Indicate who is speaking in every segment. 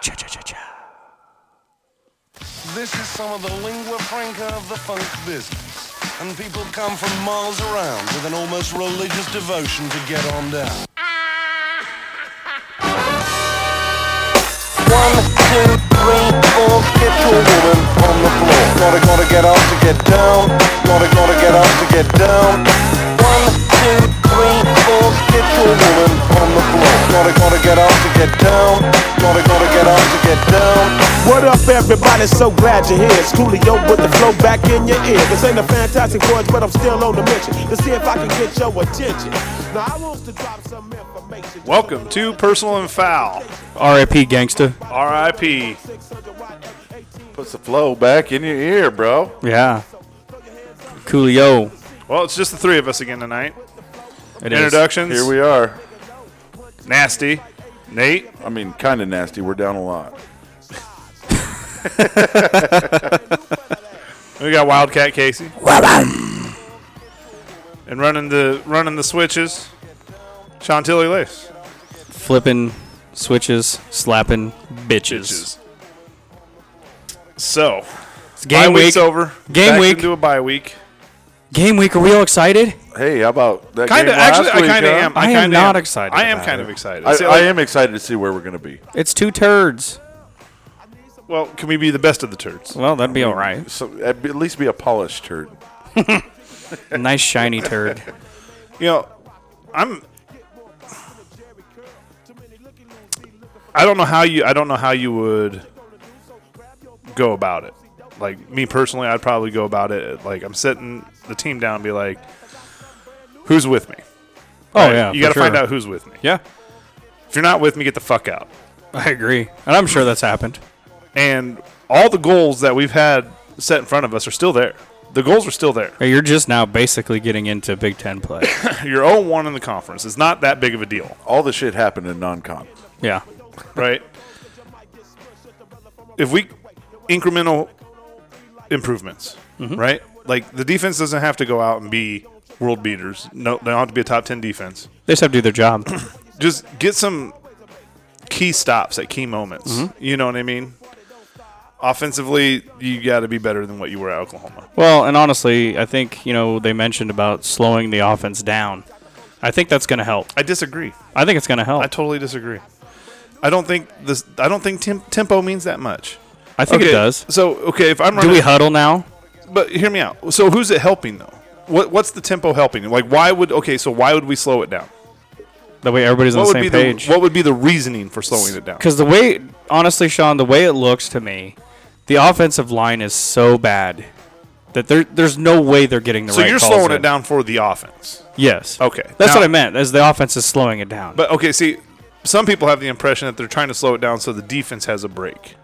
Speaker 1: Cha cha cha cha.
Speaker 2: This is some of the lingua franca of the funk business. And people come from miles around with an almost religious devotion to get on down. One, two, three, four, get your woman on the floor. Gotta, gotta get up to get down. Gotta, gotta get up to get down. One, two, three, four, get your woman on the floor. Gotta, gotta get up to get down. Gotta, gotta get up to get down.
Speaker 3: What up, everybody? So glad you're here. It's Coolio with the flow back in your ear. This ain't a fantastic voice, but I'm still on the mission to see if I can get your attention. Now, I wants to drop some information.
Speaker 4: Welcome to Personal and Foul.
Speaker 1: R.I.P. Gangsta.
Speaker 4: R.I.P.
Speaker 5: Puts the flow back in your ear, bro.
Speaker 1: Yeah. Coolio.
Speaker 4: Well, it's just the three of us again tonight.
Speaker 1: It is.
Speaker 4: Introductions.
Speaker 5: Here we are.
Speaker 4: Nasty. Nate.
Speaker 5: I mean, kind of nasty. We're down a lot.
Speaker 4: We got Wildcat Casey. and running the running the switches. Chantilly Lace.
Speaker 1: Flipping switches, slapping bitches.
Speaker 4: Bitches. So
Speaker 1: It's
Speaker 4: bye
Speaker 1: game week.
Speaker 4: week's over.
Speaker 1: Game
Speaker 4: Back
Speaker 1: week.
Speaker 4: Into a bye week.
Speaker 1: Game week. Are we all excited?
Speaker 5: Hey, how about that?
Speaker 4: Kind of.
Speaker 5: game last
Speaker 4: Actually, I
Speaker 5: week,
Speaker 4: kind of
Speaker 5: huh?
Speaker 4: am.
Speaker 1: I
Speaker 4: I,
Speaker 1: am
Speaker 4: kinda
Speaker 1: not excited
Speaker 4: I am
Speaker 1: about
Speaker 4: kind
Speaker 1: it.
Speaker 4: of excited.
Speaker 5: I,
Speaker 4: See,
Speaker 5: I
Speaker 4: like-
Speaker 5: am excited to see where we're gonna be.
Speaker 1: It's two turds.
Speaker 4: Well, can we be the best of the turds?
Speaker 1: Well, that'd be all right.
Speaker 5: So at be- at least be a polished turd.
Speaker 1: A nice shiny turd.
Speaker 4: You know, I'm. I don't know how you. I don't know how you would go about it. Like me personally, I'd probably go about it like I'm sitting the team down and be like, "Who's with me?"
Speaker 1: Oh
Speaker 4: Right?
Speaker 1: yeah.
Speaker 4: you
Speaker 1: got to
Speaker 4: find out who's with me.
Speaker 1: Yeah,
Speaker 4: If you're not with me, get the fuck out.
Speaker 1: I agree, and I'm sure that's happened.
Speaker 4: And all the goals that we've had set in front of us are still there. The goals are still there.
Speaker 1: You're just now basically getting into Big Ten play.
Speaker 4: You're 0-1 in the conference. It's not that big of a deal,
Speaker 5: All the shit happened in non-con.
Speaker 1: yeah.
Speaker 4: right? if we incremental improvements,
Speaker 1: Mm-hmm.
Speaker 4: right? Like the defense doesn't have to go out and be world beaters. No, they don't have to be a top ten defense.
Speaker 1: They just have to do their job.
Speaker 4: Just get some key stops at key moments.
Speaker 1: Mm-hmm.
Speaker 4: You know what I mean? Offensively, you got to be better than what you were at Oklahoma.
Speaker 1: well, and honestly, I think, you know, they mentioned about slowing the offense down. I think that's going to help.
Speaker 4: I disagree.
Speaker 1: I think it's going to help.
Speaker 4: I totally disagree. I don't think this. I don't think tem- tempo means that much.
Speaker 1: I think
Speaker 4: okay,
Speaker 1: it does.
Speaker 4: So okay, if I'm
Speaker 1: Do
Speaker 4: running,
Speaker 1: we huddle now?
Speaker 4: But hear me out. So who's it helping though? What what's the tempo helping? Like why would okay? So why would we slow it down?
Speaker 1: That way everybody's on
Speaker 4: What
Speaker 1: the
Speaker 4: would be
Speaker 1: same page.
Speaker 4: the what would be the reasoning for slowing it down?
Speaker 1: Because the way, honestly, Sean, the way it looks to me, the offensive line is so bad that there, there's no way they're getting the
Speaker 4: So
Speaker 1: right
Speaker 4: you're
Speaker 1: calls
Speaker 4: slowing
Speaker 1: in.
Speaker 4: it down for the offense.
Speaker 1: Yes.
Speaker 4: Okay.
Speaker 1: That's
Speaker 4: Now-
Speaker 1: what I meant. Is the offense is slowing it down.
Speaker 4: But okay, see, some people have the impression that they're trying to slow it down so the defense has a break,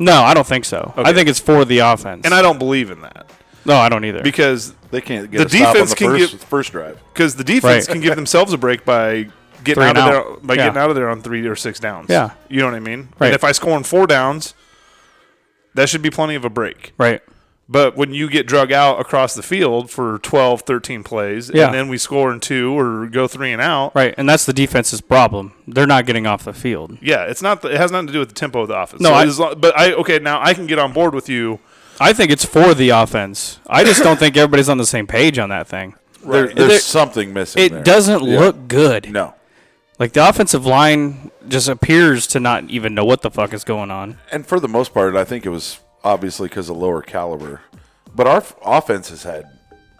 Speaker 1: no, I don't think so. I
Speaker 4: Okay.
Speaker 1: think it's for the offense.
Speaker 4: and I don't believe in that
Speaker 1: no, I don't either.
Speaker 4: because
Speaker 5: They can't
Speaker 4: The
Speaker 5: get a stop
Speaker 4: defense
Speaker 5: on
Speaker 4: can
Speaker 5: the first,
Speaker 4: give-
Speaker 5: first drive.
Speaker 4: because the defense
Speaker 1: Right.
Speaker 4: can give themselves a break by getting
Speaker 1: Three
Speaker 4: out
Speaker 1: and
Speaker 4: of
Speaker 1: out.
Speaker 4: there by
Speaker 1: Yeah.
Speaker 4: getting out of there on three or six downs.
Speaker 1: Yeah.
Speaker 4: you know what I mean.
Speaker 1: Right.
Speaker 4: And if I score on four downs, that should be plenty of a break.
Speaker 1: right.
Speaker 4: But when you get drug out across the field for 12, 13 plays,
Speaker 1: Yeah.
Speaker 4: and then we score in two or go three and out,
Speaker 1: Right, and that's the defense's problem. They're not getting off the field.
Speaker 4: yeah, it's not. The, it has nothing to do with the tempo of the offense.
Speaker 1: No,
Speaker 4: So
Speaker 1: I-
Speaker 4: as lo- but I okay now I can get on board with you.
Speaker 1: I think it's for the offense. I just don't think everybody's on the same page on that thing.
Speaker 5: There- there's
Speaker 1: There-
Speaker 5: something missing.
Speaker 1: It
Speaker 5: there.
Speaker 1: doesn't
Speaker 5: Yeah.
Speaker 1: look good.
Speaker 5: No.
Speaker 1: Like the offensive line just appears to not even know what the fuck is going on.
Speaker 5: And for the most part, I think it was obviously because of lower caliber. But our f- offense has had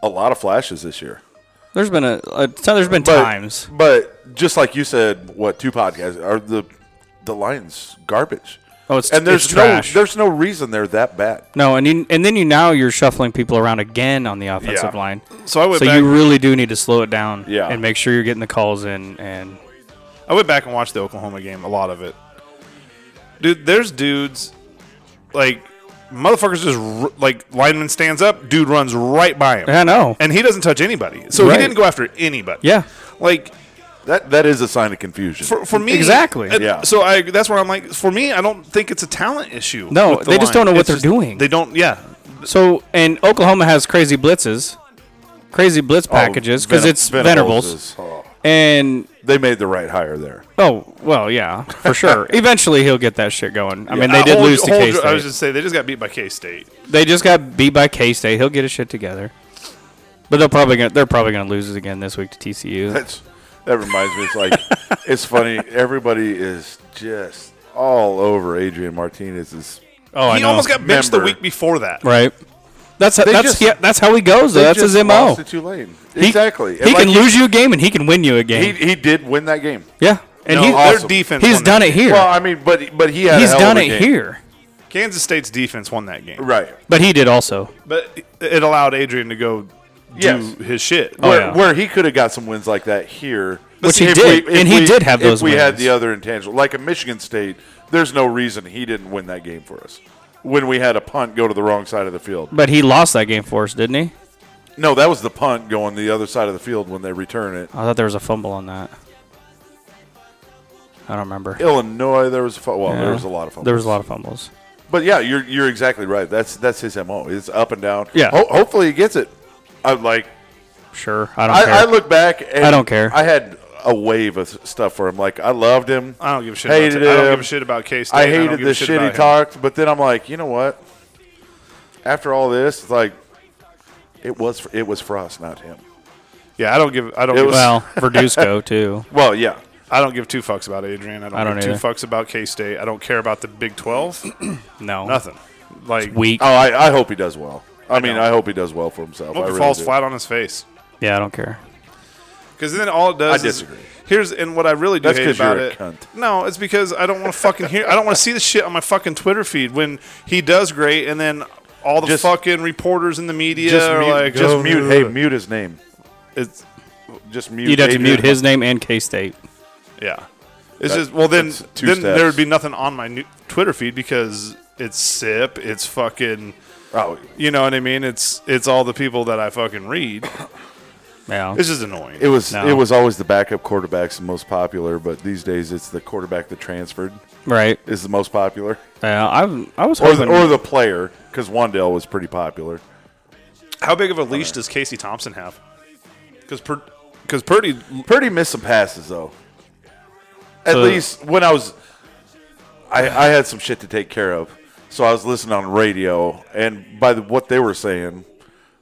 Speaker 5: a lot of flashes this year.
Speaker 1: There's been a, a t- there's been
Speaker 5: But-
Speaker 1: times.
Speaker 5: But just like you said, what two podcasts are the the Lions garbage?
Speaker 1: Oh, it's-
Speaker 5: and there's
Speaker 1: it's
Speaker 5: no
Speaker 1: trash.
Speaker 5: there's no reason they're that bad.
Speaker 1: No, and you, and then you now you're shuffling people around again on the offensive
Speaker 4: Yeah.
Speaker 1: line.
Speaker 4: So I went
Speaker 1: So
Speaker 4: back.
Speaker 1: you really do need to slow it down
Speaker 5: Yeah.
Speaker 1: and make sure you're getting the calls in and
Speaker 4: I went back and watched the Oklahoma game. A lot of it, dude. There's dudes like motherfuckers just r- like lineman stands up, dude runs right by him,
Speaker 1: I know.
Speaker 4: and he doesn't touch anybody. So
Speaker 1: Right.
Speaker 4: he didn't go after anybody.
Speaker 1: Yeah.
Speaker 4: like
Speaker 5: That that is a sign of confusion.
Speaker 4: for, for me
Speaker 1: Exactly.
Speaker 4: and
Speaker 5: Yeah.
Speaker 4: So I that's where I'm like, for me, I don't think it's a talent issue.
Speaker 1: No,
Speaker 4: with the
Speaker 1: they just
Speaker 4: line.
Speaker 1: don't know what
Speaker 4: It's
Speaker 1: they're
Speaker 4: just-
Speaker 1: doing.
Speaker 4: They don't. Yeah.
Speaker 1: So and Oklahoma has crazy blitzes, crazy blitz
Speaker 5: Oh,
Speaker 1: packages because
Speaker 5: Vena-
Speaker 1: it's Venerables.
Speaker 5: is- oh.
Speaker 1: and
Speaker 5: They made the right hire there.
Speaker 1: Oh well, yeah, for sure. Eventually, he'll get that shit going. I mean, they
Speaker 4: Uh,
Speaker 1: did
Speaker 4: hold-
Speaker 1: lose to
Speaker 4: hold-
Speaker 1: K
Speaker 4: I was
Speaker 1: State.
Speaker 4: just say they just got beat by K State.
Speaker 1: They just got beat by K State. He'll get his shit together. But they're probably gonna, they're probably going to lose it again this week to TCU.
Speaker 5: That's that reminds me. It's like it's funny. Everybody is just all over Adrian Martinez's.
Speaker 1: Oh, I
Speaker 4: he
Speaker 1: know.
Speaker 4: almost got benched the
Speaker 5: Member.
Speaker 4: week before that.
Speaker 1: right. That's that's
Speaker 5: just-
Speaker 1: yeah, that's how he goes. Though.
Speaker 5: They
Speaker 1: That's
Speaker 5: just
Speaker 1: his mo.
Speaker 5: Lost to Tulane.
Speaker 1: He-
Speaker 5: exactly.
Speaker 1: He, can lose you a game and he can win you a
Speaker 5: He,
Speaker 1: game.
Speaker 5: he did win that game.
Speaker 1: yeah, and
Speaker 4: No,
Speaker 1: he,
Speaker 5: awesome.
Speaker 4: their defense.
Speaker 1: he's
Speaker 4: won that
Speaker 1: done it
Speaker 4: game.
Speaker 1: here.
Speaker 5: Well, I mean, but but he had.
Speaker 1: he's
Speaker 5: a hell
Speaker 1: done
Speaker 5: of a
Speaker 1: it
Speaker 5: game.
Speaker 1: here.
Speaker 4: Kansas State's defense won that game,
Speaker 5: Right.
Speaker 1: But he did also.
Speaker 4: but it allowed Adrian to go do
Speaker 5: Yes.
Speaker 4: his shit.
Speaker 1: Oh,
Speaker 5: where,
Speaker 1: yeah.
Speaker 5: where he could have got some wins like that here,
Speaker 1: Which
Speaker 5: If
Speaker 1: he did,
Speaker 5: if
Speaker 1: and he did have those
Speaker 5: If we had
Speaker 1: wins.
Speaker 5: the other intangible, like a Michigan State, there's no reason he didn't win that game for us when we had a punt go to the wrong side of the field.
Speaker 1: But he lost that game for us, didn't he?
Speaker 5: No, that was the punt going the other side of the field when they return it.
Speaker 1: I thought there was a fumble on that. I don't remember.
Speaker 5: Illinois, there was a fu- well,
Speaker 1: Yeah.
Speaker 5: there was a lot of fun.
Speaker 1: There was a lot of fumbles.
Speaker 5: but yeah, you're you're exactly right. That's that's his mo. It's up and down.
Speaker 1: Yeah.
Speaker 5: Ho- hopefully he gets it. I'm like,
Speaker 1: Sure, I don't care.
Speaker 5: I, I look back. And
Speaker 1: I don't care.
Speaker 5: I had a wave of stuff where I'm like, I loved him.
Speaker 4: I don't give a shit. about
Speaker 5: Hated
Speaker 4: I don't
Speaker 5: him.
Speaker 4: give a shit about K State.
Speaker 5: I hated the shit he talked, but then I'm like, you know what? After all this, it's like it was it was Frost, not him.
Speaker 4: Yeah, I don't give. I don't.
Speaker 5: It
Speaker 4: Give,
Speaker 5: was-
Speaker 1: well, Verduzco too.
Speaker 5: Well, yeah,
Speaker 4: I don't give two fucks about Adrian. I don't,
Speaker 1: I don't
Speaker 4: give
Speaker 1: either.
Speaker 4: two fucks about K State. I don't care about the Big Twelve.
Speaker 1: No,
Speaker 4: Nothing. Like
Speaker 1: Weak.
Speaker 5: Oh, I, I hope he does well. I, mean,
Speaker 4: don't.
Speaker 5: I hope he does well for himself. I
Speaker 4: Mocha
Speaker 5: really
Speaker 4: falls
Speaker 5: do.
Speaker 4: flat on his face.
Speaker 1: Yeah, I don't care.
Speaker 4: Because then all it does.
Speaker 5: I
Speaker 4: is-
Speaker 5: disagree.
Speaker 4: here's and what I really do
Speaker 5: That's
Speaker 4: hate
Speaker 5: 'cause you're
Speaker 4: about
Speaker 5: a
Speaker 4: it.
Speaker 5: cunt.
Speaker 4: No, it's because I don't want to fucking hear. I don't want to see the shit on my fucking Twitter feed when he does great, and then all the
Speaker 5: Just-
Speaker 4: fucking reporters in the media
Speaker 5: Just
Speaker 4: are
Speaker 5: mute,
Speaker 4: like,
Speaker 5: just
Speaker 4: "Oh,
Speaker 5: mute. Hey, mute his name.
Speaker 4: It's,
Speaker 5: Just mute.
Speaker 1: You'd have to
Speaker 5: Adrian.
Speaker 1: mute his name and K State.
Speaker 4: yeah. It's
Speaker 5: That-
Speaker 4: just well then
Speaker 5: that's two
Speaker 4: then
Speaker 5: steps.
Speaker 4: there would be nothing on my new Twitter feed because it's sip, it's fucking,
Speaker 5: Oh,
Speaker 4: you know what I mean? It's it's all the people that I fucking read.
Speaker 1: Yeah,
Speaker 4: It's just annoying.
Speaker 5: it was
Speaker 1: No.
Speaker 5: it was always the backup quarterbacks the most popular, but these days it's the quarterback that transferred
Speaker 1: right.
Speaker 5: is the most popular,
Speaker 1: Yeah, I I was
Speaker 5: or the,
Speaker 1: hoping.
Speaker 5: or the player because Wandale was pretty popular.
Speaker 4: How big of a leash does Casey Thompson have? Because because Purdy
Speaker 5: Purdy missed some passes though. At
Speaker 1: So-
Speaker 5: least when I was, I, I had some shit to take care of, so I was listening on radio, and by the, what they were saying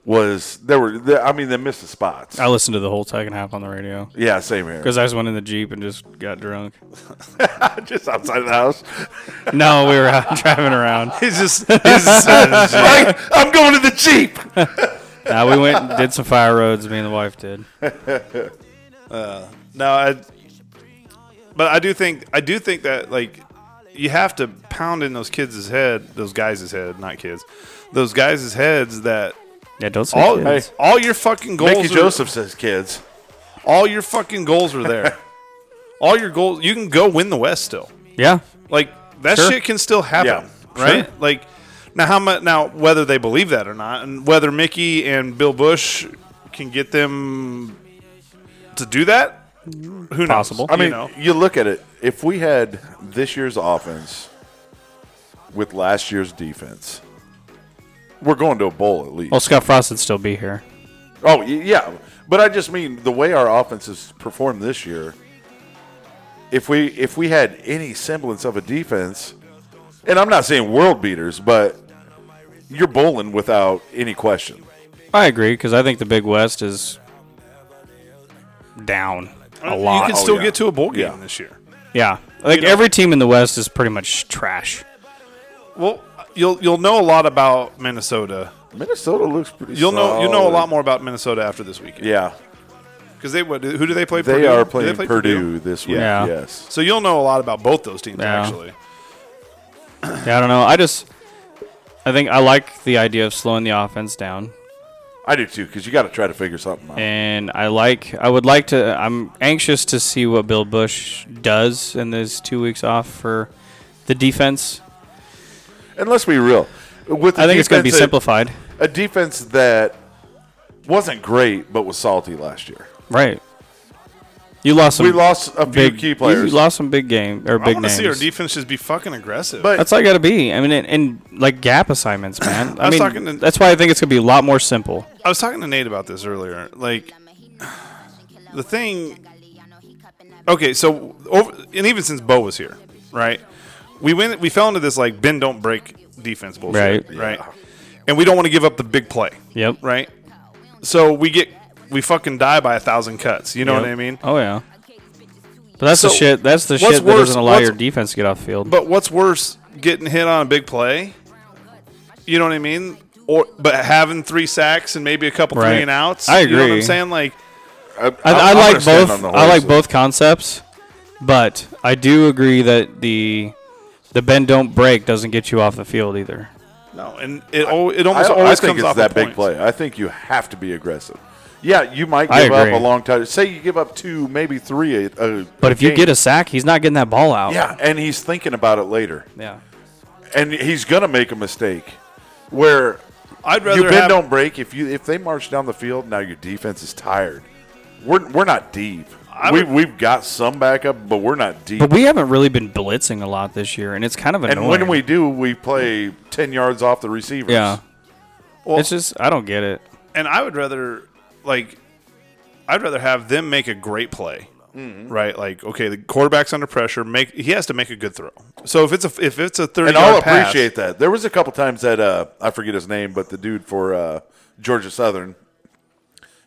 Speaker 5: was there were there, I mean they missed the spots.
Speaker 4: Uh,
Speaker 1: I listened to the whole second half on the radio
Speaker 5: yeah, same here.
Speaker 1: because I just went in the jeep and just got drunk.
Speaker 5: Just outside the house,
Speaker 1: no, we were out driving around.
Speaker 4: He's just, he's just-
Speaker 5: Like, I'm going to the jeep.
Speaker 1: Now we went and did some fire roads. Me and the wife did.
Speaker 4: no. I, but I do think I do think that like you have to pound in those kids' head, those guys' head, not kids, those guys' heads that
Speaker 1: Yeah, don't say
Speaker 4: all
Speaker 1: kids.
Speaker 4: all your fucking goals,
Speaker 5: Mickey
Speaker 4: are-
Speaker 5: Joseph says, "Kids,
Speaker 4: all your fucking goals are there. all your goals, you can go win the West still.
Speaker 1: Yeah,
Speaker 4: Like that
Speaker 1: Sure.
Speaker 4: shit can still happen,
Speaker 5: Yeah,
Speaker 4: right?
Speaker 1: sure.
Speaker 4: Like now, how much now? Whether they believe that or not, and whether Mickey and Bill Bush can get them to do that, who knows?
Speaker 1: Possible.
Speaker 5: I mean,
Speaker 4: you know,
Speaker 5: you look at it. If we had this year's offense with last year's defense, we're going to a bowl at least."
Speaker 1: well, Scott Frost would still be here.
Speaker 5: Oh y- yeah, but I just mean the way our offense has performed this year. If we if we had any semblance of a defense, and I'm not saying world beaters, but you're bowling without any question.
Speaker 1: I agree because I think the Big West is down a lot.
Speaker 4: You can still
Speaker 5: Oh, yeah.
Speaker 4: get to a bowl game
Speaker 5: Yeah.
Speaker 4: this year.
Speaker 1: yeah, like
Speaker 4: know-
Speaker 1: every team in the West is pretty much trash.
Speaker 4: Well, you'll you'll know a lot about Minnesota.
Speaker 5: Minnesota looks pretty.
Speaker 4: You'll know you'll know a
Speaker 5: solid.
Speaker 4: lot more about Minnesota after this weekend.
Speaker 5: Yeah,
Speaker 4: because they what, who do they play?
Speaker 5: they
Speaker 4: Purdue? Do
Speaker 5: are
Speaker 4: they
Speaker 5: playing
Speaker 4: play
Speaker 5: Purdue, this week.
Speaker 1: Yeah.
Speaker 5: Yes,
Speaker 4: So you'll know a lot about both those teams
Speaker 1: Yeah.
Speaker 4: actually.
Speaker 1: Yeah, I don't know. I just, I think I like the idea of slowing the offense down,
Speaker 5: I do too because you got to try to figure something out.
Speaker 1: and I like. I would like to. I'm anxious to see what Bill Bush does in these two weeks off for the defense.
Speaker 5: And let's be real, with the
Speaker 1: I think it's going to be
Speaker 5: defense that-
Speaker 1: simplified,
Speaker 5: A defense that wasn't great but was salty last year.
Speaker 1: right? You lost some.
Speaker 5: We lost a few
Speaker 1: big
Speaker 5: key players.
Speaker 1: You lost some big game or
Speaker 4: I
Speaker 1: big
Speaker 4: want to
Speaker 1: names.
Speaker 4: see our defense just be fucking aggressive.
Speaker 5: But-
Speaker 1: That's all you got to be. I mean, and, and like gap assignments, man. I,
Speaker 4: was
Speaker 1: mean,
Speaker 4: talking to-
Speaker 1: that's why I think it's going to be a lot more simple.
Speaker 4: I was talking to Nate about this earlier. Like the thing okay, so over, and even since Bo was here, right? We went, we fell into this like bend don't break defense bullshit,
Speaker 1: Right.
Speaker 4: right? And we don't want to give up the big play,
Speaker 1: Yep.
Speaker 4: right? So we get we fucking die by a thousand cuts. You know what I mean?
Speaker 1: Oh yeah. But that's the
Speaker 4: So,
Speaker 1: shit. That's the
Speaker 4: what's
Speaker 1: shit that
Speaker 4: worse-
Speaker 1: doesn't allow
Speaker 4: what's-
Speaker 1: your defense to get off the field.
Speaker 4: But what's worse, getting hit on a big play? You know what I mean? Or but having three sacks and maybe a couple
Speaker 1: Right.
Speaker 4: three and outs.
Speaker 1: I
Speaker 4: You know what
Speaker 1: agree.
Speaker 4: I'm saying? Like
Speaker 5: I,
Speaker 1: I,
Speaker 5: I'm
Speaker 1: I
Speaker 5: gonna
Speaker 1: like
Speaker 5: stand
Speaker 1: both.
Speaker 5: on the
Speaker 1: I like
Speaker 5: horses.
Speaker 1: both concepts, but I do agree that the the bend don't break doesn't get you off the field either.
Speaker 4: no, and it al- it
Speaker 5: I,
Speaker 4: almost
Speaker 5: I
Speaker 4: always
Speaker 5: think
Speaker 4: comes
Speaker 5: it's
Speaker 4: off
Speaker 5: that
Speaker 4: of
Speaker 5: big
Speaker 4: points.
Speaker 5: play. I think you have to be aggressive. Yeah, you might
Speaker 1: I
Speaker 5: give up
Speaker 1: agree.
Speaker 5: a long time. Say you give up two, maybe three. A, a,
Speaker 1: But if you
Speaker 5: game.
Speaker 1: get a sack, he's not getting that ball out.
Speaker 5: yeah, and he's thinking about it later,
Speaker 1: Yeah.
Speaker 5: and he's gonna make a mistake. Where
Speaker 4: I'd rather
Speaker 5: you bend
Speaker 4: have,
Speaker 5: don't break. If you if they march down the field, now your defense is tired. We're we're not deep.
Speaker 4: I
Speaker 5: We
Speaker 4: would-
Speaker 5: we've got some backup, but we're not deep.
Speaker 1: But we haven't really been blitzing a lot this year, and it's kind of annoying.
Speaker 5: and when we do, we play ten yards off the receivers.
Speaker 1: yeah,
Speaker 4: Well,
Speaker 1: it's just I don't get it.
Speaker 4: and I would rather like I'd rather have them make a great play.
Speaker 5: Mm-hmm.
Speaker 4: Right, like okay, the quarterback's under pressure. Make he has to make a good throw. So if it's a if it's a thirty,
Speaker 5: and I'll
Speaker 4: yard pass-
Speaker 5: appreciate that. There was a couple times that uh, I forget his name, but the dude for uh, Georgia Southern,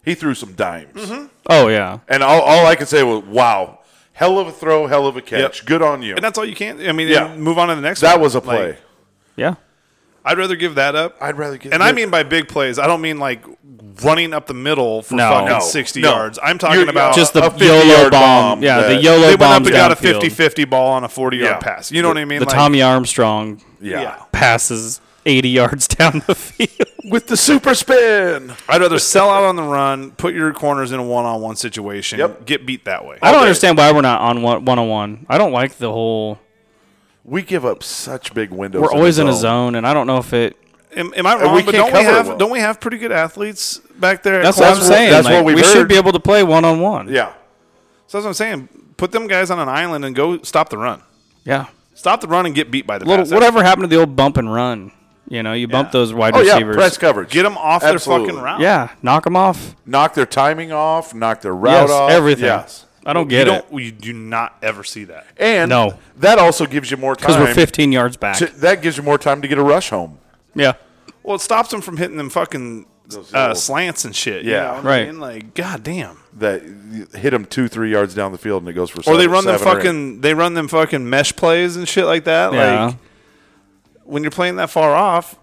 Speaker 5: he threw some dimes,
Speaker 4: Mm-hmm.
Speaker 1: Oh yeah,
Speaker 5: and all, all I could say was, "Wow, hell of a throw, hell of a catch,
Speaker 4: Yep.
Speaker 5: good on you."
Speaker 4: and that's all you can. I mean,
Speaker 5: Yeah.
Speaker 4: yeah. move on to the next.
Speaker 5: that
Speaker 4: one.
Speaker 5: was a
Speaker 4: Like,
Speaker 5: play.
Speaker 1: yeah.
Speaker 4: I'd rather give that up.
Speaker 5: I'd rather get.
Speaker 4: And I mean by big plays, I don't mean like running up the middle for
Speaker 1: No.
Speaker 4: fucking
Speaker 1: No.
Speaker 4: 60
Speaker 5: No.
Speaker 4: yards. I'm talking
Speaker 5: You're-
Speaker 4: about
Speaker 1: Just
Speaker 5: a
Speaker 1: the
Speaker 5: 50-yard
Speaker 1: YOLO bomb.
Speaker 5: bomb
Speaker 1: Yeah, the
Speaker 5: that-
Speaker 1: YOLO
Speaker 4: they went
Speaker 1: bombs
Speaker 4: up and got a
Speaker 1: downfield.
Speaker 4: 50 50 ball on a 40 yard
Speaker 5: Yeah.
Speaker 4: pass. You know what I mean?
Speaker 1: The
Speaker 4: Like,
Speaker 1: Tommy Armstrong
Speaker 5: yeah.
Speaker 4: yeah.
Speaker 1: passes 80 yards down the field.
Speaker 5: with the super spin.
Speaker 4: I'd rather sell out on the run, put your corners in a one on one situation,
Speaker 5: Yep.
Speaker 4: get beat that way.
Speaker 1: I don't
Speaker 5: day.
Speaker 1: understand why we're not on one on one. I don't like the whole.
Speaker 5: We give up such big windows.
Speaker 1: We're
Speaker 5: the
Speaker 1: always in a zone, and I don't know if it.
Speaker 4: Am, am I wrong?
Speaker 5: we
Speaker 4: but
Speaker 5: can't
Speaker 4: don't we
Speaker 5: cover it
Speaker 4: have
Speaker 5: well.
Speaker 4: don't we have pretty good athletes back there? at
Speaker 1: That's what I'm
Speaker 4: corner?
Speaker 1: saying.
Speaker 5: that's
Speaker 1: like,
Speaker 5: what we've
Speaker 1: we
Speaker 5: heard.
Speaker 1: should be able to play one on one.
Speaker 5: Yeah.
Speaker 4: So that's what I'm saying. Put them guys on an island and go stop the run.
Speaker 1: yeah.
Speaker 4: Stop the run and get beat by the
Speaker 1: Little,
Speaker 4: pass.
Speaker 1: whatever happened to the old bump and run? You know, you bump
Speaker 4: Yeah.
Speaker 1: those wide
Speaker 5: Oh yeah.
Speaker 1: receivers.
Speaker 5: Press coverage.
Speaker 4: Get them off
Speaker 5: Absolutely.
Speaker 4: their fucking route.
Speaker 1: Yeah, knock them off.
Speaker 5: Knock their timing off. Knock their route
Speaker 1: Yes,
Speaker 5: off.
Speaker 1: everything.
Speaker 5: Yes.
Speaker 1: I don't
Speaker 4: You
Speaker 1: get it
Speaker 4: don't. You do not ever see that.
Speaker 5: And
Speaker 1: No.
Speaker 5: that also gives you more time.
Speaker 1: because we're 15 yards back.
Speaker 5: to- that gives you more time to get a rush home.
Speaker 1: yeah,
Speaker 4: Well, it stops them from hitting them fucking
Speaker 5: Those
Speaker 4: uh,
Speaker 5: little-
Speaker 4: slants and shit. you
Speaker 5: Yeah.
Speaker 4: know what I
Speaker 1: Right.
Speaker 4: mean? Like, goddamn.
Speaker 5: that you hit them two, three yards down the field and it goes for
Speaker 4: Or
Speaker 5: seven,
Speaker 4: they run them
Speaker 5: seven or eight.
Speaker 4: fucking. They run them fucking mesh plays and shit like that.
Speaker 1: yeah.
Speaker 4: Like when you're playing that far off,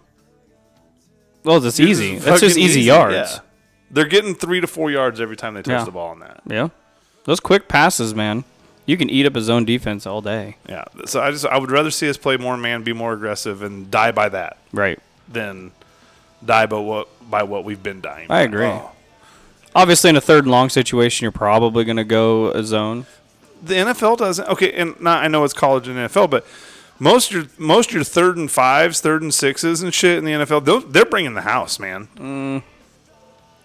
Speaker 1: well, it's
Speaker 4: dude,
Speaker 1: easy.
Speaker 4: this is
Speaker 1: That's just
Speaker 4: fucking
Speaker 1: easy,
Speaker 4: Yeah.
Speaker 1: yards.
Speaker 4: They're getting three to four yards every time they touch
Speaker 1: Yeah.
Speaker 4: the ball on that.
Speaker 1: Yeah. those quick passes, man. You can eat up his own defense all day.
Speaker 4: Yeah. So I just I would rather see us play more man, be more aggressive, and die by that
Speaker 1: Right.
Speaker 4: than die by what by what we've been dying.
Speaker 1: I
Speaker 4: by.
Speaker 1: agree. Obviously, in a third and long situation, you're probably going to go a zone.
Speaker 4: the NFL doesn't. Okay, and not I know it's college and NFL, but most your most your third and fives, third and sixes, and shit in the NFL, they'll- they're bringing the house, man.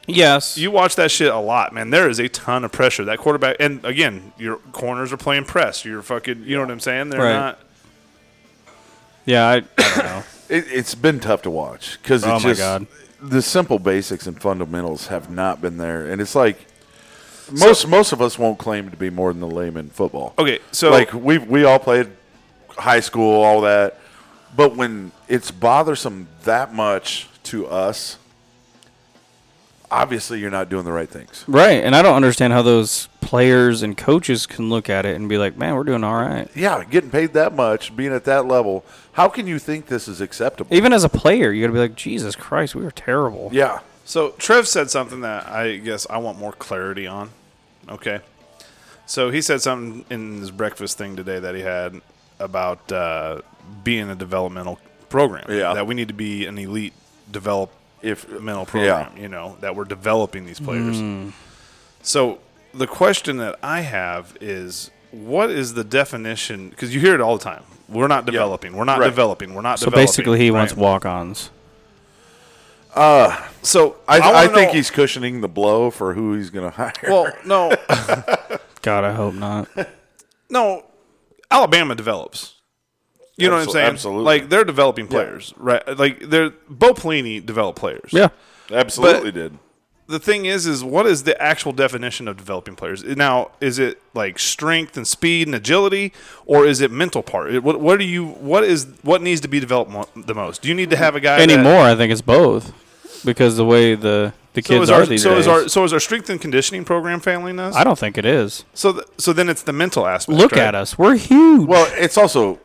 Speaker 1: Yes.
Speaker 4: You watch that shit a lot, man. There is a ton of pressure that quarterback, and again, your corners are playing press. You're fucking, you know what I'm saying? They're
Speaker 1: Right.
Speaker 4: not.
Speaker 1: yeah, I, I don't know.
Speaker 5: It, it's been tough to watch because
Speaker 1: Oh, my
Speaker 5: it's just
Speaker 1: God.
Speaker 5: the simple basics and fundamentals have not been there, and it's like most most of us won't claim to be more than the layman football.
Speaker 4: Okay, Oh, so-
Speaker 5: like we we all played high school, all that, but when it's bothersome that much to us, obviously you're not doing the right things.
Speaker 1: Right, and I don't understand how those players and coaches can look at it and be like, "Man, we're doing all right."
Speaker 5: Yeah, getting paid that much, being at that level, how can you think this is acceptable?
Speaker 1: Even as a player, you got to be like, "Jesus Christ, we were terrible."
Speaker 5: Yeah.
Speaker 4: So Trev said something that I guess I want more clarity on. Okay. So he said something in his breakfast thing today that he had about uh, being a developmental program.
Speaker 5: Yeah.
Speaker 4: That we need to be an elite developmental program. You know that we're developing these players.
Speaker 5: Mm.
Speaker 4: So the question that I have is, what is the definition? Because you hear it all the time. We're not developing. We're not
Speaker 5: Right.
Speaker 4: developing. We're not.
Speaker 1: So
Speaker 4: developing,
Speaker 1: basically, he wants
Speaker 4: right?
Speaker 1: walk-ons.
Speaker 4: So
Speaker 5: I, I,
Speaker 4: wanna
Speaker 5: think
Speaker 4: know-
Speaker 5: he's cushioning the blow for who he's going to hire.
Speaker 4: well. No.
Speaker 1: God, I hope not.
Speaker 4: no, Alabama develops. You know what I'm
Speaker 5: Absol-
Speaker 4: saying?
Speaker 5: absolutely.
Speaker 4: Like they're developing players, right? Like they're Bo Pelini developed players.
Speaker 1: yeah,
Speaker 5: absolutely did.
Speaker 4: the thing is, is what is the actual definition of developing players? Now, is it like strength and speed and agility, or is it mental part? It- What, what do you? What is what needs to be developed mo- the most? Do you need to have a guy that-
Speaker 1: Anymore, I think it's both because the way the the
Speaker 4: So
Speaker 1: kids
Speaker 4: is
Speaker 1: are
Speaker 4: our
Speaker 1: these
Speaker 4: so
Speaker 1: days.
Speaker 4: is our so is our strength and conditioning program failing us?
Speaker 1: I don't think it is.
Speaker 4: so th- so then it's the mental aspect.
Speaker 1: Look
Speaker 4: right?
Speaker 1: at us. We're huge.
Speaker 5: Well, it's also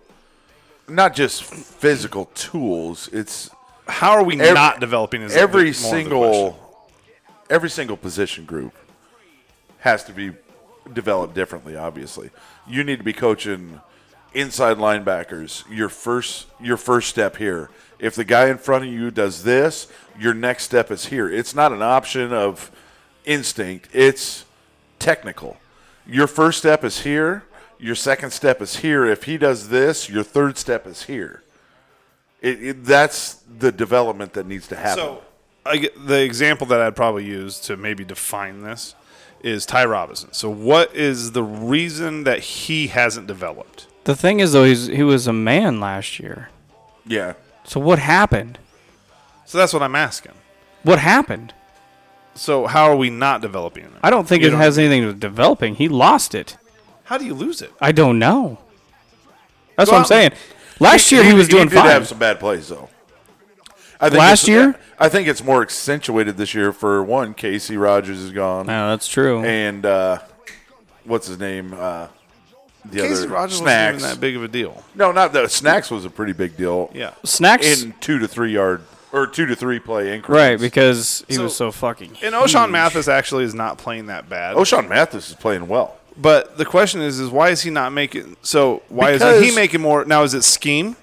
Speaker 5: not just physical tools. It's
Speaker 4: How are we
Speaker 5: Every-
Speaker 4: not developing? Is
Speaker 5: every
Speaker 4: more of the question.
Speaker 5: single every single position group has to be developed differently obviously you need to be coaching inside linebackers your first your first step here if the guy in front of you does this your next step is here it's not an option of instinct it's technical your first step is here your second step is here if he does this your third step is here it, it, that's the development that needs to happen
Speaker 4: So, I get, the example that I'd probably use to maybe define this is Ty Robinson. So, what is the reason that he hasn't developed?
Speaker 1: the thing is, though, he's, he was a man last year.
Speaker 5: Yeah.
Speaker 1: So what happened?
Speaker 4: So that's what I'm asking.
Speaker 1: What happened?
Speaker 4: So, how are we not developing him?
Speaker 1: I don't think
Speaker 4: You
Speaker 1: it has anything to do with developing. He lost it.
Speaker 4: How do you lose it?
Speaker 1: I don't know. That's
Speaker 4: Well,
Speaker 1: what I'm saying. Last year he, was doing
Speaker 5: did
Speaker 1: fine.
Speaker 5: have some bad plays though. I think
Speaker 1: Last
Speaker 5: it's-
Speaker 1: year?
Speaker 5: I think it's more accentuated this year. For one, Casey Rogers is gone,
Speaker 1: No, that's true.
Speaker 5: and uh, what's his name? Uh, the
Speaker 4: Casey
Speaker 5: other
Speaker 4: Rogers wasn't
Speaker 5: snacks.
Speaker 4: even that big of a deal.
Speaker 5: No, not that. Snacks was a pretty big deal.
Speaker 4: Yeah.
Speaker 1: Snacks,
Speaker 5: in two to three yard or two to three play increments.
Speaker 1: right? Because he was
Speaker 4: So-
Speaker 1: so fucking.
Speaker 4: And O'Shawn Mathis actually is not playing that bad.
Speaker 5: O'Shawn Mathis is playing well.
Speaker 4: But the question is, is why is he not making? So why is he
Speaker 5: Because-
Speaker 4: making more now? Is it scheme?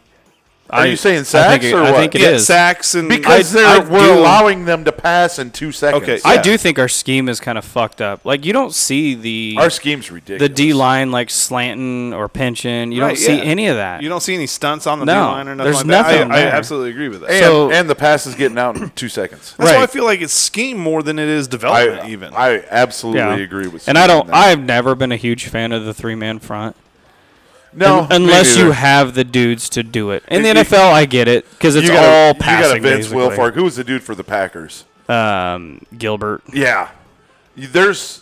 Speaker 5: Are
Speaker 1: I-
Speaker 5: you saying
Speaker 1: I think
Speaker 5: sacks
Speaker 1: it-
Speaker 5: or
Speaker 1: I
Speaker 5: what?
Speaker 1: think it
Speaker 4: yeah,
Speaker 1: is.
Speaker 4: sacks and
Speaker 5: because
Speaker 1: I-
Speaker 5: they're,
Speaker 1: I
Speaker 5: we're
Speaker 1: do-
Speaker 5: allowing them to pass in two seconds.
Speaker 4: Okay,
Speaker 1: I
Speaker 4: yeah.
Speaker 1: do think our scheme is kind of fucked up. Like you don't see the
Speaker 5: Our scheme's ridiculous.
Speaker 1: the D line like slanting or pinching. You
Speaker 4: Right,
Speaker 1: don't see
Speaker 4: yeah.
Speaker 1: any of that.
Speaker 4: You don't see any stunts on the
Speaker 1: No,
Speaker 4: line or nothing
Speaker 1: there's
Speaker 4: like that. I-
Speaker 1: nothing
Speaker 4: I,
Speaker 1: there.
Speaker 4: absolutely agree with that.
Speaker 5: and,
Speaker 1: So-
Speaker 5: and the pass is getting out in two seconds.
Speaker 4: That's why I
Speaker 1: Right.
Speaker 4: feel like it's scheme more than it is development.
Speaker 5: I,
Speaker 4: even
Speaker 5: I absolutely agree with.
Speaker 1: And I
Speaker 5: Steve on
Speaker 1: don't.
Speaker 5: that.
Speaker 1: I've never been a huge fan of the three man front.
Speaker 5: no
Speaker 1: Un- unless
Speaker 5: me neither.
Speaker 1: you have the dudes to do it. In the
Speaker 5: You-
Speaker 1: NFL, I get it because it's
Speaker 5: you got a-
Speaker 1: all
Speaker 5: You got
Speaker 1: passing.
Speaker 5: a Vince
Speaker 1: basically.
Speaker 5: Wilfork, who was the dude for the Packers.
Speaker 1: um, Gilbert.
Speaker 5: Yeah, You- there's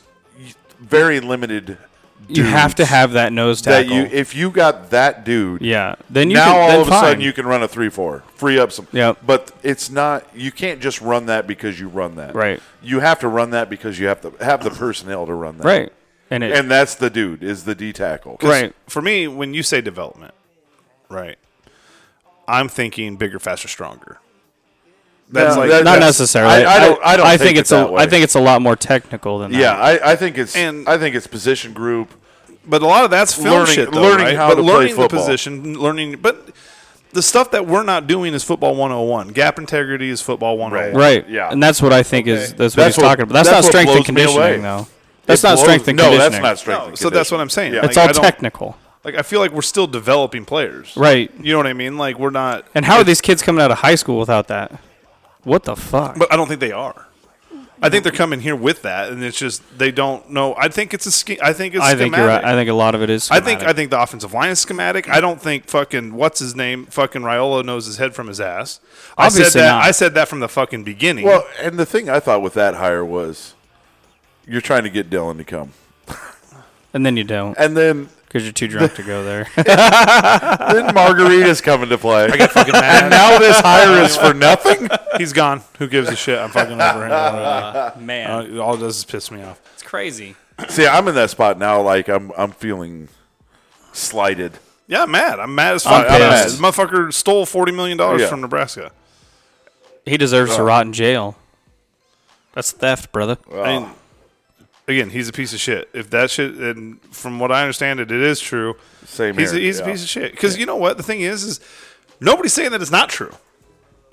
Speaker 5: very limited. Dudes
Speaker 1: you have to have that nose
Speaker 5: that.
Speaker 1: tackle.
Speaker 5: You if you got that dude,
Speaker 1: yeah. Then you
Speaker 5: now
Speaker 1: can, then
Speaker 5: all of a
Speaker 1: fine.
Speaker 5: sudden you can run a three four, free up some.
Speaker 1: Yep.
Speaker 5: But it's not. You can't just run that because you run that.
Speaker 1: Right.
Speaker 5: You have to run that because you have to have the personnel to run that.
Speaker 1: right. And it
Speaker 5: And that's the dude is the D tackle.
Speaker 1: right.
Speaker 4: for me, when you say development, right, I'm thinking bigger, faster, stronger. That's
Speaker 5: No,
Speaker 4: like
Speaker 5: that-
Speaker 1: Not
Speaker 5: that's-
Speaker 1: necessarily.
Speaker 5: I- I don't- I don't
Speaker 1: I think,
Speaker 5: think it
Speaker 1: it's a. I
Speaker 5: that way.
Speaker 1: think it's a lot more technical than that.
Speaker 5: Yeah, I, I think it's
Speaker 4: And-
Speaker 5: I think it's position group.
Speaker 4: but a lot of that's film
Speaker 5: Learning-
Speaker 4: shit, though,
Speaker 5: learning
Speaker 4: right?
Speaker 5: how
Speaker 4: but
Speaker 5: to play
Speaker 4: learning the
Speaker 5: football.
Speaker 4: position, learning, but. The stuff that we're not doing is football 101. Gap integrity is football 101.
Speaker 1: Right.
Speaker 5: Yeah.
Speaker 1: And that's what I think is that's what
Speaker 5: That's
Speaker 1: he's
Speaker 5: what-
Speaker 1: talking about. That's,
Speaker 5: that's
Speaker 1: not
Speaker 5: what
Speaker 1: strength and
Speaker 5: blows me away.
Speaker 1: conditioning though. That's
Speaker 5: It
Speaker 1: not
Speaker 5: blows-
Speaker 1: strength and
Speaker 5: no,
Speaker 1: conditioning.
Speaker 5: that's not strength.
Speaker 4: No,
Speaker 5: and
Speaker 4: so that's what
Speaker 5: conditioning.
Speaker 4: I'm saying.
Speaker 5: Yeah.
Speaker 4: Like,
Speaker 1: It's
Speaker 4: I
Speaker 1: all
Speaker 4: don't-
Speaker 1: technical.
Speaker 4: Like I feel like we're still developing players.
Speaker 1: Right.
Speaker 4: You know what I mean? Like we're not.
Speaker 1: And how are these kids coming out of high school without that? What the fuck?
Speaker 4: But I don't think they are. I think they're coming here with that, and it's just they don't know. I think it's a scheme. I think it's.
Speaker 1: I think you're
Speaker 4: schematic.
Speaker 1: right. I think a lot of it is.
Speaker 4: I think I
Speaker 1: schematic.
Speaker 4: think the offensive line is schematic. I don't think fucking what's his name fucking Riolo knows his head from his ass. I said
Speaker 1: Obviously
Speaker 4: that.
Speaker 1: not.
Speaker 4: I said that from the fucking beginning.
Speaker 5: Well, and the thing I thought with that hire was you're trying to get Dylan to come.
Speaker 1: and then you don't
Speaker 5: And then
Speaker 1: because you're too drunk to go there.
Speaker 5: then Margarita's coming to play.
Speaker 4: fucking mad.
Speaker 5: and now this hire is for nothing?
Speaker 4: he's gone. Who gives a shit? I'm fucking over him. Uh,
Speaker 1: Man,
Speaker 4: uh, all it does is piss me off.
Speaker 1: it's crazy.
Speaker 5: See, I'm in that spot now like I'm I'm feeling slighted.
Speaker 4: Yeah, I'm mad. I'm mad as fuck.
Speaker 5: I'm
Speaker 4: Uh,
Speaker 5: pissed.
Speaker 4: this Motherfucker stole forty million dollars
Speaker 5: Yeah.
Speaker 4: from Nebraska.
Speaker 1: He deserves
Speaker 5: Uh.
Speaker 1: to rot in jail. That's theft, brother.
Speaker 4: I
Speaker 5: Oh,
Speaker 4: mean, again, he's a piece of shit. If that shit, and from what I understand it, it is true.
Speaker 5: Same
Speaker 4: he's
Speaker 5: here,
Speaker 4: A, he's
Speaker 5: yeah.
Speaker 4: a piece of shit. Because you know what? The thing is, is nobody's saying that it's not true.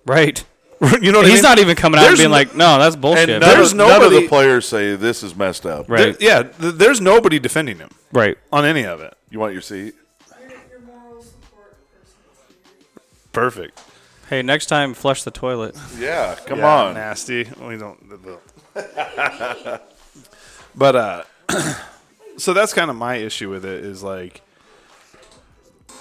Speaker 1: Right.
Speaker 4: you know what I mean?
Speaker 1: He's not even coming out and
Speaker 4: There's
Speaker 1: being
Speaker 4: no-
Speaker 1: like, no, that's bullshit.
Speaker 5: And none,
Speaker 4: There's
Speaker 5: of, none of
Speaker 4: nobody-
Speaker 5: the players say this is messed up.
Speaker 1: right.
Speaker 4: There- yeah, th- there's nobody defending him
Speaker 1: Right.
Speaker 4: on any of it.
Speaker 5: You want your seat?
Speaker 4: Perfect.
Speaker 1: Hey, next time, flush the toilet.
Speaker 5: Yeah, come
Speaker 4: Yeah,
Speaker 5: on.
Speaker 4: nasty. We don't. th- th- but uh, so that's kind of my issue with it is like,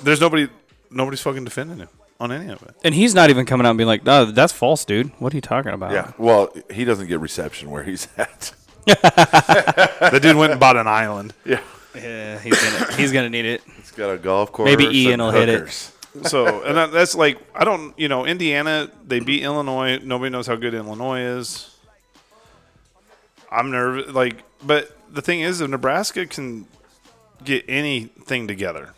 Speaker 4: there's nobody, nobody's fucking defending him. on any of it.
Speaker 1: And he's not even coming out and being like, "No, that's false, dude. What are you talking about?"
Speaker 5: Yeah. Well, he doesn't get reception where he's at.
Speaker 4: The dude went and bought an island.
Speaker 5: Yeah.
Speaker 1: yeah he's gonna he's gonna need it.
Speaker 5: He's got a golf course.
Speaker 1: Maybe Ian will hit it.
Speaker 4: So, and that, that's like I don't, you know, Indiana. They beat Illinois. Nobody knows how good Illinois is. I'm nervous. Like, but the thing is, if Nebraska can get anything together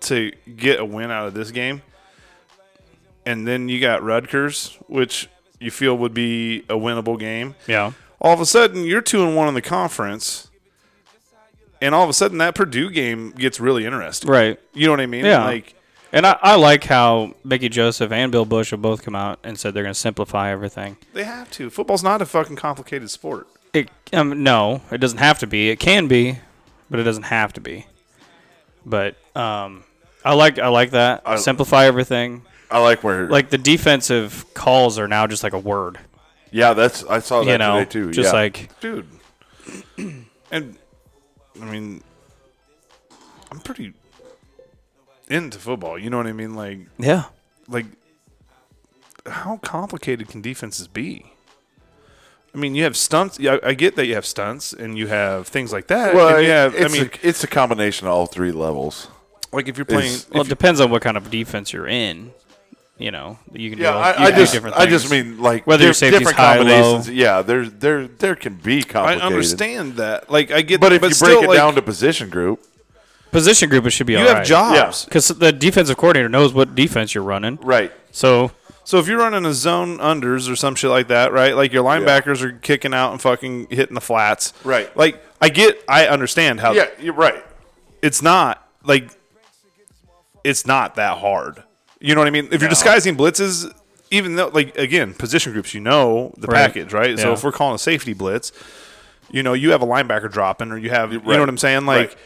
Speaker 4: to get a win out of this game, and then you got Rutgers, which you feel would be a winnable game.
Speaker 1: Yeah,
Speaker 4: all of a sudden you're two and one in the conference, and all of a sudden that Purdue game gets really interesting.
Speaker 1: right.
Speaker 4: You know what I mean?
Speaker 1: Yeah.
Speaker 4: Like
Speaker 1: And I, I like how Mickey Joseph and Bill Bush have both come out and said they're gonna simplify everything.
Speaker 4: they have to. Football's not a fucking complicated sport.
Speaker 1: It um, no, it doesn't have to be. It can be, but it doesn't have to be. But um, I like I like that
Speaker 5: I-
Speaker 1: simplify everything.
Speaker 5: I like where. Like,
Speaker 1: Like the defensive calls are now just like a word.
Speaker 5: yeah, that's I saw that
Speaker 1: you know,
Speaker 5: today too.
Speaker 1: just
Speaker 5: yeah.
Speaker 1: like
Speaker 4: Dude. and I mean I'm pretty into football, you know what I mean? Like
Speaker 1: yeah,
Speaker 4: like how complicated can defenses be? I mean, you have stunts. Yeah, I I get that you have stunts and you have things like that.
Speaker 5: Well,
Speaker 4: and you have,
Speaker 5: it's,
Speaker 4: I mean,
Speaker 5: a, it's a combination of all three levels.
Speaker 4: like if you're playing,
Speaker 5: it's-
Speaker 4: if
Speaker 1: Well,
Speaker 4: you-
Speaker 1: it depends on what kind of defense you're in. You know, you can
Speaker 5: Yeah,
Speaker 1: do all,
Speaker 5: I,
Speaker 1: you can
Speaker 5: I
Speaker 1: do
Speaker 5: just
Speaker 1: different
Speaker 5: I
Speaker 1: things.
Speaker 5: just mean like
Speaker 1: Whether your
Speaker 5: diff-
Speaker 1: safety's
Speaker 5: different
Speaker 1: high,
Speaker 5: combinations. Yeah, there there there can be
Speaker 4: I
Speaker 5: complicated.
Speaker 4: understand that. Like I get,
Speaker 5: But if you break
Speaker 4: still,
Speaker 5: it
Speaker 4: like,
Speaker 5: down to position group,
Speaker 1: position group, it should be
Speaker 4: you
Speaker 1: all
Speaker 4: have
Speaker 1: right.
Speaker 4: jobs.
Speaker 1: because the defensive coordinator knows what defense you're running.
Speaker 5: right?
Speaker 1: So
Speaker 4: So if you're running a zone unders or some shit like that, right? Like your linebackers are kicking out and fucking hitting the flats,
Speaker 5: Right.
Speaker 4: Like I get, I understand how.
Speaker 5: Yeah, you're right.
Speaker 4: it's not like it's not that hard. You know what I mean? If you're disguising blitzes, even though like again, position groups, you know the
Speaker 1: Right.
Speaker 4: package, right? So
Speaker 1: Yeah.
Speaker 4: if we're calling a safety blitz, you know you have a linebacker dropping, or you have, you know what I'm saying, like.
Speaker 5: Right.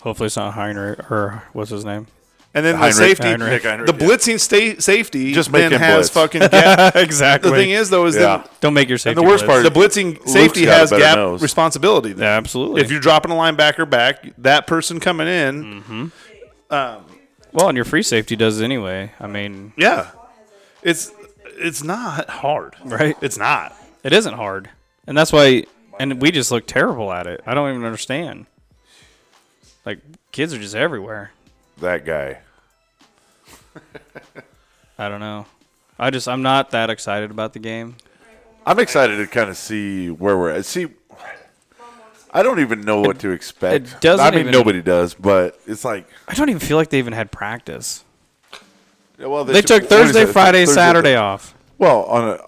Speaker 1: hopefully it's not Heinrich or what's his name.
Speaker 4: And then
Speaker 5: Heinrich.
Speaker 4: the safety,
Speaker 1: Heinrich. Nick
Speaker 5: Heinrich,
Speaker 4: the
Speaker 5: yeah.
Speaker 4: blitzing sta- safety,
Speaker 5: Just make
Speaker 4: then
Speaker 5: him
Speaker 4: has
Speaker 5: blitz.
Speaker 4: fucking. Gap.
Speaker 1: exactly.
Speaker 4: the thing is, though, is
Speaker 5: Yeah.
Speaker 4: that
Speaker 1: don't make your safety.
Speaker 5: the worst
Speaker 1: blitz.
Speaker 5: part-
Speaker 4: the blitzing
Speaker 5: Luke's
Speaker 4: safety
Speaker 5: got a
Speaker 4: has
Speaker 5: better
Speaker 4: gap
Speaker 5: nose.
Speaker 4: responsibility. Then.
Speaker 1: yeah, absolutely.
Speaker 4: If you're dropping a linebacker back, that person coming in,
Speaker 5: Mm.
Speaker 1: well, and your free safety does anyway. I mean,
Speaker 4: yeah, it's it's not hard,
Speaker 1: Right.
Speaker 4: It's not.
Speaker 1: it isn't hard, and that's why. And we just look terrible at it. I don't even understand. Like kids are just everywhere.
Speaker 5: That guy.
Speaker 1: I don't know. I just I'm not that excited about the game.
Speaker 5: I'm excited to kind of see where we're at. See, I don't even know what to expect.
Speaker 1: it doesn't
Speaker 5: I mean,
Speaker 1: even-
Speaker 5: nobody does, but it's like
Speaker 1: I don't even feel like they even had practice.
Speaker 5: yeah, well,
Speaker 1: They took
Speaker 5: what is
Speaker 1: Thursday,
Speaker 5: it?
Speaker 1: Friday,
Speaker 5: Thursday-
Speaker 1: Saturday off.
Speaker 5: Well, on a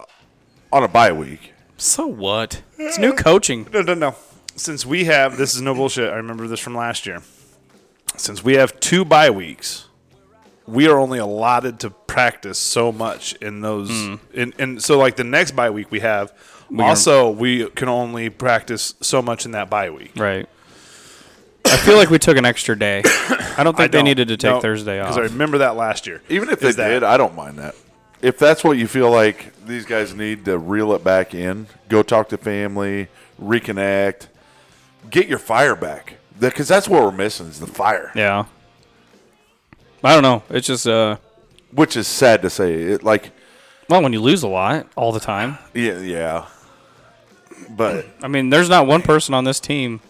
Speaker 5: on a bye week.
Speaker 1: So what? It's new coaching.
Speaker 4: No, no, no. Since we have this is no bullshit. I remember this from last year. Since we have two bye weeks, we are only allotted to practice so much in those.
Speaker 5: Mm.
Speaker 4: And and so like the next bye week we have. also, we can only practice so much in that bye week.
Speaker 1: Right. I feel like we took an extra day. I don't think they
Speaker 4: don't-
Speaker 1: needed to take
Speaker 4: no,
Speaker 1: Thursday off.
Speaker 4: I remember that last year.
Speaker 5: Even if they
Speaker 4: Is that-
Speaker 5: did, I don't mind that. If that's what you feel like these guys need to reel it back in, go talk to family, reconnect, get your fire back. Because that's what we're missing is the fire,
Speaker 1: yeah. I don't know. It's just uh
Speaker 5: which is sad to say. It like,
Speaker 1: well when you lose a lot all the time.
Speaker 5: yeah, yeah. But
Speaker 1: I mean, there's not one person on this team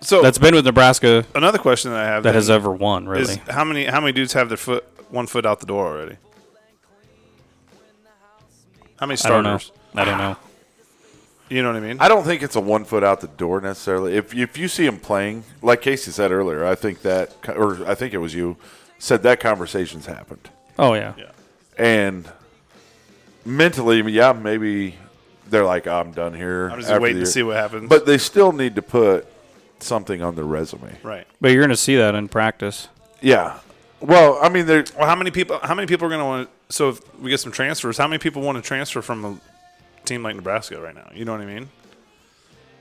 Speaker 4: so
Speaker 1: that's been with Nebraska
Speaker 4: another question that I have
Speaker 1: that
Speaker 4: then
Speaker 1: has ever won,
Speaker 4: is
Speaker 1: really.
Speaker 4: how many how many dudes have their foot one foot out the door already? How many
Speaker 1: I don't know.
Speaker 4: starters?
Speaker 1: I don't know.
Speaker 4: You know what I mean?
Speaker 5: I don't think it's a one foot out the door necessarily. If if you see him playing, like Casey said earlier, I think that, co- or I think it was you, said that conversation's happened.
Speaker 1: Oh yeah.
Speaker 5: And mentally, yeah, maybe they're like, I'm done here.
Speaker 4: I'm just
Speaker 5: after
Speaker 4: waiting
Speaker 5: the
Speaker 4: to
Speaker 5: year."
Speaker 4: see what happens.
Speaker 5: But they still need to put something on their resume.
Speaker 4: right.
Speaker 1: But you're gonna see that in practice.
Speaker 5: Yeah. Well, I mean, they're
Speaker 4: Well, how many people? How many people are going to want? to So if we get some transfers, how many people want to transfer from a team like Nebraska right now? You know what I mean?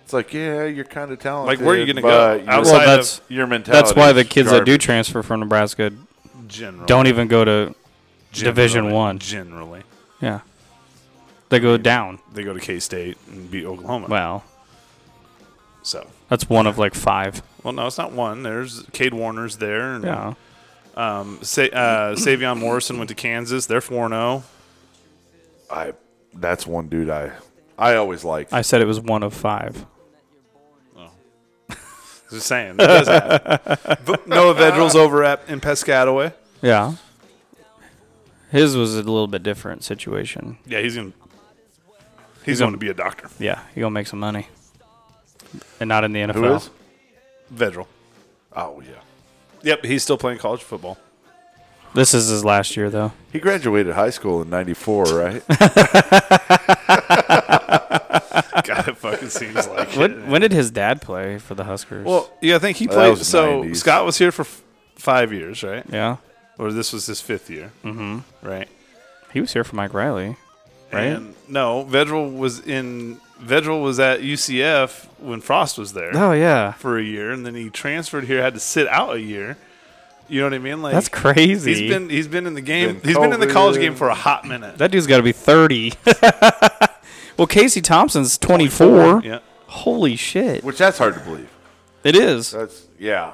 Speaker 5: it's like, yeah, you're kind of
Speaker 4: Like,
Speaker 5: talented.
Speaker 4: where are you gonna go?
Speaker 5: but your-
Speaker 4: Outside
Speaker 1: Well, that's-
Speaker 4: of
Speaker 5: your mentality.
Speaker 1: That's why the
Speaker 5: is
Speaker 1: kids that do
Speaker 5: garbage.
Speaker 1: transfer from Nebraska
Speaker 4: general,
Speaker 1: don't even go to Division
Speaker 4: generally-
Speaker 1: One.
Speaker 4: Generally,
Speaker 1: Yeah. They go down.
Speaker 4: they go to K State and beat Oklahoma.
Speaker 1: Well,
Speaker 4: So,
Speaker 1: that's one of like five.
Speaker 4: well, no, it's not one. There's Cade Warner's there, and
Speaker 1: Yeah.
Speaker 4: Um, Sa- uh, Savion Morrison went to Kansas. They're four oh. zero.
Speaker 5: I that's one dude I I always like.
Speaker 1: I said it was one of five.
Speaker 4: Just saying. That does happen. V- Noah Vedril's over at in Piscataway.
Speaker 1: Yeah. His was a little bit different situation.
Speaker 4: Yeah, he's gonna he's going to be a doctor.
Speaker 1: Yeah, he gonna make some money, and not in the NFL.
Speaker 5: Who is?
Speaker 4: Vedral.
Speaker 5: Oh yeah.
Speaker 4: Yep, he's still playing college football.
Speaker 1: This is his last year though.
Speaker 5: He graduated high school in '94, right?
Speaker 4: God, it fucking seems like it.
Speaker 1: When, when did his dad play for the Huskers?
Speaker 4: Well, yeah, I think he
Speaker 5: That
Speaker 4: played.
Speaker 5: was
Speaker 4: So
Speaker 5: 90s.
Speaker 4: Scott was here for f- five years, right?
Speaker 1: yeah,
Speaker 4: Or this was his fifth year, mm-hmm. right?
Speaker 1: he was here for Mike Riley. Right?
Speaker 4: And no, Vedral was in. Vedral was at UCF when Frost was there
Speaker 1: Oh yeah,
Speaker 4: for a year, and then he transferred here, had to sit out a year. You know what I mean? Like
Speaker 1: that's crazy.
Speaker 4: He's been he's been in the game.
Speaker 5: Been
Speaker 4: He's been in the
Speaker 5: COVID.
Speaker 4: college game for a hot minute.
Speaker 1: that dude's got to be thirty. well, Casey Thompson's twenty four.
Speaker 4: yeah.
Speaker 1: Holy shit!
Speaker 5: Which that's hard to believe.
Speaker 1: It is.
Speaker 5: That's yeah.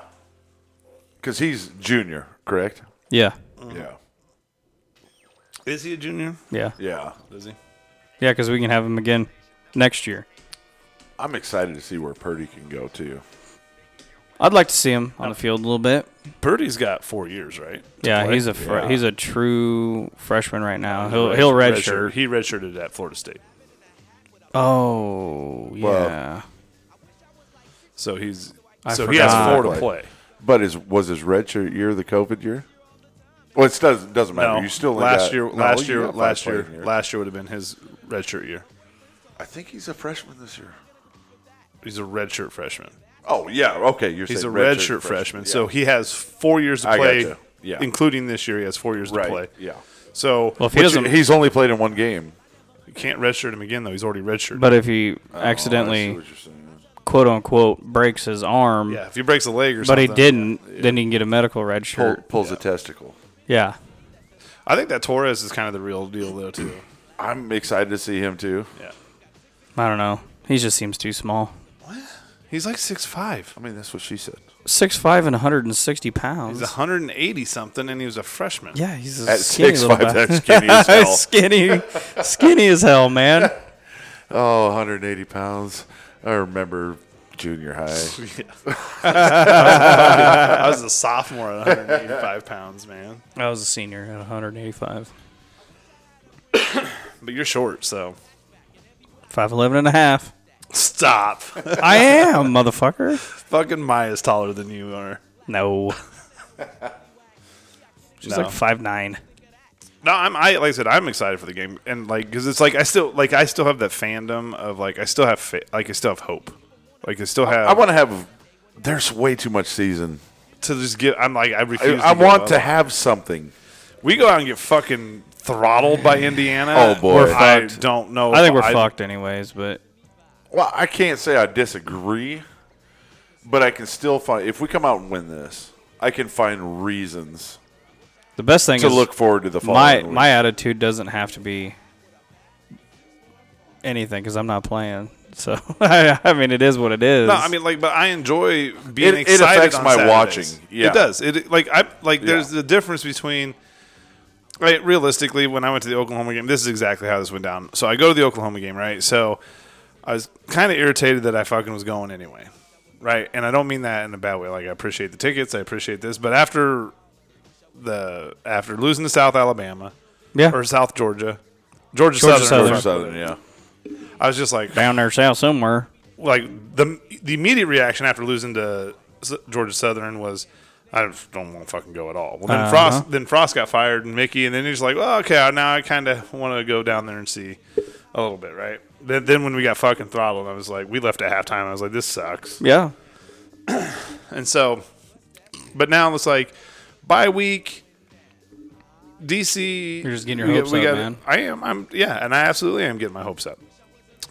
Speaker 5: Because he's junior, correct?
Speaker 1: Yeah,
Speaker 4: Mm-hmm.
Speaker 5: Yeah.
Speaker 4: Is he a junior?
Speaker 1: yeah,
Speaker 5: Yeah.
Speaker 4: Is he?
Speaker 1: yeah. Because we can have him again next year.
Speaker 5: I'm excited to see where Purdy can go too.
Speaker 1: I'd like to see him on the field a little bit.
Speaker 4: Birdie's got four years, right? to
Speaker 1: Yeah,
Speaker 4: play?
Speaker 1: he's a fr-
Speaker 5: Yeah.
Speaker 1: he's a true freshman right now. He'll he'll redshirt.
Speaker 4: He redshirted at Florida State,
Speaker 1: Oh
Speaker 5: Well,
Speaker 1: yeah.
Speaker 4: so he's
Speaker 1: I
Speaker 4: so he has
Speaker 1: forgot.
Speaker 4: four to play.
Speaker 5: But is was his redshirt year the COVID year? Well, it does, doesn't matter.
Speaker 4: No,
Speaker 5: you still only
Speaker 4: last
Speaker 5: got-
Speaker 4: year,
Speaker 5: no,
Speaker 4: last
Speaker 5: you
Speaker 4: year,
Speaker 5: got five
Speaker 4: last year,
Speaker 5: players in here.
Speaker 4: last year would have been his redshirt year.
Speaker 5: I think he's a freshman this year.
Speaker 4: He's a redshirt freshman.
Speaker 5: Oh yeah, okay. You're
Speaker 4: He's a
Speaker 5: saying
Speaker 4: redshirt freshman, so he has four years to
Speaker 5: I
Speaker 4: play,
Speaker 5: gotcha. Yeah.
Speaker 4: including this year. He has four years
Speaker 5: yeah.
Speaker 4: to
Speaker 5: right.
Speaker 4: play.
Speaker 5: Yeah,
Speaker 4: So
Speaker 1: Well, if he
Speaker 5: Which
Speaker 1: doesn't,
Speaker 5: he's only played in one game.
Speaker 4: you can't redshirt him again though. He's already redshirted.
Speaker 1: but if he
Speaker 5: Oh, I see
Speaker 1: accidentally
Speaker 5: what you're saying.
Speaker 1: quote unquote breaks his arm,
Speaker 4: yeah, if he breaks a leg or
Speaker 1: but he
Speaker 4: something,
Speaker 1: didn't, then he can get a medical red
Speaker 5: Pull,
Speaker 1: shirt.
Speaker 5: pulls a testicle.
Speaker 1: Yeah,
Speaker 4: I think that Torres is kind of the real deal though too.
Speaker 5: I'm excited to see him too.
Speaker 4: Yeah,
Speaker 1: I don't know. He just seems too small.
Speaker 4: he's like six five.
Speaker 5: I mean, that's what she said.
Speaker 1: Six five and 160 pounds.
Speaker 4: He's 180 something, and he was a freshman.
Speaker 1: yeah, he's a
Speaker 5: At
Speaker 1: skinny
Speaker 5: six
Speaker 1: little
Speaker 5: five,
Speaker 1: bastard.
Speaker 5: that's skinny as hell.
Speaker 1: skinny, skinny as hell, man.
Speaker 5: Oh, 180 pounds. I remember junior high.
Speaker 4: I was a sophomore at 185 pounds, man.
Speaker 1: I was a senior at 185,
Speaker 4: But you're short, so
Speaker 1: 5'11 and a half.
Speaker 4: stop.
Speaker 1: I am, motherfucker.
Speaker 4: Fucking Maya's taller than you are.
Speaker 1: No. She's
Speaker 4: No.
Speaker 1: like five nine.
Speaker 4: No, I'm. I like I said, I'm excited for the game, and like because it's like I still like I still have that fandom of like I still have fa- like I still have hope, like I still have
Speaker 5: I want to have. There's way too much season.
Speaker 4: to just get. I'm like I
Speaker 5: I,
Speaker 4: refuse.
Speaker 5: I
Speaker 4: give
Speaker 5: want
Speaker 4: up.
Speaker 5: to have something.
Speaker 4: We go out and get fucking throttled by Indiana.
Speaker 5: Oh, boy. We're
Speaker 4: I
Speaker 1: fucked.
Speaker 4: don't know.
Speaker 1: I think we're
Speaker 4: if
Speaker 1: fucked anyways, but
Speaker 5: Well, I can't say I disagree, but I can still find. If we come out and win this, I can find reasons
Speaker 1: the best thing
Speaker 5: to
Speaker 1: is
Speaker 5: look forward to the
Speaker 1: my
Speaker 5: following. week.
Speaker 1: my attitude doesn't have to be anything because I'm not playing. So I, I mean, it is what it is.
Speaker 4: No, I mean like, but I enjoy being
Speaker 5: It- it
Speaker 4: excited.
Speaker 5: affects
Speaker 4: on
Speaker 5: my
Speaker 4: Saturdays.
Speaker 5: watching, yeah.
Speaker 4: it does. It like I like. There's
Speaker 5: Yeah.
Speaker 4: the difference between. Right, realistically, when I went to the Oklahoma game, this is exactly how this went down. So I go to the Oklahoma game, right? So I was kind of irritated that I fucking was going anyway, right? And I don't mean that in a bad way. Like I appreciate the tickets, I appreciate this, but after the after losing to South Alabama
Speaker 1: yeah,
Speaker 4: or South Georgia, Georgia,
Speaker 1: Georgia
Speaker 4: Southern,
Speaker 5: Or Southern, yeah.
Speaker 4: I was just like,
Speaker 1: down there south somewhere.
Speaker 4: like the the immediate reaction after losing to S- Georgia Southern was, I just don't want to fucking go at all. Well, then
Speaker 1: Uh-huh.
Speaker 4: Frost then Frost got fired and Mickey, and then he's like, well, okay, now I kind of want to go down there and see a little bit, right? Then, then when we got fucking throttled, I was like, we left at halftime. I was like, this sucks,
Speaker 1: Yeah,
Speaker 4: and so, but now it's like, bye week. DC,
Speaker 1: You're just getting your
Speaker 4: we got-
Speaker 1: hopes
Speaker 4: we
Speaker 1: up,
Speaker 4: got-
Speaker 1: man.
Speaker 4: I am. I'm. Yeah, and I absolutely am getting my hopes up.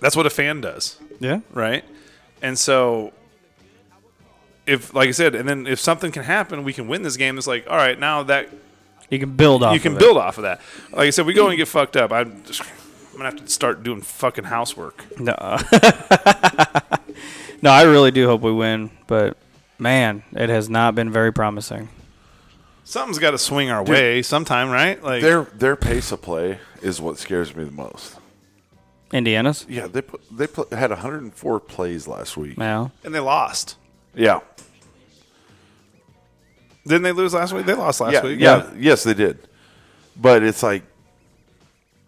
Speaker 4: That's what a fan does
Speaker 1: yeah.
Speaker 4: right? And so, if like I said, and then if something can happen, we can win this game. It's like, all right, now that
Speaker 1: You can build off.
Speaker 4: you can
Speaker 1: of it.
Speaker 4: build off of that. Like I said, we go and get fucked up. I'm, just, I'm gonna have to start doing fucking housework.
Speaker 1: No. no, I really do hope we win, but man, it has not been very promising.
Speaker 4: Something's got to swing our way sometime, right? Like
Speaker 5: Their their pace of play is what scares me the most.
Speaker 1: Indiana's?
Speaker 5: Yeah, they put, they put, had 104 plays last week.
Speaker 1: No.
Speaker 4: and they lost.
Speaker 5: Yeah.
Speaker 4: Didn't they lose last week? They lost last
Speaker 5: yeah,
Speaker 4: week.
Speaker 5: yeah, yes, they did. But it's like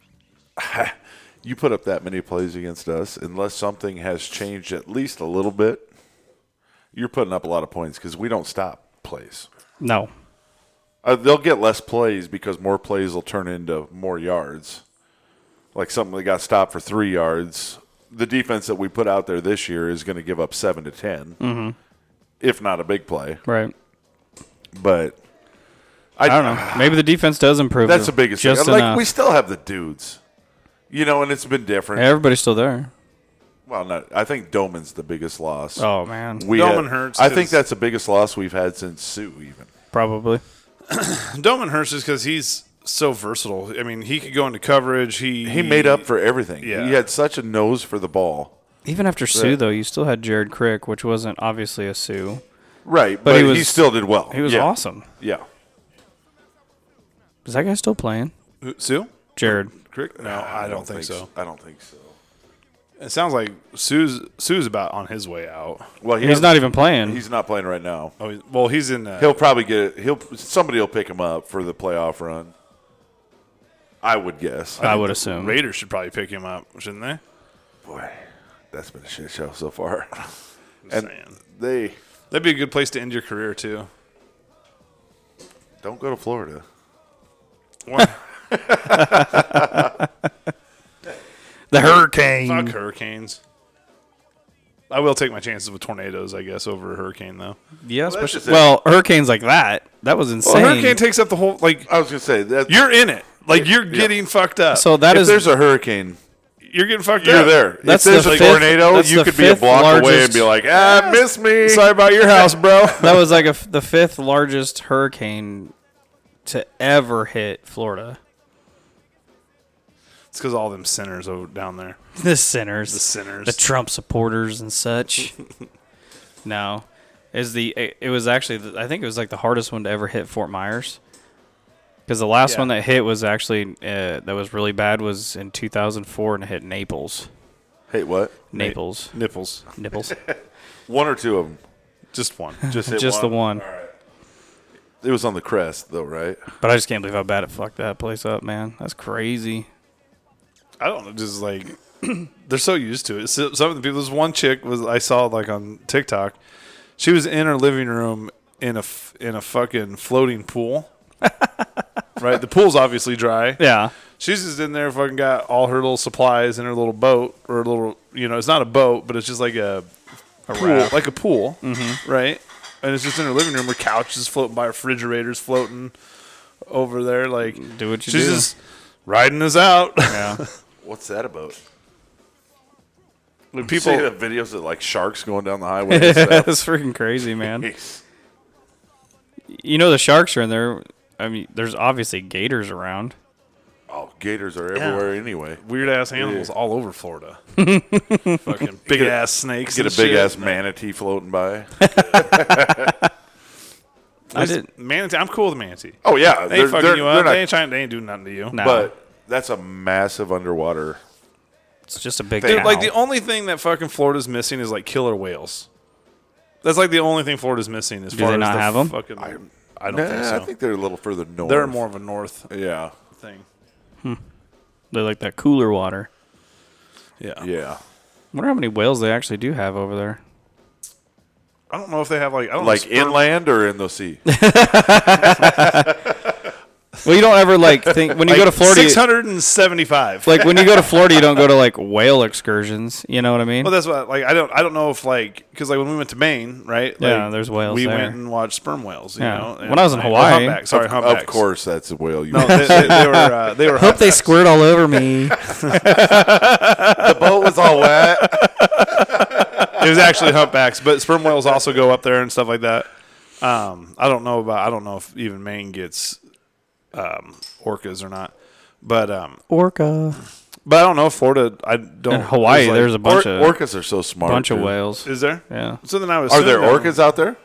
Speaker 5: you put up that many plays against us, unless something has changed at least a little bit. You're putting up a lot of points because we don't stop plays.
Speaker 1: No.
Speaker 5: Uh, they'll get less plays because more plays will turn into more yards. Like something that got stopped for three yards. The defense that we put out there this year is going to give up seven to 10 if not a big play.
Speaker 1: Right.
Speaker 5: But
Speaker 1: I don't know. Maybe the defense does improve.
Speaker 5: That's the biggest
Speaker 1: just
Speaker 5: thing. Like
Speaker 1: enough.
Speaker 5: we still have the dudes, you know, and it's been different.
Speaker 1: Everybody's still there.
Speaker 5: Well, not. I think Doman's the biggest loss.
Speaker 1: Oh man.
Speaker 5: we
Speaker 4: Doman
Speaker 5: had-
Speaker 4: hurts
Speaker 5: I
Speaker 4: 'cause-
Speaker 5: think that's the biggest loss we've had since Sue. Even
Speaker 1: Probably.
Speaker 4: Doman Hurst is because he's so versatile. I mean, he could go into coverage. He
Speaker 5: he made up for everything.
Speaker 4: Yeah.
Speaker 5: He had such a nose for the ball.
Speaker 1: Even after Sue though, you still had Jared Crick, which wasn't obviously a Sue.
Speaker 5: Right, but,
Speaker 1: he
Speaker 5: he,
Speaker 1: was-
Speaker 5: still did well.
Speaker 1: He was
Speaker 5: yeah.
Speaker 1: awesome.
Speaker 5: Yeah,
Speaker 1: Is that guy still playing?
Speaker 4: Who- Sue.
Speaker 1: Jared.
Speaker 4: Crick? No, I, don't, think, so.
Speaker 5: I don't think so.
Speaker 4: It sounds like Sue's Sue's about on his way out.
Speaker 5: Well, he
Speaker 1: He's
Speaker 5: has-
Speaker 1: not even playing.
Speaker 5: He's not playing right now.
Speaker 4: Oh, he- well, he's in. Uh,
Speaker 5: He'll probably get. He'll somebody will pick him up for the playoff run. I would guess.
Speaker 4: Uh,
Speaker 1: I would assume.
Speaker 4: Raiders should probably pick him up, shouldn't they?
Speaker 5: Boy, that's been a shit show so far.
Speaker 4: Just
Speaker 5: and
Speaker 4: saying.
Speaker 5: they
Speaker 4: That'd be a good place to end your career too.
Speaker 5: don't go to Florida.
Speaker 4: One,
Speaker 1: the Hurricane.
Speaker 4: fuck hurricanes. I will take my chances with tornadoes, I guess, over a hurricane though.
Speaker 1: Yeah,
Speaker 5: that's
Speaker 1: especially
Speaker 5: just it.
Speaker 1: well, hurricanes like that. That was insane.
Speaker 4: Well, a hurricane takes up the whole like
Speaker 5: I was gonna say that
Speaker 4: you're in it. Like you're getting fucked up.
Speaker 1: so that
Speaker 5: if
Speaker 1: is
Speaker 5: there's a hurricane,
Speaker 4: you're getting fucked
Speaker 5: you're
Speaker 4: up.
Speaker 5: there.
Speaker 1: That's
Speaker 5: if there's
Speaker 1: the
Speaker 5: a
Speaker 1: fifth-
Speaker 5: tornado,
Speaker 1: that's
Speaker 5: you
Speaker 1: the
Speaker 5: could be a
Speaker 1: fifth
Speaker 5: block away and
Speaker 1: largest-
Speaker 5: be like, ah, miss me.
Speaker 4: Sorry about your house, bro.
Speaker 1: that was like a f- the fifth largest hurricane to ever hit Florida.
Speaker 4: it's because all them sinners over down there.
Speaker 1: The sinners, the
Speaker 4: sinners.
Speaker 1: the Trump supporters and such. no, is the it it was actually the, I think it was like the hardest one to ever hit Fort Myers. Because the last
Speaker 4: Yeah.
Speaker 1: one that hit was actually uh, that was really bad was in 2004 and it hit Naples,
Speaker 5: Hey, what?
Speaker 1: Naples,
Speaker 4: Nipples,
Speaker 1: Naples,
Speaker 5: One or two of them.
Speaker 4: just one.
Speaker 5: Just hit
Speaker 1: just the one.
Speaker 5: It was on the crest though, right?
Speaker 1: But I just can't believe how bad it fucked that place up, man. That's crazy.
Speaker 4: I don't know, just like they're so used to it. So, some of the people. This one chick was I saw like on TikTok. She was in her living room in a f- in a fucking floating pool. right, the pool's obviously dry.
Speaker 1: Yeah.
Speaker 4: She's just in there, fucking got all her little supplies in her little boat or her little. You know, it's not a boat, but it's just like a a pool,
Speaker 1: raft.
Speaker 4: like a pool,
Speaker 5: Mm-hmm.
Speaker 4: right? And it's just in her living room. Her couch is floating by, refrigerators floating over there. Like,
Speaker 1: Do what you
Speaker 4: she's
Speaker 1: do.
Speaker 4: just riding us out.
Speaker 1: Yeah.
Speaker 5: What's that about?
Speaker 4: when
Speaker 5: People
Speaker 4: people
Speaker 5: see the videos of like sharks going down the highway. and stuff.
Speaker 1: That's freaking crazy, man.
Speaker 5: Jeez.
Speaker 1: You know the sharks are in there. I mean, there's obviously gators around.
Speaker 5: Oh, gators are everywhere anyway.
Speaker 4: weird ass animals all over Florida. Fucking big ass snakes.
Speaker 5: Get a
Speaker 4: and
Speaker 5: big
Speaker 4: shit.
Speaker 5: ass manatee floating by.
Speaker 1: I did.
Speaker 4: manatee. I'm cool with manatee.
Speaker 5: Oh yeah,
Speaker 4: They ain't fucking
Speaker 5: they're,
Speaker 4: you
Speaker 5: they're
Speaker 4: up.
Speaker 5: not-
Speaker 4: they ain't trying. They ain't doing nothing to you.
Speaker 1: No,
Speaker 5: but that's a massive underwater.
Speaker 1: it's just a big.
Speaker 4: Dude,
Speaker 1: cow.
Speaker 4: like the only thing that fucking Florida's missing is like killer whales. That's like the only thing Florida's missing. As
Speaker 1: Do
Speaker 4: far
Speaker 1: they
Speaker 4: as
Speaker 1: not
Speaker 4: the
Speaker 1: have 'em?
Speaker 4: Fucking, I, don't
Speaker 5: Nah,
Speaker 4: think so.
Speaker 5: I think they're a little further north.
Speaker 4: They're more of a north
Speaker 5: Yeah.
Speaker 4: thing.
Speaker 1: they like that cooler water.
Speaker 4: Yeah.
Speaker 5: Yeah.
Speaker 1: wonder how many whales they actually do have over there.
Speaker 4: I don't know if they have like I don't
Speaker 5: Like
Speaker 4: know, Oh, sperm-
Speaker 5: inland or in the sea?
Speaker 1: Well, you don't ever like think when you go to Florida.
Speaker 4: Six
Speaker 1: you-
Speaker 4: hundred and seventy-five.
Speaker 1: Like when you go to Florida, you don't go to like whale excursions. You know what I mean?
Speaker 4: Well, that's what like I don't I don't know if like because like when we went to Maine, right?
Speaker 1: Yeah,
Speaker 4: like,
Speaker 1: there's whales
Speaker 4: We
Speaker 1: there.
Speaker 4: went and watched sperm whales. You
Speaker 1: Yeah.
Speaker 4: know,
Speaker 1: When
Speaker 4: and,
Speaker 1: I was in
Speaker 4: or
Speaker 1: Hawaii-
Speaker 4: humpbacks, sorry, humpbacks.
Speaker 5: Of course, that's a whale. You
Speaker 4: No, they, they, they were uh, they were.
Speaker 1: Hope they squirt all over me.
Speaker 5: the boat was all wet.
Speaker 4: it was actually humpbacks, but sperm whales also go up there and stuff like that. Um, I don't know about. I don't know if even Maine gets um, orcas or not. But um,
Speaker 1: Orca.
Speaker 4: but I don't know if Florida. I don't.
Speaker 1: In Hawaii,
Speaker 4: like-
Speaker 1: there's a bunch of
Speaker 5: orcas are so smart.
Speaker 1: bunch of
Speaker 5: dude.
Speaker 1: whales.
Speaker 4: Is there?
Speaker 1: Yeah.
Speaker 4: So then I was.
Speaker 5: Are there orcas out there?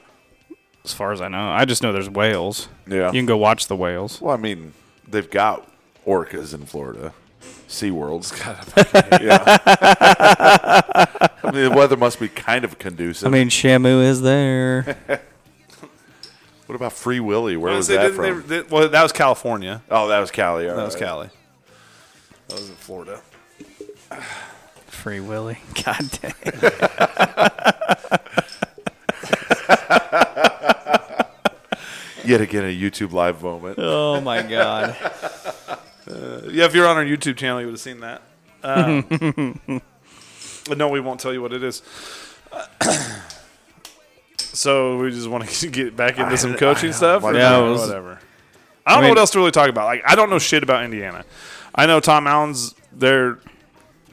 Speaker 1: as far as I know. I just know there's whales.
Speaker 5: Yeah.
Speaker 1: You can go watch the whales.
Speaker 5: Well, I mean, they've got orcas in Florida. SeaWorld's got yeah. I mean, the weather must be kind of conducive.
Speaker 1: I mean, Shamu is there.
Speaker 5: what about Free Willy? Where
Speaker 4: I
Speaker 5: was
Speaker 4: say,
Speaker 5: that
Speaker 4: didn't
Speaker 5: from?
Speaker 4: Oh, they- they- well, that was California.
Speaker 5: oh, that was Cali. all
Speaker 4: That was
Speaker 5: right.
Speaker 4: Cali. That was in Florida.
Speaker 1: Free Willy. God damn.
Speaker 5: Yet again, a YouTube live moment.
Speaker 1: Oh my God.
Speaker 4: Yeah, if you're on our YouTube channel, you would have seen that. Um, but no, we won't tell you what it is. so we just want to get back into some coaching stuff.
Speaker 5: Why
Speaker 4: or
Speaker 1: not?
Speaker 4: whatever,
Speaker 1: Yeah, it was-
Speaker 4: whatever. I don't
Speaker 1: I
Speaker 4: know
Speaker 1: mean-
Speaker 4: what else to really talk about. Like, I don't know shit about Indiana. I know Tom Allen's they're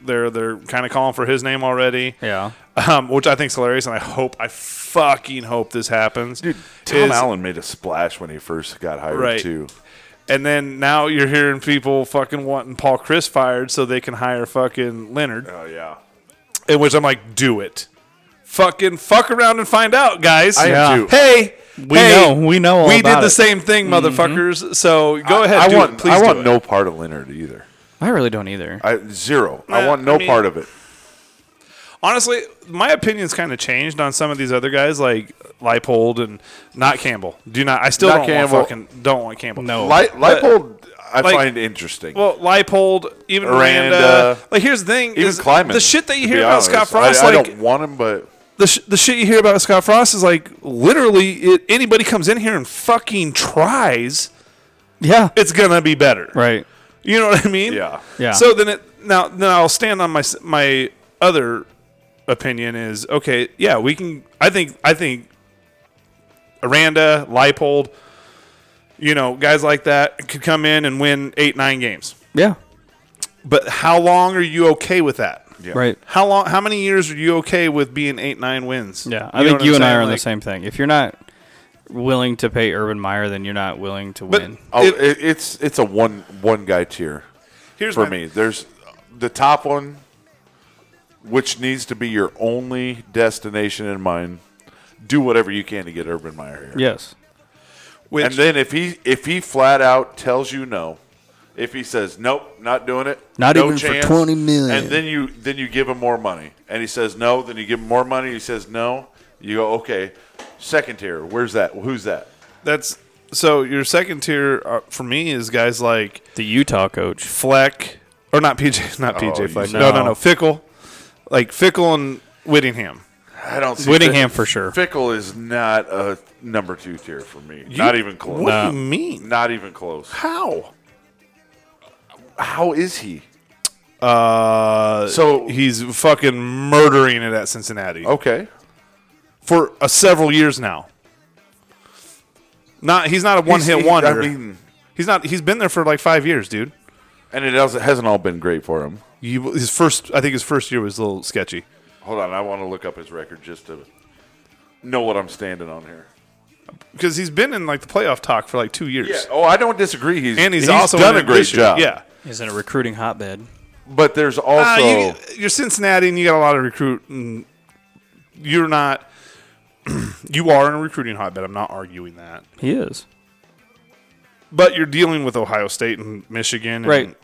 Speaker 4: they're they're kind of calling for his name already.
Speaker 1: Yeah.
Speaker 4: Um, which I think's hilarious, and I hope I fucking hope this happens.
Speaker 5: Dude, Tom
Speaker 4: Is-
Speaker 5: Allen made a splash when he first got hired
Speaker 4: Right.
Speaker 5: too.
Speaker 4: And then now you're hearing people fucking wanting Paul Chris fired so they can hire fucking Leonard.
Speaker 5: Oh yeah,
Speaker 4: In which I'm like, do it. Fucking fuck around and find out, guys.
Speaker 5: I
Speaker 1: Yeah.
Speaker 5: am too.
Speaker 4: Hey,
Speaker 1: We
Speaker 4: hey,
Speaker 1: know. We know all
Speaker 4: we
Speaker 1: about
Speaker 4: did the
Speaker 1: it. Mm-hmm.
Speaker 4: same thing, motherfuckers. So go
Speaker 5: I-
Speaker 4: ahead.
Speaker 5: I
Speaker 4: do
Speaker 5: want.
Speaker 4: it. Please
Speaker 5: I
Speaker 4: do
Speaker 5: want
Speaker 4: it.
Speaker 5: no part of Leonard either.
Speaker 1: I really don't either.
Speaker 5: I zero. I
Speaker 4: Nah,
Speaker 5: want no
Speaker 4: I mean-
Speaker 5: part of it.
Speaker 4: Honestly, my opinion's kind of changed on some of these other guys, like Leipold and not Campbell. Do not. I still
Speaker 5: Not
Speaker 4: don't
Speaker 5: Campbell.
Speaker 4: want fucking don't want Campbell.
Speaker 1: No.
Speaker 5: Light, Leipold, I
Speaker 4: like-
Speaker 5: find interesting.
Speaker 4: Well, Leipold, even
Speaker 5: Miranda.
Speaker 4: Miranda. Like, here's the thing:
Speaker 5: Even
Speaker 4: is
Speaker 5: Kleiman,
Speaker 4: the shit that you
Speaker 5: to
Speaker 4: hear
Speaker 5: be
Speaker 4: about
Speaker 5: honest.
Speaker 4: Scott Frost,
Speaker 5: I, I
Speaker 4: like
Speaker 5: don't want him, but
Speaker 4: the, sh- the shit you hear about Scott Frost is like literally it, anybody comes in here and fucking tries,
Speaker 1: yeah.
Speaker 4: it's gonna be better.
Speaker 1: Right.
Speaker 4: You know what I mean?
Speaker 5: Yeah.
Speaker 1: Yeah.
Speaker 4: So then it now now I'll stand on my s- my other opinion is okay. Yeah, we can. I think I think Aranda, Leipold, you know, guys like that could come in and win eight nine games.
Speaker 1: Yeah.
Speaker 4: But how long are you okay with that?
Speaker 5: yeah.
Speaker 1: Right.
Speaker 4: How long? How many years are you okay with being eight nine wins?
Speaker 1: Yeah. I
Speaker 4: know
Speaker 1: think
Speaker 4: what
Speaker 1: you
Speaker 4: I'm
Speaker 1: and I
Speaker 4: saying?
Speaker 1: are on the
Speaker 4: Like,
Speaker 1: same thing. If you're not willing to pay Urban Meyer, then you're not willing to
Speaker 4: But
Speaker 1: win.
Speaker 5: Oh,
Speaker 4: It-
Speaker 5: it, it's it's a one one guy tier
Speaker 4: Here's
Speaker 5: for
Speaker 4: my-
Speaker 5: me. There's the top one, which needs to be your only destination in mind. Do whatever you can to get Urban Meyer here.
Speaker 1: Yes.
Speaker 4: Which,
Speaker 5: and then if he if he flat out tells you no, if he says nope, not doing it,
Speaker 1: Not
Speaker 5: no
Speaker 1: even for
Speaker 5: chance,
Speaker 1: 20 million.
Speaker 5: and then you then you give him more money, and he says no, then you give him more money. He says no, you go okay, second tier. Where's that? Who's that?
Speaker 4: that's so your second tier uh, for me is guys like
Speaker 1: The Utah coach.
Speaker 4: Fleck or not PJ, not
Speaker 5: Oh, you
Speaker 4: PJ Fleck.
Speaker 5: said-
Speaker 4: No. no, no,
Speaker 1: No.
Speaker 4: Fickle, like Fickle and Whittingham.
Speaker 5: I don't see
Speaker 1: Whittingham
Speaker 5: Fi-
Speaker 1: for sure.
Speaker 5: Fickle is not a number two tier for me. not even close.
Speaker 4: What do you mean?
Speaker 5: Not even close.
Speaker 4: How?
Speaker 5: How is he?
Speaker 4: Uh,
Speaker 5: So- Oh.
Speaker 4: he's fucking murdering it at Cincinnati
Speaker 5: Okay.
Speaker 4: for uh, several years now. Not he's not a one hit
Speaker 5: he-
Speaker 4: wonder.
Speaker 5: I mean,
Speaker 4: he's not. He's been there for like five years, dude.
Speaker 5: and it hasn't hasn't all been great for him.
Speaker 4: You, his first, I think his first year was a little sketchy.
Speaker 5: Hold on, I want to look up his record just to know what I'm standing on here.
Speaker 4: because he's been in like the playoff talk for like two years,
Speaker 5: Yeah. Oh, I don't disagree. He's
Speaker 4: and he's, also
Speaker 5: done
Speaker 4: in
Speaker 5: a
Speaker 4: it
Speaker 5: great
Speaker 4: this year.
Speaker 5: job.
Speaker 4: Yeah,
Speaker 1: He's in a recruiting hotbed.
Speaker 5: But there's also
Speaker 4: Uh, you, are Cincinnati, and you got a lot of recruit. And you're not. you are in a recruiting hotbed. I'm not arguing that,
Speaker 1: He is.
Speaker 4: but you're dealing with Ohio State and Michigan, and
Speaker 1: Right.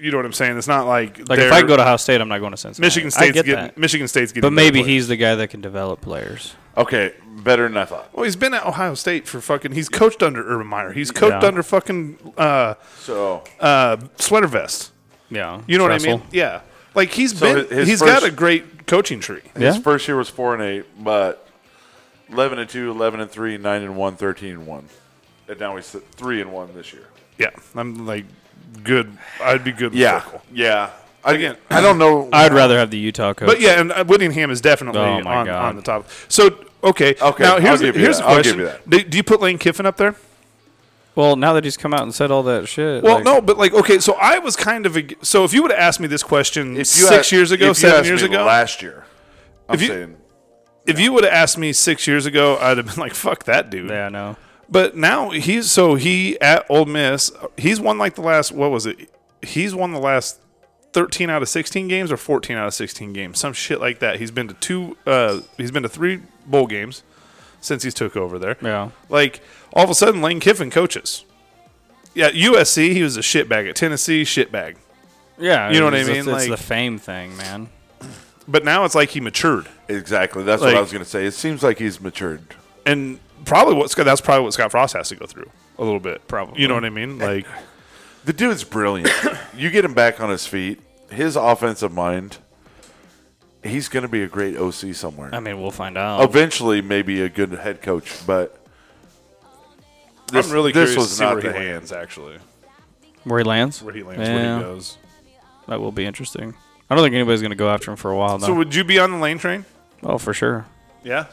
Speaker 4: You know what I'm saying? It's not like
Speaker 1: Like if I go to Ohio State, I'm not going to Cincinnati.
Speaker 4: Michigan
Speaker 1: I
Speaker 4: State's
Speaker 1: get
Speaker 4: getting
Speaker 1: that.
Speaker 4: Michigan State's getting,
Speaker 1: But
Speaker 4: better
Speaker 1: maybe
Speaker 4: players.
Speaker 1: he's the guy that can develop players.
Speaker 5: okay, better than I thought.
Speaker 4: Well, he's been at Ohio State for fucking. He's coached under Urban Meyer. He's coached
Speaker 1: Yeah.
Speaker 4: under fucking uh,
Speaker 5: So
Speaker 4: uh, sweater vest.
Speaker 1: Yeah.
Speaker 4: You know what I mean? Yeah. Like he's
Speaker 5: So
Speaker 4: been,
Speaker 5: his
Speaker 4: he's
Speaker 5: first-
Speaker 4: got a great coaching tree.
Speaker 5: his
Speaker 1: Yeah.
Speaker 5: first year was four and eight, but eleven and two, 11 and three, nine and one, 13 and one, and now he's three and one this year.
Speaker 4: Yeah, I'm like good. I'd be good. With
Speaker 5: Yeah,
Speaker 4: Fickle.
Speaker 5: yeah. I,
Speaker 4: Again-
Speaker 5: I don't know.
Speaker 1: I'd rather have the Utah coach.
Speaker 4: but yeah, and uh, Whittingham is definitely
Speaker 1: Oh, my
Speaker 4: on,
Speaker 1: God.
Speaker 4: on the top. So okay,
Speaker 5: Okay,
Speaker 4: Now
Speaker 5: I'll
Speaker 4: here's
Speaker 5: give you
Speaker 4: here's
Speaker 5: that.
Speaker 4: the
Speaker 5: I'll
Speaker 4: question:
Speaker 5: give you that.
Speaker 4: Do, do you put Lane Kiffin up there?
Speaker 1: well, now that he's come out and said all that shit.
Speaker 4: Well,
Speaker 1: like-
Speaker 4: no, but like okay, so I was kind of ag- so if you would have asked me this question
Speaker 5: If you
Speaker 4: six
Speaker 5: asked-
Speaker 4: years ago,
Speaker 5: if you
Speaker 4: seven
Speaker 5: asked
Speaker 4: years
Speaker 5: me
Speaker 4: ago,
Speaker 5: last year, I'm
Speaker 4: If you-
Speaker 5: saying
Speaker 4: if you would have asked me six years ago, I'd have been like, "Fuck that dude."
Speaker 1: Yeah, no.
Speaker 4: But now he's so he at Ole Miss, he's won like the last what was it? He's won the last thirteen out of sixteen games or fourteen out of sixteen games, some shit like that. He's been to two, uh, he's been to three bowl games since he's took over there.
Speaker 1: Yeah.
Speaker 4: Like all of a sudden, Lane Kiffin coaches. Yeah, USC he was a shitbag at Tennessee shitbag,
Speaker 1: Yeah.
Speaker 4: You know what I
Speaker 1: it's-
Speaker 4: mean?
Speaker 1: It's,
Speaker 4: Like-
Speaker 1: the fame thing, man.
Speaker 4: but now it's like he matured,
Speaker 5: Exactly. That's
Speaker 4: Like-
Speaker 5: what I was going to say. It seems like he's matured.
Speaker 4: and probably what's that's probably what Scott Frost has to go through a little bit.
Speaker 1: Probably.
Speaker 4: you know what I mean? Like
Speaker 5: The dude's brilliant. you get him back on his feet. His offensive mind. He's going to be a great OC somewhere.
Speaker 1: I mean, we'll find out.
Speaker 5: Eventually, maybe a good head coach, but
Speaker 4: I'm really
Speaker 5: this
Speaker 4: curious
Speaker 5: was
Speaker 4: to see
Speaker 5: not
Speaker 4: where he
Speaker 5: the hand.
Speaker 4: lands actually,
Speaker 1: Where he lands?
Speaker 4: where he lands,
Speaker 1: Yeah.
Speaker 4: where he goes.
Speaker 1: That will be interesting. I don't think anybody's going to go after him for a while, though.
Speaker 4: So would you be on the Lane train?
Speaker 1: oh, for sure.
Speaker 4: Yeah.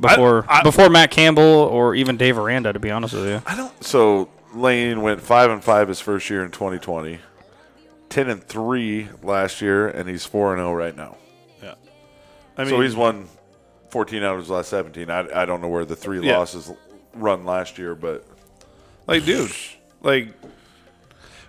Speaker 1: Before
Speaker 4: I-
Speaker 1: before Matt Campbell or even Dave Aranda, to be honest with you.
Speaker 5: I don't. So Lane went five and five his first year in 2020, 10 and three last year, and he's four and zero right now.
Speaker 4: Yeah. I mean,
Speaker 5: so he's won 14 out of his last 17. I, I don't know where the three
Speaker 4: Yeah.
Speaker 5: losses run last year, but
Speaker 4: Like, dude, like,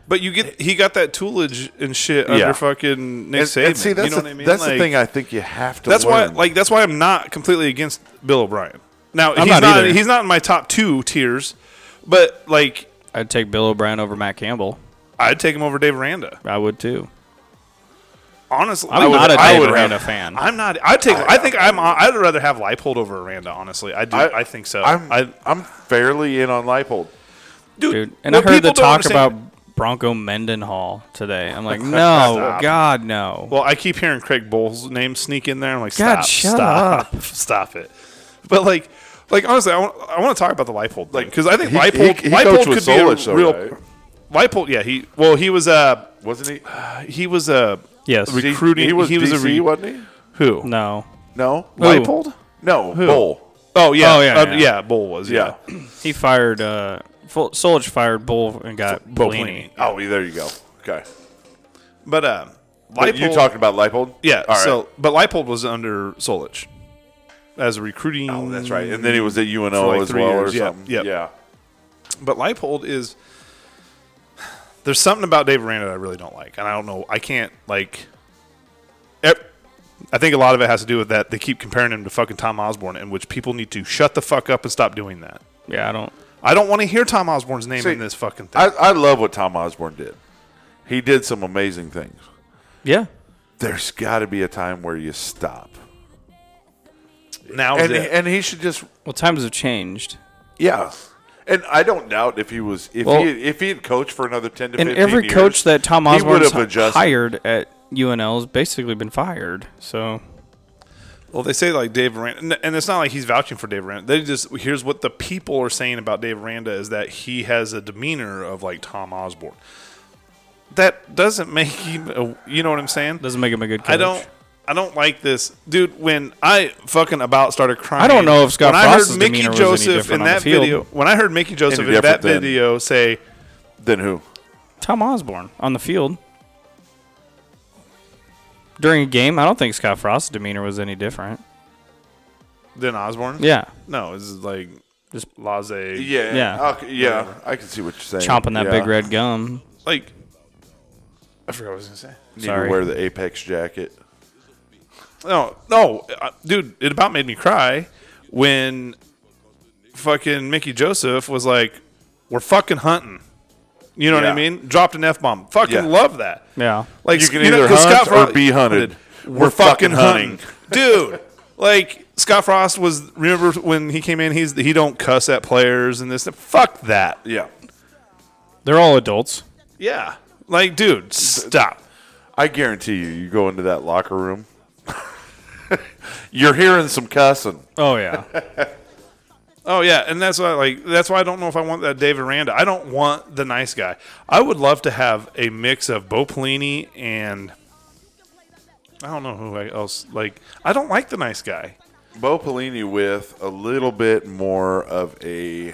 Speaker 4: but you get he got that toolage and shit under
Speaker 5: Yeah.
Speaker 4: fucking Nick
Speaker 5: and,
Speaker 4: Saban.
Speaker 5: and see that's
Speaker 4: you know
Speaker 5: the,
Speaker 4: what I mean?
Speaker 5: that's
Speaker 4: Like,
Speaker 5: the thing I think you have to.
Speaker 4: that's why,
Speaker 5: learn.
Speaker 4: like, that's why I'm not completely against Bill O'Brien. Now he's
Speaker 1: not
Speaker 4: not,
Speaker 1: either.
Speaker 4: he's not in my top two tiers, but like
Speaker 1: I'd take Bill O'Brien over Matt Campbell.
Speaker 4: I'd take him over Dave Aranda.
Speaker 1: I would too.
Speaker 4: Honestly,
Speaker 1: I'm
Speaker 4: I would-
Speaker 1: not a
Speaker 4: I
Speaker 1: Dave
Speaker 4: would
Speaker 1: Aranda
Speaker 4: have-
Speaker 1: fan.
Speaker 4: I'm not. I take. I, think I'm. I'd rather have Leipold over Aranda. Honestly, I do. I, think so.
Speaker 5: I'm
Speaker 4: Oh, I-
Speaker 5: I'm fairly in on Leipold.
Speaker 1: Dude, and I
Speaker 4: what
Speaker 1: heard the
Speaker 4: people don't
Speaker 1: talk
Speaker 4: understand-
Speaker 1: about Bronco Mendenhall today. I'm like, no,
Speaker 4: Stop.
Speaker 1: God, no.
Speaker 4: Well, I keep hearing Craig Bowles' name sneak in there. I'm like,
Speaker 1: God,
Speaker 4: stop,
Speaker 1: shut
Speaker 4: stop, stop it. But like, like honestly, I want, I want to talk about the Leipold, like because I think
Speaker 5: He-
Speaker 4: Leipold,
Speaker 5: he- he
Speaker 4: Leipold
Speaker 5: coached
Speaker 4: could
Speaker 5: with
Speaker 4: be a
Speaker 5: Solich, though,
Speaker 4: real.
Speaker 5: right?
Speaker 4: Leipold, yeah, he well, he was a
Speaker 5: Wasn't he?
Speaker 4: he was a
Speaker 1: yes.
Speaker 4: Re- Recruiting-
Speaker 5: He was,
Speaker 4: he was a
Speaker 5: DC,
Speaker 4: re-
Speaker 5: wasn't he?
Speaker 4: who
Speaker 1: no.
Speaker 5: No,
Speaker 4: Leipold?
Speaker 5: No, Bull.
Speaker 4: Oh yeah,
Speaker 1: Oh, yeah,
Speaker 4: uh,
Speaker 1: yeah.
Speaker 4: yeah, Bowl was yeah.
Speaker 5: Yeah.
Speaker 1: He fired, uh, Fol- Solich fired Bull and got
Speaker 4: Bo
Speaker 1: Pelini.
Speaker 5: Oh, there you go. Okay.
Speaker 4: But um,
Speaker 5: But you
Speaker 4: Leipold-
Speaker 5: talking about Leipold?
Speaker 4: yeah.
Speaker 5: All right.
Speaker 4: So, but Leipold was under Solich as a recruiting.
Speaker 5: Oh, that's right. And then he was at UNO
Speaker 4: For like
Speaker 5: as
Speaker 4: three
Speaker 5: well
Speaker 4: years,
Speaker 5: or
Speaker 4: yeah,
Speaker 5: something.
Speaker 4: yeah.
Speaker 5: Yeah.
Speaker 4: But Leipold is there's something about Dave Aranda that I really don't like, and I don't know. I can't like. ev- I think a lot of it has to do with that they keep comparing him to fucking Tom Osborne, in which people need to shut the fuck up and stop doing that.
Speaker 1: Yeah, I don't.
Speaker 4: I don't want to hear Tom Osborne's name
Speaker 5: See,
Speaker 4: in this fucking thing.
Speaker 5: I, I love what Tom Osborne did. He did some amazing things.
Speaker 1: Yeah.
Speaker 5: There's got to be a time where you stop.
Speaker 4: now,
Speaker 5: And, and he should just,
Speaker 1: Well, times have changed.
Speaker 5: yeah. And I don't doubt if he was if
Speaker 1: Well-
Speaker 5: he if he had coached for another ten to
Speaker 1: And
Speaker 5: fifteen
Speaker 1: every
Speaker 5: years,
Speaker 1: coach that Tom
Speaker 5: he would
Speaker 1: Osborne
Speaker 5: have adjusted.
Speaker 1: hired at UNL has basically been fired. So
Speaker 4: well, they say like Dave Aranda, and- and it's not like he's vouching for Dave Aranda. They just here's what the people are saying about Dave Aranda is that he has a demeanor of like Tom Osborne. That doesn't make him, a, you know what I'm saying?
Speaker 1: doesn't make him a good coach.
Speaker 4: I don't. I don't like this, dude. When I fucking about started crying,
Speaker 1: I don't know if Scott
Speaker 4: when
Speaker 1: Frost's
Speaker 4: I heard Mickey
Speaker 1: demeanor was any
Speaker 4: Joseph
Speaker 1: different
Speaker 4: in
Speaker 1: on the
Speaker 4: that
Speaker 1: field.
Speaker 4: video, when I heard Mickey Joseph
Speaker 5: Any
Speaker 4: in that
Speaker 5: different than-
Speaker 4: video say,
Speaker 5: Then who?
Speaker 1: Tom Osborne on the field during a game. I don't think Scott Frost's demeanor was any different.
Speaker 4: then Osborne,
Speaker 1: Yeah,
Speaker 4: no, it's like just laissez,
Speaker 5: Yeah,
Speaker 1: Yeah.
Speaker 5: okay, yeah. I can see what you're saying.
Speaker 1: chomping that
Speaker 5: Yeah.
Speaker 1: big red gum.
Speaker 4: like I forgot what I was gonna say.
Speaker 5: Need to
Speaker 1: Sorry.
Speaker 5: wear the apex jacket.
Speaker 4: No, no, uh, dude, it about made me cry when fucking Mickey Joseph was like, "We're fucking hunting," you know what I
Speaker 5: Yeah.
Speaker 4: mean? Dropped an f bomb. Fucking
Speaker 5: Yeah.
Speaker 4: love that.
Speaker 1: Yeah,
Speaker 4: Like
Speaker 5: You can
Speaker 4: know,
Speaker 5: either
Speaker 4: 'cause
Speaker 5: hunt
Speaker 4: Scott
Speaker 5: or
Speaker 4: Fro-
Speaker 5: be hunted.
Speaker 4: We're, fucking, hunting, dude. Like Scott Frost was. Remember when he came in? He's he don't cuss at players and this. Fuck that.
Speaker 5: Yeah.
Speaker 1: they're all adults.
Speaker 4: Yeah. Like, dude, stop.
Speaker 5: I guarantee you, you go into that locker room, you're hearing some cussing.
Speaker 1: Oh yeah,
Speaker 4: Oh yeah, and that's why like that's why I don't know if I want that David Randa. I don't want the nice guy. I would love to have a mix of Bo Pelini and I don't know who else. Like, I don't like the nice guy.
Speaker 5: Bo Pelini with a little bit more of a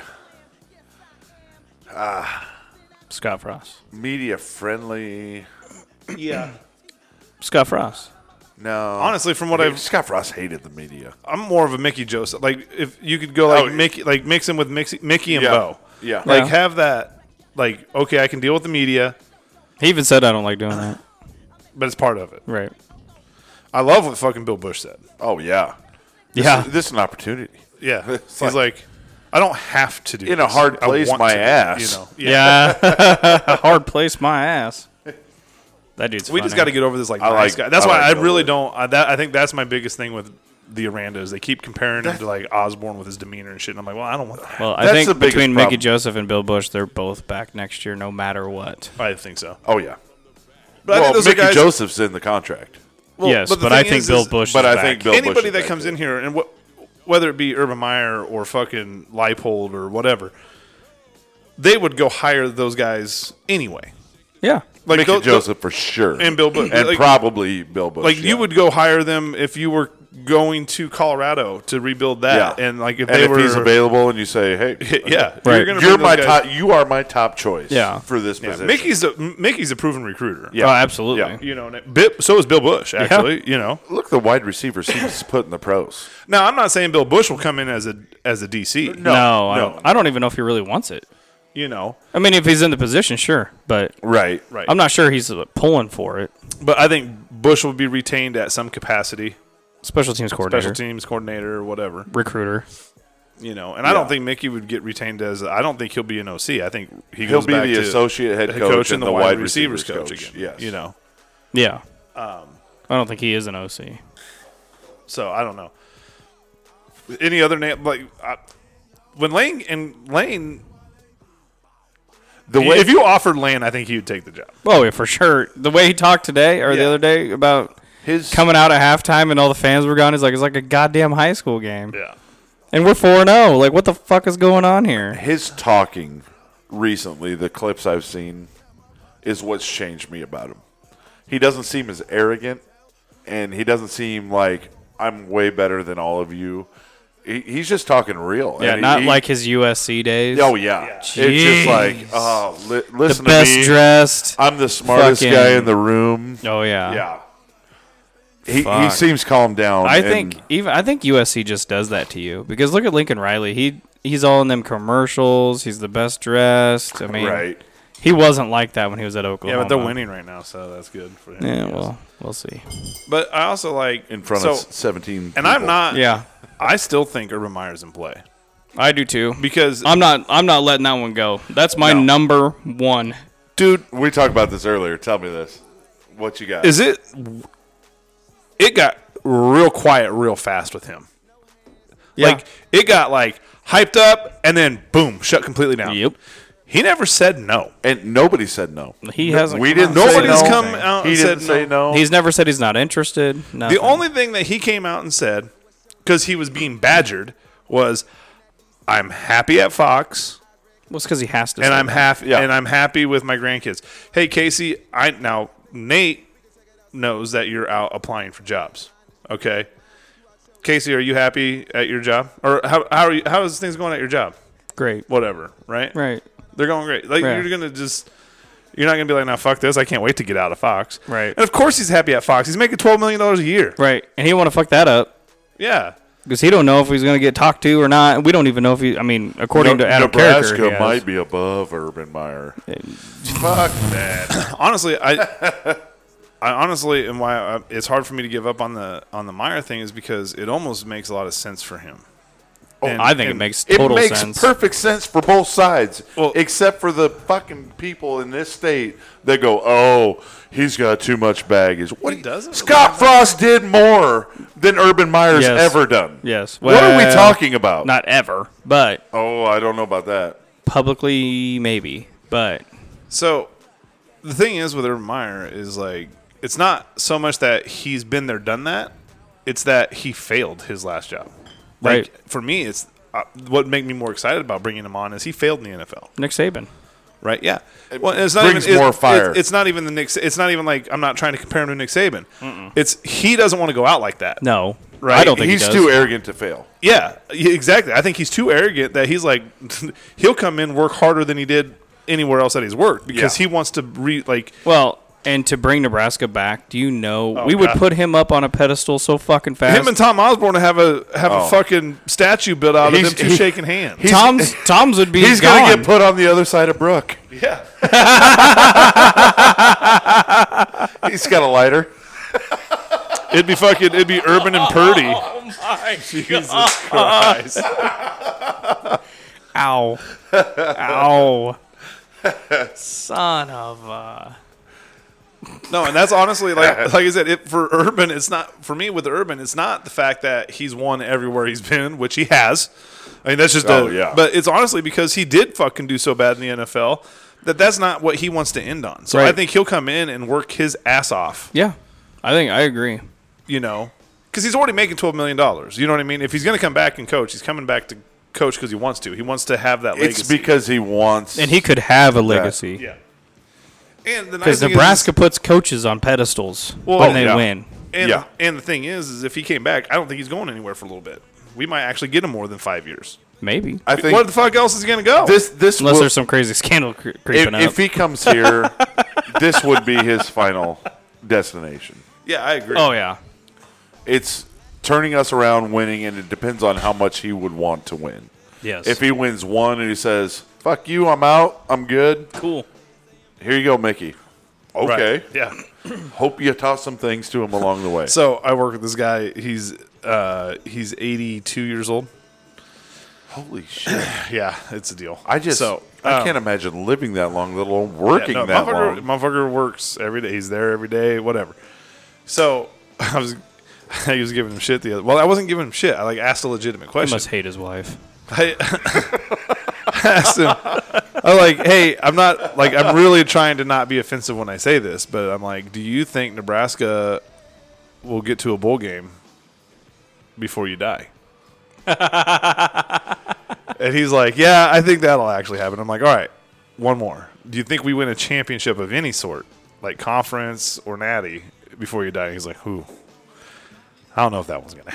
Speaker 1: Scott Frost.
Speaker 5: media friendly.
Speaker 4: Yeah.
Speaker 1: Scott Frost.
Speaker 5: No,
Speaker 4: Honestly, from what I've
Speaker 5: Scott Frost hated the media.
Speaker 4: I'm more of a Mickey Joseph. Like if you could go like
Speaker 5: Oh, yeah.
Speaker 4: Mickey, like mix him with Mixy, Mickey and
Speaker 5: Yeah.
Speaker 4: Bo.
Speaker 5: Yeah.
Speaker 4: Like
Speaker 1: Yeah.
Speaker 4: have that. Like okay, I can deal with the media,
Speaker 1: He even said I don't like doing that.
Speaker 4: but it's part of it.
Speaker 1: Right.
Speaker 4: I love what fucking Bill Bush said.
Speaker 5: Oh yeah,
Speaker 1: Yeah.
Speaker 5: this is an opportunity.
Speaker 4: Yeah, he's
Speaker 5: like-
Speaker 4: like, I don't have to do
Speaker 5: In a
Speaker 4: this.
Speaker 5: hard
Speaker 4: I
Speaker 5: place,
Speaker 4: want
Speaker 5: my
Speaker 4: to do it,"
Speaker 5: ass.
Speaker 4: You know, yeah.
Speaker 1: Yeah, hard place my ass. That dude's.
Speaker 4: We
Speaker 1: funny.
Speaker 4: just got to get over this like
Speaker 5: I
Speaker 4: nice
Speaker 5: like-
Speaker 4: guy. That's
Speaker 5: I
Speaker 4: why
Speaker 5: like
Speaker 4: I
Speaker 5: Bill
Speaker 4: really
Speaker 5: Burr.
Speaker 4: don't. I, that, I think that's my biggest thing with the Aranda is they keep comparing him to like Osborne with his demeanor and shit. And I'm like, well, I don't want. That.
Speaker 1: Well, I
Speaker 5: That's
Speaker 1: think
Speaker 5: the biggest
Speaker 1: between Mickey
Speaker 5: problem.
Speaker 1: Joseph and Bill Bush, they're both back next year, no matter what.
Speaker 4: I think so.
Speaker 5: Oh yeah.
Speaker 4: But I think
Speaker 5: well,
Speaker 4: those are
Speaker 5: Mickey
Speaker 4: guys-
Speaker 5: Joseph's in the contract.
Speaker 4: Well,
Speaker 1: yes, but,
Speaker 4: the
Speaker 1: I
Speaker 4: thing
Speaker 1: think
Speaker 4: is-
Speaker 1: Bill
Speaker 4: is-
Speaker 1: Bush.
Speaker 5: but
Speaker 1: is
Speaker 5: I
Speaker 1: back.
Speaker 5: think Bill Bush
Speaker 4: anybody
Speaker 5: is
Speaker 4: that
Speaker 5: back
Speaker 4: comes
Speaker 5: there.
Speaker 4: in here and what, whether it be Urban Meyer or fucking Leipold or whatever, they would go hire those guys anyway.
Speaker 1: Yeah.
Speaker 4: Like
Speaker 5: Mickey
Speaker 4: tho- tho-
Speaker 5: Joseph for sure,
Speaker 4: And Bill Bush.
Speaker 5: and
Speaker 4: Like-
Speaker 5: probably Bill Bush.
Speaker 4: like
Speaker 5: yeah.
Speaker 4: you would go hire them if you were going to Colorado to rebuild that, and like if they were
Speaker 5: he's available, and you say, "Hey,
Speaker 4: yeah,
Speaker 1: Right.
Speaker 4: gonna
Speaker 5: you're
Speaker 4: bring
Speaker 5: my
Speaker 4: those guys-
Speaker 5: top, you are my top choice,
Speaker 1: Yeah.
Speaker 5: for this
Speaker 4: Yeah,
Speaker 5: position."
Speaker 4: Mickey's a Mickey's a proven recruiter.
Speaker 1: Oh, absolutely.
Speaker 5: Yeah.
Speaker 4: you know, and Bill, so is Bill Bush. Actually, you know.
Speaker 5: look, the wide receiver seems put in the pros.
Speaker 4: Now I'm not saying Bill Bush will come in as a as a DC.
Speaker 1: No, Oh, I,
Speaker 5: no.
Speaker 1: don't, I don't even know if he really wants it.
Speaker 4: you know,
Speaker 1: I mean, if he's in the position, sure, but
Speaker 5: Right,
Speaker 4: right?
Speaker 1: I'm not sure he's uh, pulling for it.
Speaker 4: but I think Bush will be retained at some capacity,
Speaker 1: Special teams coordinator,
Speaker 4: special teams coordinator or whatever.
Speaker 1: recruiter.
Speaker 4: You know, and I don't think Mickey would get retained as. I don't think he'll be an OC. I think he
Speaker 5: He'll
Speaker 4: goes
Speaker 5: be
Speaker 4: back
Speaker 5: the
Speaker 4: to
Speaker 5: associate head
Speaker 4: head
Speaker 5: coach, and the wide
Speaker 4: receivers,
Speaker 5: receivers
Speaker 4: coach,
Speaker 5: coach,
Speaker 4: again.
Speaker 5: yes.
Speaker 4: you know.
Speaker 1: Yeah.
Speaker 5: Um,
Speaker 1: I don't think he is an OC.
Speaker 4: So I don't know. Any other name like I, when Lane and Lane?
Speaker 5: the way
Speaker 4: if you offered Lane, I think he would take the job.
Speaker 1: Oh, yeah, for sure. The way he talked today or the
Speaker 4: Yeah.
Speaker 1: other day about
Speaker 5: his
Speaker 1: coming out at halftime and all the fans were gone, he's like, it's like a goddamn high school game.
Speaker 4: Yeah,
Speaker 1: And we're 4 0. Like, what the fuck is going on here?
Speaker 5: his talking recently, the clips I've seen, is what's changed me about him. He doesn't seem as arrogant, and he doesn't seem like I'm way better than all of you. He, he's just talking real.
Speaker 1: Yeah,
Speaker 5: and he-
Speaker 1: not
Speaker 5: he-
Speaker 1: like his USC days.
Speaker 5: Oh yeah, it's
Speaker 1: Jeez.
Speaker 5: just like oh, li-
Speaker 1: the
Speaker 5: listen to
Speaker 1: best
Speaker 5: me.
Speaker 1: dressed.
Speaker 5: I'm the smartest
Speaker 1: Fucking-
Speaker 5: guy in the room.
Speaker 1: Oh, yeah.
Speaker 5: Yeah, he, he
Speaker 1: Fuck.
Speaker 5: seems calmed down.
Speaker 1: I
Speaker 5: and-
Speaker 1: think even I think USC just does that to you because look at Lincoln Riley. He he's all in them commercials. He's the best dressed. I mean,
Speaker 5: right.
Speaker 1: he wasn't like that when he was at
Speaker 4: yeah,
Speaker 1: Oklahoma.
Speaker 4: but they're winning right now, so that's good for him.
Speaker 1: Yeah,
Speaker 4: I guess.
Speaker 1: well, we'll see.
Speaker 4: but I also like
Speaker 5: In front
Speaker 4: so,
Speaker 5: of 17,
Speaker 4: and I'm
Speaker 5: people.
Speaker 4: not.
Speaker 1: Yeah,
Speaker 4: I still think Urban Meyer's in play
Speaker 1: I do too.
Speaker 4: because
Speaker 1: I'm not I'm not letting that one go. That's my
Speaker 4: No.
Speaker 1: number one.
Speaker 5: dude. We talked about this earlier. Tell me this. What you got?
Speaker 4: is it it got real quiet real fast with him. Like it got like hyped up and then boom, shut completely down.
Speaker 1: Yep.
Speaker 4: He never said no.
Speaker 5: and nobody said no.
Speaker 1: he hasn't.
Speaker 5: we
Speaker 1: come
Speaker 5: didn't.
Speaker 1: out and
Speaker 5: say
Speaker 1: said
Speaker 4: Nobody's
Speaker 5: no.
Speaker 1: anything.
Speaker 4: come out
Speaker 5: He
Speaker 4: and
Speaker 5: didn't
Speaker 4: said
Speaker 5: say no.
Speaker 1: He's never said he's not interested.
Speaker 4: The
Speaker 1: nothing.
Speaker 4: only thing that he came out and said, because he was being badgered, was, "I'm happy at Fox,
Speaker 1: was because he has to.
Speaker 4: and
Speaker 1: say
Speaker 4: I'm
Speaker 1: that.
Speaker 4: half,
Speaker 5: Yeah.
Speaker 4: and I'm happy with my grandkids." Hey, Casey, I now Nate knows that you're out applying for jobs. Okay, Casey, are you happy at your job, or how how are you, how is things going at your job?
Speaker 1: great.
Speaker 4: Whatever, right?
Speaker 1: Right.
Speaker 4: They're going great. Like
Speaker 1: Yeah.
Speaker 4: you're gonna just. You're not gonna be like, now fuck this. I can't wait to get out of Fox.
Speaker 1: Right.
Speaker 4: And of course he's happy at Fox. He's making twelve million dollars a year.
Speaker 1: Right. And he want to fuck that up.
Speaker 4: Yeah.
Speaker 1: because he don't know if he's going to get talked to or not. We don't even know if he. I mean, according
Speaker 5: No-
Speaker 1: to Adam
Speaker 5: Nebraska
Speaker 1: Carricker, he has.
Speaker 5: might be above Urban Meyer. Fuck that.
Speaker 4: honestly, I, I honestly, and why I, it's hard for me to give up on the on the Meyer thing is because it almost makes a lot of sense for him. And-
Speaker 1: Oh, I think it
Speaker 4: and
Speaker 1: makes
Speaker 5: It
Speaker 1: total
Speaker 5: makes
Speaker 1: sense.
Speaker 5: perfect sense for both sides,
Speaker 4: Well-
Speaker 5: except for the fucking people in this state that go, "Oh, he's got too much baggage." What
Speaker 4: He
Speaker 5: do you-
Speaker 4: doesn't.
Speaker 5: Scott Frost did more than Urban Meyer's
Speaker 1: Yes.
Speaker 5: ever done.
Speaker 1: yes.
Speaker 5: what are we
Speaker 1: Well,
Speaker 5: talking about?
Speaker 1: Not ever, but
Speaker 5: oh, I don't know about that.
Speaker 1: publicly maybe. But
Speaker 4: So the thing is with Urban Meyer is like it's not so much that he's been there, done that. It's that he failed his last job. Like
Speaker 1: Right.
Speaker 4: for me, it's uh, what made me more excited about bringing him on is he failed in the NFL.
Speaker 1: Nick Saban,
Speaker 4: right? Yeah. Well, and it's not
Speaker 5: brings
Speaker 4: even it's-
Speaker 5: more
Speaker 4: it's-
Speaker 5: fire.
Speaker 4: It's, not even the Nick. It's not even like I'm not trying to compare him to Nick Saban. It's he doesn't want to go out like that.
Speaker 1: no,
Speaker 4: Right.
Speaker 1: I don't think
Speaker 5: he's
Speaker 1: he does.
Speaker 5: too arrogant to fail.
Speaker 4: Yeah, y- exactly. I think he's too arrogant that he's like he'll come in work harder than he did anywhere else that he's worked because
Speaker 5: Yeah.
Speaker 4: he wants to re like
Speaker 1: well, and to bring Nebraska back, do you know
Speaker 4: Oh,
Speaker 1: we would
Speaker 4: God.
Speaker 1: put him up on a pedestal so fucking fast?
Speaker 4: him and Tom Osborne have a have
Speaker 5: Oh.
Speaker 4: a fucking statue built out
Speaker 5: He's-
Speaker 4: of them two
Speaker 5: he-
Speaker 4: shaking hands.
Speaker 5: he's-
Speaker 1: Tom's Tom's would be
Speaker 5: He's
Speaker 1: gone.
Speaker 5: gonna get put on the other side of Brooke.
Speaker 4: yeah.
Speaker 5: He's got a lighter.
Speaker 4: It'd be fucking it'd be Urban and Purdy.
Speaker 1: Oh my
Speaker 4: Jesus Christ.
Speaker 1: Ow. Ow. Son of a.
Speaker 4: No, and that's honestly like like I said, it, for Urban, it's not for me with Urban, it's not the fact that he's won everywhere he's been, which he has. I mean, that's just
Speaker 5: Oh,
Speaker 4: a,
Speaker 5: yeah.
Speaker 4: But it's honestly because he did fucking do so bad in the NFL that that's not what he wants to end on. So I
Speaker 1: Right.
Speaker 4: think he'll come in and work his ass off,
Speaker 1: Yeah. I think I agree.
Speaker 4: you know, because he's already making twelve million dollars. You know what I mean? If he's going to come back and coach, he's coming back to coach because he wants to. He wants to have that legacy.
Speaker 5: It's because he wants.
Speaker 1: And he could have a legacy.
Speaker 4: yeah. And the nice
Speaker 1: Because
Speaker 4: thing is-
Speaker 1: Nebraska puts coaches on pedestals when they
Speaker 5: yeah.
Speaker 1: win.
Speaker 4: oh, And,
Speaker 5: Yeah.
Speaker 4: and the thing is, is if he came back, I don't think he's going anywhere for a little bit. We might actually get him more than five years.
Speaker 1: Maybe.
Speaker 5: I think
Speaker 4: Where the fuck else is he gonna go?
Speaker 5: this this
Speaker 1: Unless
Speaker 5: will-
Speaker 1: there's some crazy scandal cre-
Speaker 5: if,
Speaker 1: creeping up.
Speaker 5: if he comes here, this would be his final destination.
Speaker 4: yeah, I agree.
Speaker 1: oh, yeah.
Speaker 5: It's turning us around, winning, and it depends on how much he would want to win.
Speaker 1: Yes.
Speaker 5: If he wins one and he says "fuck you," I'm out. I'm good.
Speaker 1: cool.
Speaker 5: Here you go, Mickey.
Speaker 4: Right.
Speaker 5: Okay.
Speaker 4: Yeah.
Speaker 5: Hope you taught some things to him along the way.
Speaker 4: So I work with this guy. He's uh, he's 82 years old.
Speaker 5: Holy shit!
Speaker 4: Yeah, it's a deal.
Speaker 5: I just
Speaker 4: so
Speaker 5: I
Speaker 4: um,
Speaker 5: can't imagine living that long, let alone
Speaker 4: yeah,
Speaker 5: working
Speaker 4: no,
Speaker 5: that
Speaker 4: motherfucker,
Speaker 5: long.
Speaker 4: Motherfucker works every day. He's there every day. Whatever. So I was I was giving him shit the other. Well, I wasn't giving him shit. I like asked a legitimate
Speaker 1: He
Speaker 4: question.
Speaker 1: must hate his wife.
Speaker 4: I I asked him. I'm like, hey, I'm not like I'm really trying to not be offensive when I say this, but I'm like, do you think Nebraska will get to a bowl game before you die? and he's like, yeah, I think that'll actually happen. I'm like, all right, one more. Do you think we win a championship of any sort, like conference or natty, before you die? He's like, who? I don't know if that one's gonna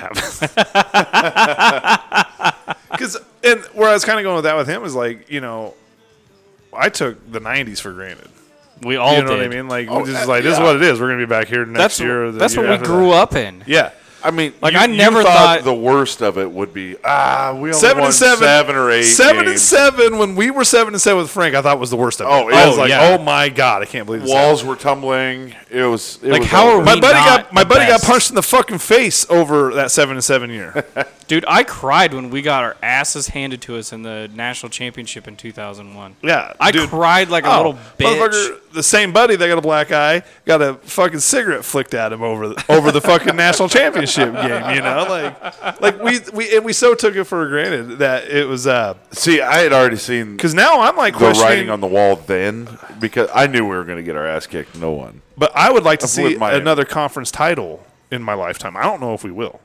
Speaker 4: happen. Because and where I was kind of going with that with him is like you know, I took the '90s for granted.
Speaker 1: We all
Speaker 4: you know
Speaker 1: did.
Speaker 4: what I mean? Like we just like this is what it is. We're gonna be back here next
Speaker 1: That's,
Speaker 4: year. or the
Speaker 1: that's
Speaker 4: year
Speaker 1: what we
Speaker 4: after
Speaker 1: grew
Speaker 4: that.
Speaker 1: up in.
Speaker 4: Yeah,
Speaker 5: I mean,
Speaker 1: Like,
Speaker 5: you-
Speaker 1: I
Speaker 5: you
Speaker 1: never thought-
Speaker 5: the worst of it would be ah, we only
Speaker 4: seven
Speaker 5: won
Speaker 4: and seven,
Speaker 5: seven or eight,
Speaker 4: seven and
Speaker 5: games.
Speaker 4: seven. When we were seven and seven with Frank, I thought was the worst of it.
Speaker 5: Oh,
Speaker 4: I was
Speaker 5: oh,
Speaker 4: like,
Speaker 1: yeah.
Speaker 4: oh my god, I can't believe this happened.
Speaker 5: Walls were tumbling. It was it
Speaker 1: Like,
Speaker 5: was
Speaker 1: how are
Speaker 5: over.
Speaker 1: we-
Speaker 4: My buddy
Speaker 1: not
Speaker 4: got my
Speaker 1: the
Speaker 4: buddy
Speaker 1: best.
Speaker 4: got punched in the fucking face over that seven and seven year.
Speaker 1: Dude, I cried when we got our asses handed to us in the national championship in 2001.
Speaker 4: Yeah,
Speaker 1: I
Speaker 4: dude.
Speaker 1: cried like a
Speaker 4: Oh,
Speaker 1: little bitch.
Speaker 4: motherfucker, The same buddy that got a black eye got a fucking cigarette flicked at him over the, over the fucking national championship game. You know, like like we we and we so took it for granted that it was uh
Speaker 5: See, I had already seen
Speaker 4: because now I'm like
Speaker 5: the
Speaker 4: questioning.
Speaker 5: writing on the wall then because I knew we were going to get our ass kicked. No one.
Speaker 4: but I would like to
Speaker 5: With
Speaker 4: see
Speaker 5: my-
Speaker 4: another conference title in my lifetime. I don't know if we will,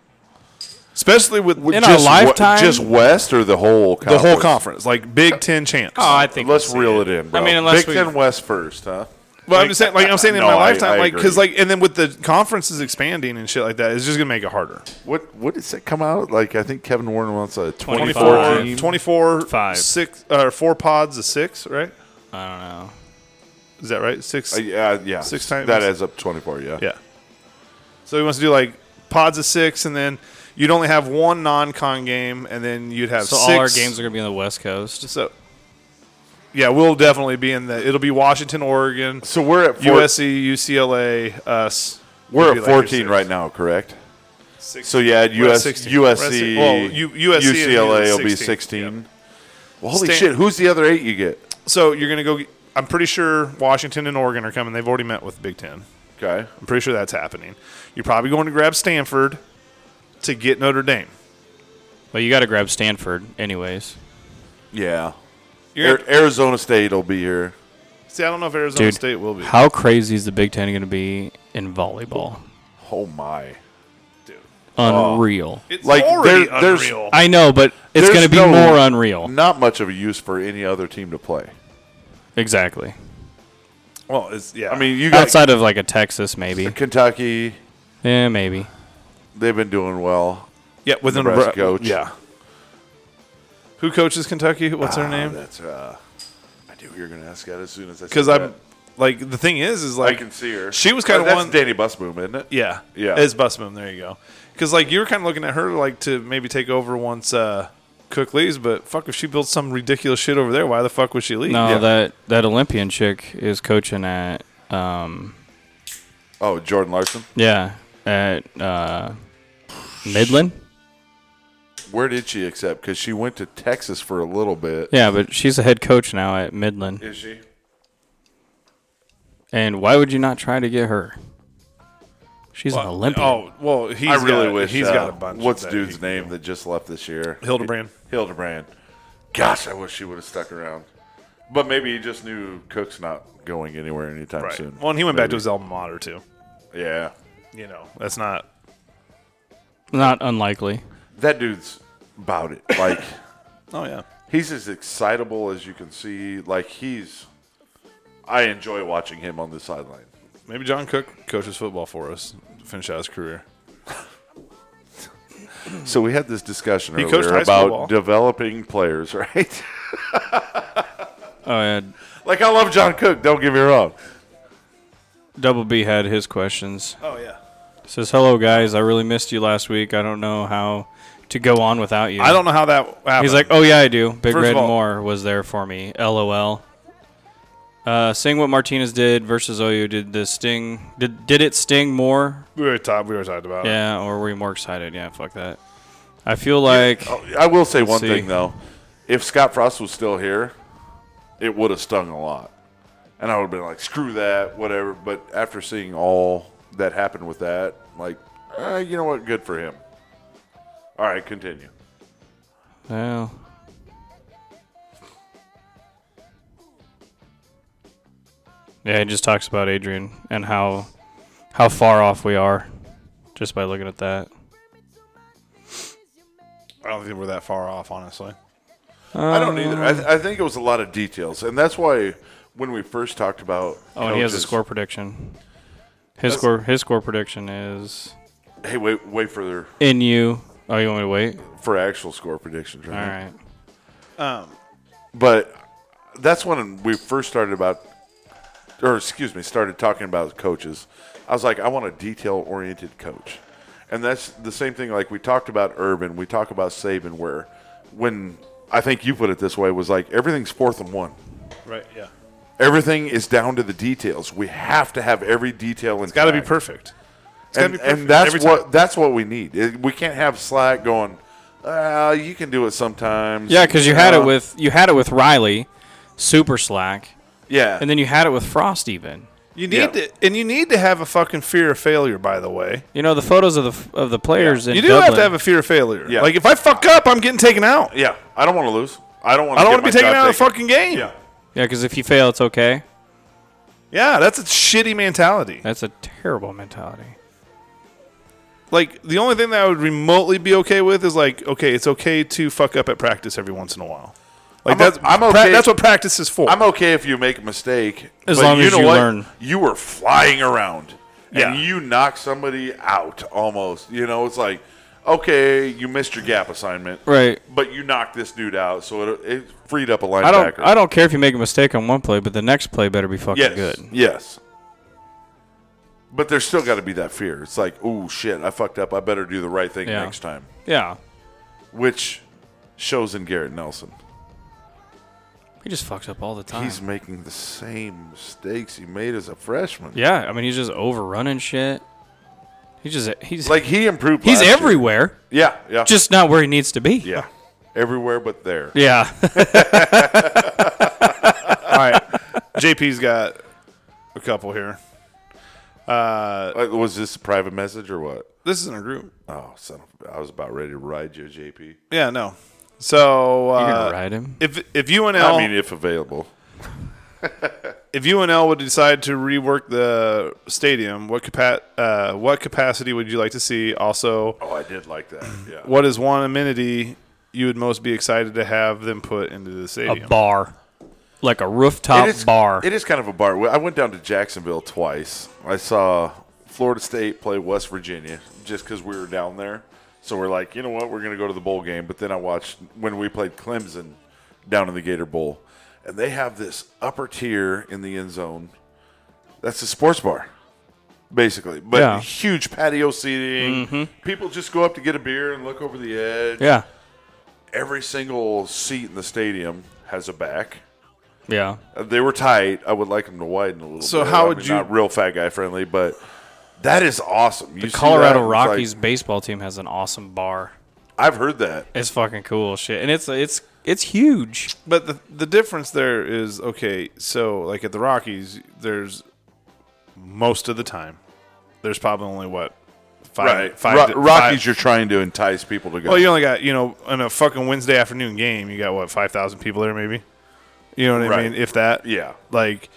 Speaker 4: especially with,
Speaker 1: In our
Speaker 4: just
Speaker 5: Wa-
Speaker 1: lifetime?
Speaker 5: just West or the whole
Speaker 4: the
Speaker 5: conference?
Speaker 4: whole conference, like Big Ten champs.
Speaker 1: Oh, I think
Speaker 5: Let's
Speaker 1: we'll see
Speaker 5: reel it in. Bro.
Speaker 1: I mean, unless
Speaker 5: Big
Speaker 1: we-
Speaker 5: Ten West first, huh?
Speaker 4: But I'm just saying, like I'm saying in
Speaker 5: No,
Speaker 4: my
Speaker 5: I-
Speaker 4: lifetime,
Speaker 5: I
Speaker 4: like
Speaker 5: agree.
Speaker 4: because like and then with the conferences expanding and shit like that, it's just gonna make it harder.
Speaker 5: What what does it come out like? I think Kevin Warren wants a 24
Speaker 1: Five.
Speaker 4: 24,
Speaker 5: team.
Speaker 4: 24
Speaker 1: Five.
Speaker 4: six or four pods of six, right?
Speaker 1: I don't know.
Speaker 4: Is that right? Six.
Speaker 5: Uh, yeah, yeah,
Speaker 4: Six times.
Speaker 5: That adds up to 24. Yeah,
Speaker 4: yeah. So he wants to do like pods of six, and then you'd only have one non-con game, and then you'd have
Speaker 1: So
Speaker 4: six.
Speaker 1: all our games are going to be on the West Coast.
Speaker 4: so. Yeah, we'll definitely be in the. It'll be Washington, Oregon,
Speaker 5: So we're at four,
Speaker 4: USC, UCLA, us.
Speaker 5: We're
Speaker 4: We'd
Speaker 5: at
Speaker 4: be like
Speaker 5: 14
Speaker 4: six.
Speaker 5: right now, correct?
Speaker 4: Six.
Speaker 5: So you add
Speaker 4: We're at
Speaker 5: US,
Speaker 4: 16.
Speaker 5: USC,
Speaker 4: We're at six- well, U- USC is
Speaker 5: UCLA will be
Speaker 4: 16,
Speaker 5: 16.
Speaker 4: yeah.
Speaker 5: Well, holy
Speaker 4: Stan-
Speaker 5: shit! Who's the other eight you get?
Speaker 4: So you're gonna go. get- I'm pretty sure Washington and Oregon are coming. They've already met with the Big Ten.
Speaker 5: Okay,
Speaker 4: I'm pretty sure that's happening. You're probably going to grab Stanford to get Notre Dame.
Speaker 1: Well, you got to grab Stanford, anyways.
Speaker 5: yeah.
Speaker 4: You're
Speaker 5: Ar- Arizona State will be here.
Speaker 4: Er, see, I don't know if Arizona
Speaker 1: Dude,
Speaker 4: State will be.
Speaker 1: how crazy is the Big Ten going to be in volleyball?
Speaker 5: Oh my!
Speaker 1: Unreal.
Speaker 4: It's
Speaker 5: Like,
Speaker 4: already
Speaker 5: there- there's-
Speaker 4: unreal.
Speaker 1: I know, but it's
Speaker 5: There's
Speaker 1: going to be
Speaker 5: no-
Speaker 1: more unreal.
Speaker 5: Not much of a use for any other team to play.
Speaker 1: Exactly.
Speaker 4: well, it's, yeah.
Speaker 5: I mean, you got
Speaker 1: Outside of like a Texas, maybe.
Speaker 5: Kentucky.
Speaker 1: Yeah, maybe.
Speaker 5: They've been doing well.
Speaker 4: yeah, with a
Speaker 5: Nebraska
Speaker 4: Nebra-
Speaker 5: coach.
Speaker 4: Yeah. Who coaches Kentucky? What's her
Speaker 5: Ah,
Speaker 4: name?
Speaker 5: That's. Uh, I knew you were going to ask that as soon as I. said
Speaker 4: Because I'm
Speaker 5: that.
Speaker 4: like the thing is, is
Speaker 5: I
Speaker 4: like
Speaker 5: can see her.
Speaker 4: She was kind
Speaker 5: Uh,
Speaker 4: of
Speaker 5: that's
Speaker 4: one.
Speaker 5: Danny Busboom, isn't it?
Speaker 4: yeah,
Speaker 5: Yeah.
Speaker 4: It's Busman. There you go. Because like you were kind of looking at her like to maybe take over once uh, Cook leaves, but fuck if she builds some ridiculous shit over there, why the fuck would she leave?
Speaker 1: No,
Speaker 5: Yeah.
Speaker 1: that that Olympian chick is coaching at um
Speaker 5: Oh, Jordan Larson.
Speaker 1: yeah at uh Midland.
Speaker 5: Where did she accept? Because she went to Texas for a little bit.
Speaker 1: Yeah, but she's a head coach now at Midland.
Speaker 5: Is she?
Speaker 1: And why would you not try to get her? She's an Olympian.
Speaker 4: Oh well, he's
Speaker 5: I really
Speaker 4: got,
Speaker 5: wish
Speaker 4: he's
Speaker 5: uh,
Speaker 4: got a bunch.
Speaker 5: What's
Speaker 4: that
Speaker 5: dude's
Speaker 4: he-
Speaker 5: name that just left this year?
Speaker 4: Hildebrand.
Speaker 5: Hildebrand. Gosh, I wish she would have stuck around. But maybe he just knew Cook's not going anywhere anytime
Speaker 4: Right.
Speaker 5: soon.
Speaker 4: Well, and he went back to
Speaker 5: Maybe.
Speaker 4: his alma mater too.
Speaker 5: Yeah,
Speaker 4: You know, that's not.
Speaker 1: Not unlikely.
Speaker 5: that dude's about it. Like
Speaker 4: Oh yeah.
Speaker 5: he's as excitable as you can see. Like he's. I enjoy watching him on the sideline.
Speaker 4: Maybe John Cook coaches football for us. to Finish out his career.
Speaker 5: So we had this discussion
Speaker 4: He coached
Speaker 5: earlier
Speaker 4: high school
Speaker 5: about
Speaker 4: ball.
Speaker 5: developing players, right?
Speaker 1: Oh yeah,
Speaker 5: like I love John Cook. Don't get me wrong.
Speaker 1: Double B had his questions.
Speaker 4: Oh yeah.
Speaker 1: Says, "Hello guys, I really missed you last week. I don't know how to go on without you."
Speaker 4: I don't know how that. Happened.
Speaker 1: He's like, "Oh yeah, I do." Big
Speaker 4: First
Speaker 1: Red
Speaker 4: of all-
Speaker 1: Moore was there for me. LOL. Uh, seeing what Martinez did versus OU, did the sting? Did did it sting more?
Speaker 4: we were talking. We were talking about. it.
Speaker 1: Yeah, or were you more excited? Yeah, fuck that. I feel like
Speaker 5: Oh, I will say one
Speaker 1: see.
Speaker 5: thing though. If Scott Frost was still here, it would have stung a lot, and I would have been like, "Screw that, whatever." But after seeing all that happened with that, like, eh, you know what? Good for him. All right, continue.
Speaker 1: Well. Yeah, he just talks about Adrian and how how far off we are just by looking at that.
Speaker 4: I don't think we're that far off, honestly.
Speaker 5: I don't either.
Speaker 1: Um,
Speaker 5: I, th- I think it was a lot of details, and that's why when we first talked about
Speaker 1: Oh, and he has a
Speaker 5: coaches-
Speaker 1: score prediction. His score his score prediction is
Speaker 5: Hey, wait, wait for their
Speaker 1: in you. Oh, you want me to wait?
Speaker 5: for actual score predictions, right?
Speaker 1: All right.
Speaker 5: But that's when we first started about, or excuse me, started talking about coaches. I was like, I want a detail oriented coach. And that's the same thing like we talked about Urban, we talk about Saban, where when I think you put it this way was like everything's fourth and one.
Speaker 4: Right. Yeah.
Speaker 5: Everything is down to the details. We have to have every detail. It's
Speaker 4: Got to be perfect. It's got to
Speaker 5: and,
Speaker 4: be perfect.
Speaker 5: and that's
Speaker 4: every
Speaker 5: what
Speaker 4: time.
Speaker 5: that's what we need. It- we can't have slack going. Uh, you can do it sometimes.
Speaker 1: Yeah, cuz you had
Speaker 5: Uh,
Speaker 1: it with you had it with Riley, super slack,
Speaker 5: yeah,
Speaker 1: and then you had it with Frost even.
Speaker 4: you need
Speaker 5: yeah.
Speaker 4: to, and you need to have a fucking fear of failure. By the way,
Speaker 1: You know the photos of the f- of the players in
Speaker 4: you do have
Speaker 1: Dublin-
Speaker 4: to have a fear of failure.
Speaker 5: Yeah.
Speaker 4: Like if I fuck up, I'm getting taken out.
Speaker 5: yeah. I don't want to lose. I don't want.
Speaker 4: I don't want to be taken out of the fucking game.
Speaker 5: Yeah.
Speaker 1: Yeah, cuz if you fail it's okay.
Speaker 4: Yeah, that's a shitty mentality.
Speaker 1: That's a terrible mentality.
Speaker 4: Like the only thing that I would remotely be okay with is like, okay, it's okay to fuck up at practice every once in a while. Like
Speaker 5: I'm o-
Speaker 4: that's
Speaker 5: I'm
Speaker 4: pra-
Speaker 5: okay-
Speaker 4: that's what practice is for.
Speaker 5: I'm okay if you make a mistake.
Speaker 1: As
Speaker 5: but
Speaker 1: long
Speaker 5: you
Speaker 1: as
Speaker 5: know
Speaker 1: you
Speaker 5: what?
Speaker 1: learn.
Speaker 5: You were flying around.
Speaker 4: Yeah.
Speaker 5: And you knock somebody out almost. You know, it's like, okay, you missed your gap assignment.
Speaker 1: Right.
Speaker 5: But you knocked this dude out, so it, it freed up a linebacker.
Speaker 1: I don't. I don't care if you make a mistake on one play, but the next play better be fucking
Speaker 5: Yes.
Speaker 1: good.
Speaker 5: Yes. But there's still got to be that fear. It's like, oh shit, I fucked up. I better do the right thing
Speaker 1: Yeah.
Speaker 5: next time,
Speaker 1: Yeah,
Speaker 5: which shows in Garrett Nelson.
Speaker 1: he just fucks up all the time.
Speaker 5: He's making the same mistakes he made as a freshman.
Speaker 1: yeah, I mean he's just overrunning shit. He just he's
Speaker 5: Like he improved.
Speaker 1: he's
Speaker 5: last year.
Speaker 1: everywhere,
Speaker 5: Yeah, yeah.
Speaker 1: just not where he needs to be.
Speaker 5: yeah. Everywhere but there.
Speaker 1: Yeah.
Speaker 4: All right, JP's got a couple here.
Speaker 5: Uh, Was this a private message or what?
Speaker 4: This isn't a group.
Speaker 5: Oh, son of, I was about ready to ride you, JP.
Speaker 4: Yeah, no. So
Speaker 1: You're gonna
Speaker 4: uh,
Speaker 1: ride him.
Speaker 4: if if UNL
Speaker 5: I mean, if available.
Speaker 4: if UNL would decide to rework the stadium, what capa- uh, what capacity would you like to see? Also,
Speaker 5: Oh, I did like that. Yeah.
Speaker 4: what is one amenity you would most be excited to have them put into the
Speaker 1: A
Speaker 4: stadium?
Speaker 1: bar, like a rooftop
Speaker 5: It is-
Speaker 1: bar.
Speaker 5: It is kind of a bar. I went down to Jacksonville twice. I saw Florida State play West Virginia just because we were down there. So we're like, you know what? We're going to go to the bowl game. But then I watched when we played Clemson down in the Gator Bowl, and they have this upper tier in the end zone. That's a sports bar, basically. But
Speaker 1: Yeah. Mm-hmm.
Speaker 5: huge patio seating. People just go up to get a beer and look over the edge.
Speaker 1: yeah.
Speaker 5: Every single seat in the stadium has a back.
Speaker 1: Yeah.
Speaker 5: They were tight. I would like them to widen a little.
Speaker 4: So
Speaker 5: bit.
Speaker 4: how
Speaker 5: I
Speaker 4: would
Speaker 5: mean,
Speaker 4: you-
Speaker 5: Not real fat guy friendly, but that is awesome. You see that,
Speaker 1: Colorado
Speaker 5: it's
Speaker 1: Rockies
Speaker 5: Like,
Speaker 1: baseball team has an awesome bar.
Speaker 5: I've heard that.
Speaker 1: It's fucking cool shit, and it's it's it's huge.
Speaker 4: But the the difference there is okay. So like at the Rockies, there's most of the time, there's probably only what five five
Speaker 5: Ro-
Speaker 4: di-
Speaker 5: Rockies,
Speaker 4: five-
Speaker 5: you're trying to entice people to go.
Speaker 4: well, you only got you know on a fucking Wednesday afternoon game, you got what five thousand people there maybe. You know what
Speaker 5: Right.
Speaker 4: I mean? If that,
Speaker 5: Yeah.
Speaker 4: Like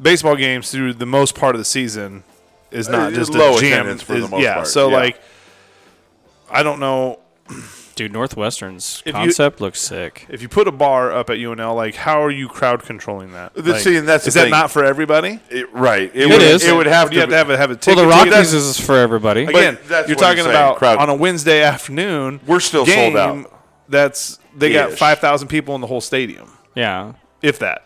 Speaker 4: baseball games through the most part of the season is not
Speaker 5: Uh,
Speaker 4: just
Speaker 5: low
Speaker 4: a jam.
Speaker 5: attendance for the
Speaker 4: is-
Speaker 5: most
Speaker 4: yeah.
Speaker 5: part,
Speaker 4: So
Speaker 5: yeah.
Speaker 4: like, I don't know
Speaker 1: Dude, Northwestern's
Speaker 4: If you-
Speaker 1: concept looks sick.
Speaker 4: if you put a bar up at UNL. Like, how are you crowd controlling that?
Speaker 5: The-
Speaker 4: Like,
Speaker 5: see, and that's the
Speaker 4: is that
Speaker 5: thing.
Speaker 4: not for everybody?
Speaker 5: It- right. It, would,
Speaker 1: is.
Speaker 5: It would have to.
Speaker 4: you have to have a, have a
Speaker 1: Well,
Speaker 4: ticket.
Speaker 1: the
Speaker 4: to get
Speaker 1: Rockies
Speaker 4: in.
Speaker 1: is for everybody.
Speaker 5: But
Speaker 4: again.
Speaker 5: that's
Speaker 4: you're
Speaker 5: what I'm
Speaker 4: talking
Speaker 5: saying,
Speaker 4: about
Speaker 5: crowd-
Speaker 4: on a Wednesday afternoon.
Speaker 5: We're still sold
Speaker 4: game
Speaker 5: out.
Speaker 4: That's they got
Speaker 5: Ish.
Speaker 4: five thousand people in the whole stadium,
Speaker 1: yeah,
Speaker 4: if that.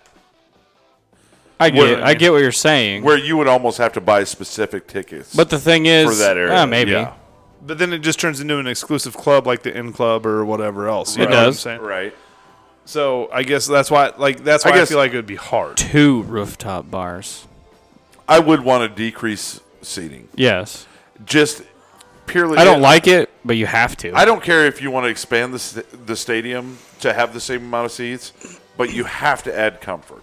Speaker 1: I get
Speaker 4: I mean-
Speaker 1: I get what you're saying.
Speaker 5: where you would almost have to buy specific tickets.
Speaker 1: But the thing is,
Speaker 5: for that area,
Speaker 1: yeah, maybe
Speaker 5: yeah.
Speaker 4: But then it just turns into an exclusive club, like the in club or whatever else. You
Speaker 1: It
Speaker 4: know what I'm
Speaker 1: does.
Speaker 4: saying?
Speaker 5: right.
Speaker 4: So I guess that's why, like, that's
Speaker 5: I
Speaker 4: why I,
Speaker 5: guess-
Speaker 4: feel like it would be hard.
Speaker 1: two rooftop bars.
Speaker 5: I would want to decrease seating.
Speaker 1: Yes,
Speaker 5: Just purely.
Speaker 1: I don't like it, but you have to.
Speaker 5: I don't care if you want to expand the st- the stadium to have the same amount of seats, but you have to add comfort.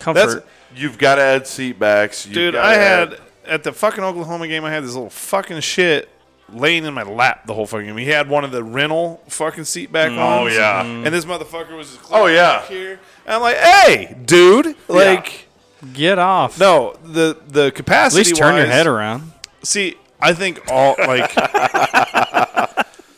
Speaker 1: Comfort.
Speaker 5: You've got to add seat backs. You've
Speaker 4: Dude,
Speaker 5: gotta
Speaker 4: I
Speaker 5: add-
Speaker 4: had at the fucking Oklahoma game, I had this little fucking shit laying in my lap the whole fucking game. He had one of the rental fucking seat
Speaker 1: Mm.
Speaker 4: back
Speaker 5: Oh,
Speaker 4: ones,
Speaker 5: yeah.
Speaker 4: and this motherfucker was just
Speaker 5: Oh, yeah.
Speaker 4: back here. And I'm like, hey, dude, like.
Speaker 1: get off.
Speaker 4: No, the the
Speaker 1: at
Speaker 4: capacity.
Speaker 1: least turn your
Speaker 4: wise-
Speaker 1: head around.
Speaker 4: See, I think all like.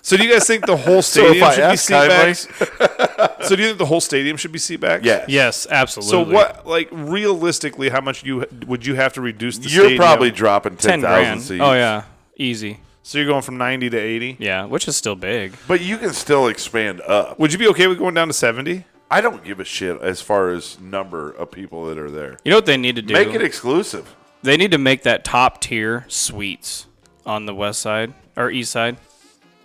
Speaker 4: so do you guys think the whole
Speaker 5: if
Speaker 4: stadium
Speaker 5: I
Speaker 4: should be
Speaker 5: ask kindly-
Speaker 4: seatbacks? so do you think the whole stadium should be seatbacks?
Speaker 5: Yeah.
Speaker 1: Yes,
Speaker 4: So
Speaker 1: absolutely.
Speaker 4: what, like, realistically, how much you would you have to reduce the
Speaker 5: You're
Speaker 4: stadium?
Speaker 5: probably dropping
Speaker 1: Ten
Speaker 5: ten thousand
Speaker 1: grand.
Speaker 5: seats.
Speaker 1: Oh yeah, easy.
Speaker 4: so you're going from ninety to eighty.
Speaker 1: Yeah, which is still big.
Speaker 5: But you can still expand up.
Speaker 4: Would you be okay with going down to seventy?
Speaker 5: I don't give a shit as far as number of people that are there.
Speaker 1: You know what they need to do?
Speaker 5: Make it exclusive.
Speaker 1: they need to make that top tier suites on the west side or east side.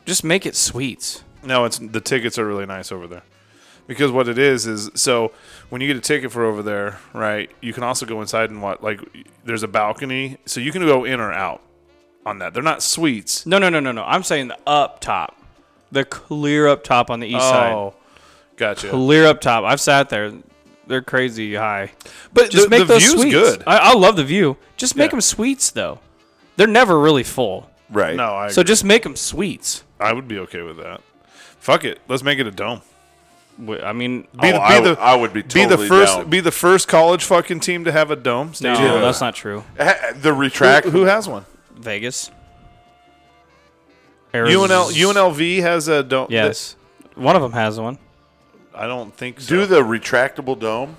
Speaker 1: Just make it suites.
Speaker 4: No, it's the tickets are really nice over there. Because what it is is so when you get a ticket for over there, right? You can also go inside and what like there's a balcony, so you can go in or out on that. They're not suites.
Speaker 1: No, no, no, no, no. I'm saying the up top, the clear up top on the east side.
Speaker 4: Oh, gotcha.
Speaker 1: Clear up top. I've sat there. They're crazy high.
Speaker 4: But
Speaker 1: Just
Speaker 4: the,
Speaker 1: make
Speaker 4: the
Speaker 1: those
Speaker 4: view's
Speaker 1: suites.
Speaker 4: good.
Speaker 1: I, I love the view. Just make
Speaker 4: Yeah.
Speaker 1: them suites though. They're never really full.
Speaker 5: Right.
Speaker 4: no, I
Speaker 1: So
Speaker 4: agree.
Speaker 1: just make them suites.
Speaker 4: I would be okay with that. Fuck it, let's make it a dome.
Speaker 1: Wh- I mean,
Speaker 4: Be,
Speaker 5: Oh, I w- I would be
Speaker 4: the
Speaker 5: totally
Speaker 4: first
Speaker 5: down.
Speaker 4: be the first college fucking team to have a dome.
Speaker 1: no,
Speaker 4: stadium.
Speaker 5: Yeah.
Speaker 1: that's not true.
Speaker 5: Ha- The
Speaker 4: Who,
Speaker 5: retract.
Speaker 4: who has one?
Speaker 1: Vegas.
Speaker 4: UNL UNLV has a dome.
Speaker 1: Yes. One of them has one.
Speaker 4: I don't think so.
Speaker 5: do the retractable dome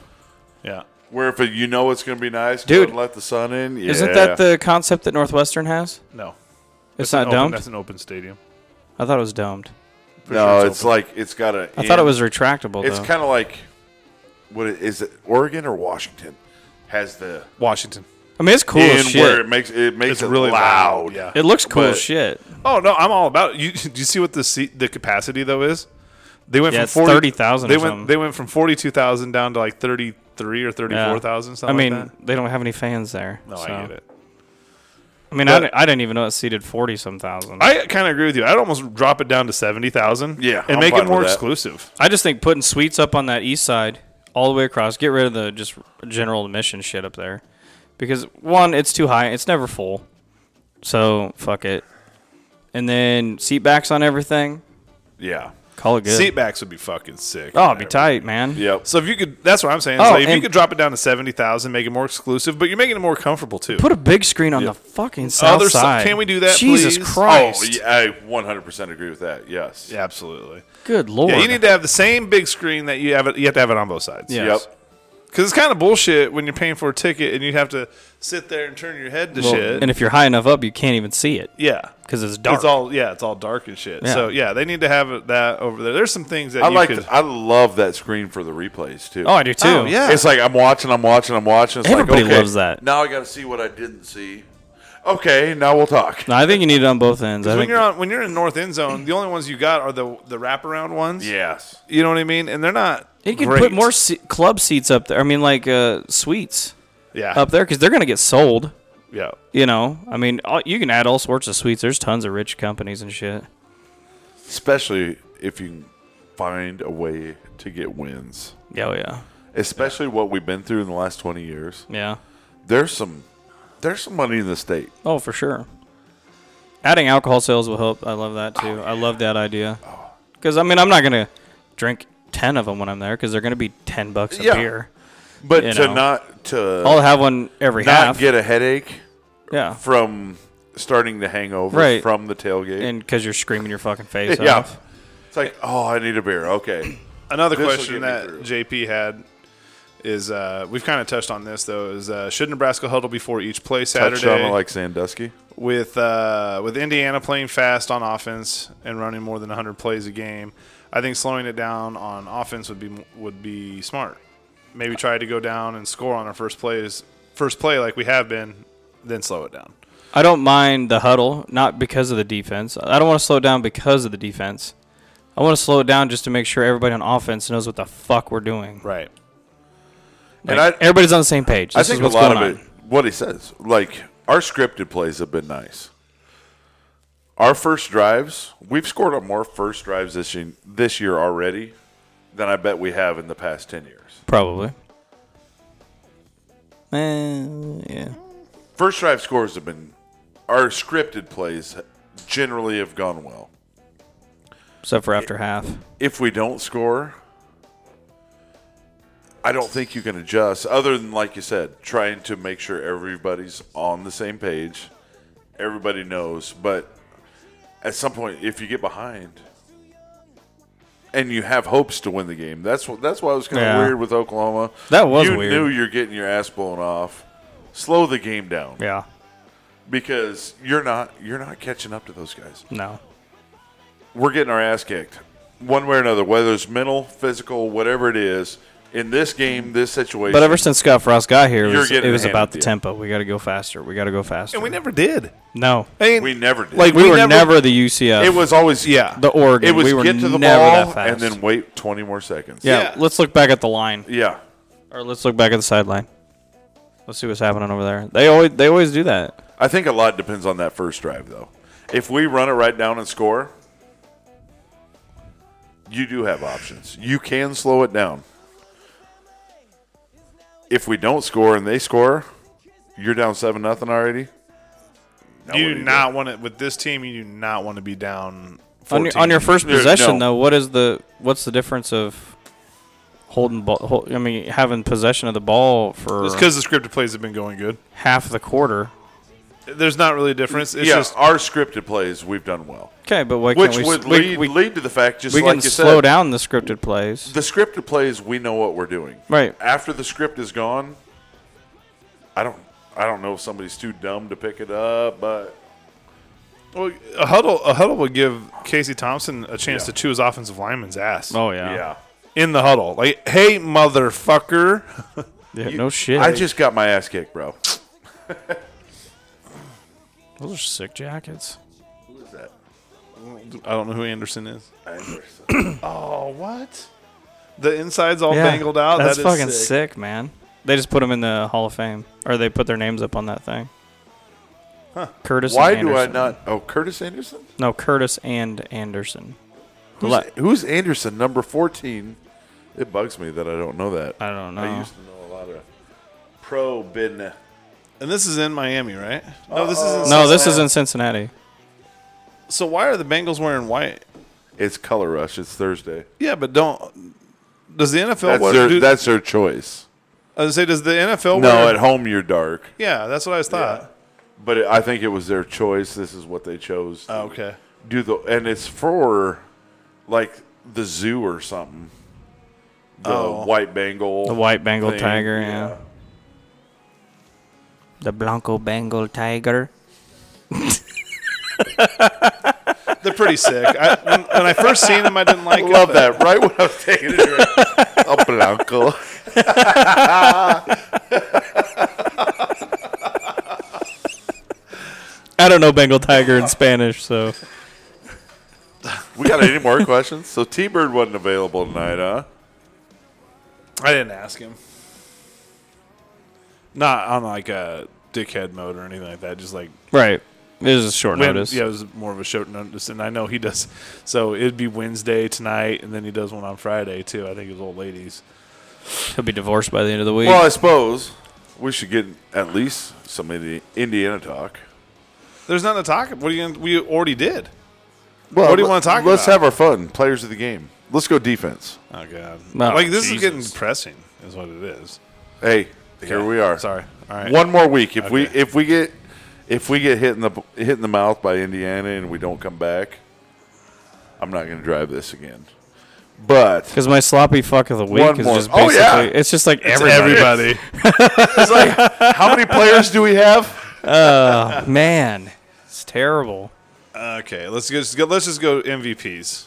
Speaker 4: yeah.
Speaker 5: where if you know it's going to be nice, go
Speaker 1: Dude.
Speaker 5: and let the sun in. Yeah.
Speaker 1: Isn't that the concept that Northwestern has?
Speaker 4: No.
Speaker 1: It's
Speaker 4: an
Speaker 1: not
Speaker 4: open-
Speaker 1: domed.
Speaker 4: That's an open stadium.
Speaker 1: I thought it was domed.
Speaker 4: Pretty
Speaker 5: No,
Speaker 4: sure
Speaker 5: it's
Speaker 4: open.
Speaker 5: like it's got a.
Speaker 1: I thought it was retractable.
Speaker 5: It's
Speaker 1: though.
Speaker 5: kind of like what it- is it? Oregon or Washington has the
Speaker 4: Washington.
Speaker 1: I mean, it's cool
Speaker 5: in
Speaker 1: as shit.
Speaker 5: where it makes it makes
Speaker 4: It's
Speaker 5: it
Speaker 4: really
Speaker 5: loud.
Speaker 4: loud, yeah.
Speaker 1: it looks cool as
Speaker 5: but-
Speaker 1: shit.
Speaker 4: Oh no, I'm all about it. You do you see what the seat, the capacity though is? They went
Speaker 1: Yeah, it's
Speaker 4: from 40
Speaker 1: 30,000 or
Speaker 4: They went
Speaker 1: something.
Speaker 4: they went from forty two thousand down to like thirty three or thirty
Speaker 1: Yeah.
Speaker 4: four thousand.
Speaker 1: I
Speaker 4: Something
Speaker 1: mean,
Speaker 4: like that.
Speaker 1: they don't have any fans there.
Speaker 4: no,
Speaker 1: so-
Speaker 4: I get it.
Speaker 1: I mean, I,
Speaker 4: But-
Speaker 1: di- I didn't even know it seated forty some thousand. I,
Speaker 4: I kind of agree with you. I'd almost drop it down to seventy thousand.
Speaker 5: Yeah,
Speaker 4: and
Speaker 5: I'm
Speaker 4: make
Speaker 5: fine
Speaker 4: it
Speaker 5: with
Speaker 4: more
Speaker 5: that.
Speaker 4: exclusive.
Speaker 1: just think putting suites up on that east side, all the way across, get rid of the just general admission shit up there, because one, it's too high. It's never full, so fuck it. And then seat backs on everything.
Speaker 5: Yeah.
Speaker 1: Call it good.
Speaker 4: Seat backs would be fucking sick.
Speaker 1: oh, it'd be tight, man.
Speaker 5: Yep.
Speaker 4: So if you could, that's what I'm saying. It's
Speaker 1: Oh,
Speaker 4: like if you
Speaker 1: and-
Speaker 4: could drop it down to seventy thousand, make it more exclusive, but you're making it more comfortable too.
Speaker 1: Put a big screen on the fucking south
Speaker 4: Other si-
Speaker 1: side.
Speaker 4: can we do that,
Speaker 1: Jesus
Speaker 4: please?
Speaker 1: Christ!
Speaker 5: Oh, yeah, I 100% agree with that. Yes.
Speaker 4: Yeah, absolutely.
Speaker 1: Good lord!
Speaker 4: Yeah, you need to have the same big screen that you have. It, you have to have it on both sides.
Speaker 1: Yeah.
Speaker 5: Yep.
Speaker 1: Yes.
Speaker 4: because it's kind of bullshit when you're paying for a ticket and you have to sit there and turn your head to
Speaker 1: Well,
Speaker 4: shit.
Speaker 1: And if you're high enough up, you can't even see it
Speaker 4: yeah,
Speaker 1: because it's dark.
Speaker 4: it's all yeah, it's all dark and shit.
Speaker 1: Yeah.
Speaker 4: So yeah, they need to have it- that over there. There's some things that
Speaker 5: I
Speaker 4: you
Speaker 5: like.
Speaker 4: could.
Speaker 5: th- I love that screen for the replays too.
Speaker 1: oh, I do too.
Speaker 4: Oh, yeah.
Speaker 5: It's like I'm watching, I'm watching, I'm watching. It's
Speaker 1: Everybody
Speaker 5: like, okay,
Speaker 1: loves that.
Speaker 5: Now I got to see what I didn't see. Okay, now we'll talk.
Speaker 1: No, I think you need it on both ends. I
Speaker 4: when
Speaker 1: think
Speaker 4: you're on when you're in north end zone, the only ones you got are the the wraparound ones.
Speaker 5: Yes.
Speaker 4: you know what I mean. And they're not.
Speaker 1: you can
Speaker 4: great.
Speaker 1: put more se- club seats up there. I mean, like uh, suites
Speaker 4: yeah
Speaker 1: up there because they're gonna get sold.
Speaker 4: yeah.
Speaker 1: You know, I mean, all, you can add all sorts of suites. There's tons of rich companies and shit.
Speaker 5: especially if you can find a way to get wins.
Speaker 1: Yeah, oh, yeah,
Speaker 5: Especially what we've been through in the last 20 years.
Speaker 1: yeah.
Speaker 5: There's some there's some money in the state.
Speaker 1: Oh, for sure. Adding alcohol sales will help. I love that too.
Speaker 5: Oh,
Speaker 1: I love that idea. Because I mean, I'm not gonna drink ten of them when I'm there because they're gonna be ten bucks a
Speaker 5: Yeah.
Speaker 1: beer.
Speaker 5: But
Speaker 1: You
Speaker 5: to
Speaker 1: know.
Speaker 5: not to
Speaker 1: I'll have one every
Speaker 5: not
Speaker 1: half.
Speaker 5: get a headache
Speaker 1: yeah,
Speaker 5: from starting the hangover
Speaker 1: Right.
Speaker 5: from the tailgate.
Speaker 1: and because you're screaming your fucking face
Speaker 5: yeah.
Speaker 1: off.
Speaker 5: It's like, "Oh, I need a beer." Okay.
Speaker 4: Another
Speaker 5: This'll
Speaker 4: question
Speaker 5: get me
Speaker 4: that
Speaker 5: through.
Speaker 4: JP had is uh, we've kind of touched on this though is uh, should Nebraska huddle before each play Saturday
Speaker 5: Touched on it like Sandusky.
Speaker 4: with uh, with Indiana playing fast on offense and running more than 100 plays a game, I think slowing it down on offense would be would be smart. Maybe try to go down and score on our first plays, first play like we have been, then slow it down.
Speaker 1: I don't mind the huddle, not because of the defense. I don't want to slow it down because of the defense. I want to slow it down just to make sure everybody on offense knows what the fuck we're doing.
Speaker 4: Right.
Speaker 1: Like,
Speaker 5: And I-
Speaker 1: everybody's on the same page. This
Speaker 5: I think
Speaker 1: is what's
Speaker 5: a lot
Speaker 1: going
Speaker 5: of
Speaker 1: on.
Speaker 5: it, what he says, like our scripted plays have been nice. Our first drives, we've scored on more first drives this year, this year already than I bet we have in the past ten years.
Speaker 1: Probably. Eh, yeah.
Speaker 5: First drive scores have been our scripted plays generally have gone well.
Speaker 1: Except for after half.
Speaker 5: If we don't score, I don't think you can adjust other than like you said, trying to make sure everybody's on the same page. Everybody knows, but at some point if you get behind and you have hopes to win the game. That's what that's why it was kind of
Speaker 1: Yeah.
Speaker 5: weird with Oklahoma.
Speaker 1: That was
Speaker 5: you
Speaker 1: weird.
Speaker 5: knew you're getting your ass blown off. Slow the game down
Speaker 1: Yeah.
Speaker 5: because you're not you're not catching up to those guys.
Speaker 1: No.
Speaker 5: We're getting our ass kicked one way or another, whether it's mental, physical, whatever it is. In this game, this situation,
Speaker 1: But ever since Scott Frost got here, it
Speaker 5: You're
Speaker 1: was,
Speaker 5: getting
Speaker 1: it was
Speaker 5: handed
Speaker 1: about the
Speaker 5: to you.
Speaker 1: tempo. We got to go faster. We got to go faster.
Speaker 4: And we never did.
Speaker 1: no.
Speaker 4: I mean,
Speaker 5: we never did.
Speaker 4: Like,
Speaker 1: we,
Speaker 4: we
Speaker 1: were
Speaker 4: never-
Speaker 1: never, the UCF.
Speaker 5: it was always
Speaker 4: Yeah.
Speaker 1: the Oregon.
Speaker 5: It was
Speaker 1: we were
Speaker 5: get to the
Speaker 1: never
Speaker 5: ball
Speaker 1: that fast.
Speaker 5: and then wait twenty more seconds.
Speaker 1: yeah,
Speaker 4: Yeah.
Speaker 1: let's look back at the line.
Speaker 5: yeah.
Speaker 1: Or let's look back at the sideline. Let's see what's happening over there. They always they always do that.
Speaker 5: I think a lot depends on that first drive, though. If we run it right down and score, you do have options. You can slow it down. If we don't score and they score, you're down seven nothing already. Now what
Speaker 4: you
Speaker 5: do
Speaker 4: do
Speaker 5: you
Speaker 4: not want to with this team. You do not want to be down.
Speaker 1: On your,
Speaker 4: 14.
Speaker 1: on your first
Speaker 5: Yeah,
Speaker 1: possession
Speaker 5: no.
Speaker 1: though, what is the what's the difference of holding ball? Hold, I mean, having possession of the ball for
Speaker 4: it's because the scripted plays have been going good.
Speaker 1: half the quarter.
Speaker 4: There's not really a difference. It's
Speaker 5: yeah,
Speaker 4: just
Speaker 5: our scripted plays we've done well,
Speaker 1: Okay, but why
Speaker 5: which
Speaker 1: can't we s-
Speaker 5: would
Speaker 1: we,
Speaker 5: lead,
Speaker 1: we,
Speaker 5: lead to the fact just
Speaker 1: we
Speaker 5: like
Speaker 1: can
Speaker 5: you
Speaker 1: slow
Speaker 5: said,
Speaker 1: down the scripted plays?
Speaker 5: the scripted plays we know what we're doing.
Speaker 1: Right.
Speaker 5: After the script is gone, I don't I don't know if somebody's too dumb to pick it up, but
Speaker 4: well, a huddle. A huddle would give Casey Thompson a chance to chew his offensive lineman's ass.
Speaker 1: oh yeah.
Speaker 5: yeah.
Speaker 4: in the huddle. Like, hey, motherfucker.
Speaker 1: Yeah, no shit.
Speaker 5: I just got my ass kicked, bro.
Speaker 1: Those are sick jackets.
Speaker 5: Who is that?
Speaker 4: I don't know who Anderson is.
Speaker 5: Anderson.
Speaker 4: Oh, what? The inside's all bangled out.
Speaker 1: That's
Speaker 4: That is
Speaker 1: fucking sick. man. They just put them in the Hall of Fame, or they put their names up on that thing. Curtis.
Speaker 5: Why
Speaker 1: and
Speaker 5: do I
Speaker 1: Anderson.
Speaker 5: not? Oh, Curtis Anderson.
Speaker 1: No, Curtis and Anderson.
Speaker 5: Who's,
Speaker 1: Le-
Speaker 5: who's Anderson? Number fourteen. It bugs me that I don't know that.
Speaker 1: I don't know.
Speaker 5: I used to know a lot of pro business.
Speaker 4: And this is in Miami, right? No, this is in
Speaker 1: no, this is
Speaker 4: Cincinnati.
Speaker 1: in Cincinnati.
Speaker 4: So why are the Bengals wearing white?
Speaker 5: It's color rush. It's Thursday.
Speaker 4: Yeah, but don't. Does the NFL
Speaker 5: That's
Speaker 4: wear-
Speaker 5: their.
Speaker 4: do-
Speaker 5: that's their choice.
Speaker 4: I was gonna say, does the NFL
Speaker 5: No,
Speaker 4: wear-
Speaker 5: at home you're dark,
Speaker 4: yeah, that's what I was thought.
Speaker 5: but it, I think it was their choice. This is what they chose.
Speaker 4: Oh, okay.
Speaker 5: do the and it's for like the zoo or something. The
Speaker 4: Oh.
Speaker 5: white Bengal.
Speaker 1: The white Bengal
Speaker 5: thing,
Speaker 1: tiger, yeah. The Blanco Bengal Tiger.
Speaker 4: They're pretty sick. I, when, when I first seen them, I didn't like
Speaker 5: I
Speaker 4: them.
Speaker 5: love that. Right when I was taking a drink, a blanco.
Speaker 1: I don't know Bengal Tiger in Spanish, so
Speaker 5: We got any more questions? So T Bird wasn't available tonight, huh?
Speaker 4: I didn't ask him. Not on like a dickhead mode or anything like that. Just like
Speaker 1: right. It was a short
Speaker 4: Wed-
Speaker 1: notice.
Speaker 4: Yeah, it was more of a short notice, and I know he does. So it'd be Wednesday tonight, and then he does one on Friday too. I think it was old ladies.
Speaker 1: He'll be divorced by the end of the week.
Speaker 5: Well, I suppose we should get at least some Indi- Indiana talk.
Speaker 4: There's nothing to talk. What do you? We already did.
Speaker 5: Well,
Speaker 4: What do you wanna talk
Speaker 5: Let's
Speaker 4: about?
Speaker 5: have our fun. Players of the game. Let's go defense.
Speaker 4: Oh god.
Speaker 1: No,
Speaker 4: like this is
Speaker 1: Jesus.
Speaker 4: getting depressing, is what it is.
Speaker 5: Hey, here we are.
Speaker 4: Sorry. All right.
Speaker 5: One more week. If we
Speaker 4: Okay.
Speaker 5: if we get if we get hit in the hit in the mouth by Indiana and we don't come back, I'm not going to drive this again. But
Speaker 1: Because my sloppy fuck of the week
Speaker 5: One
Speaker 1: is
Speaker 5: more.
Speaker 1: just
Speaker 5: Oh,
Speaker 1: basically
Speaker 5: yeah.
Speaker 1: it's just like
Speaker 4: It's
Speaker 1: everybody.
Speaker 4: everybody.
Speaker 5: it's like, how many players do we have?
Speaker 1: Man, it's terrible.
Speaker 4: okay. Let's just go. Let's just go MVPs.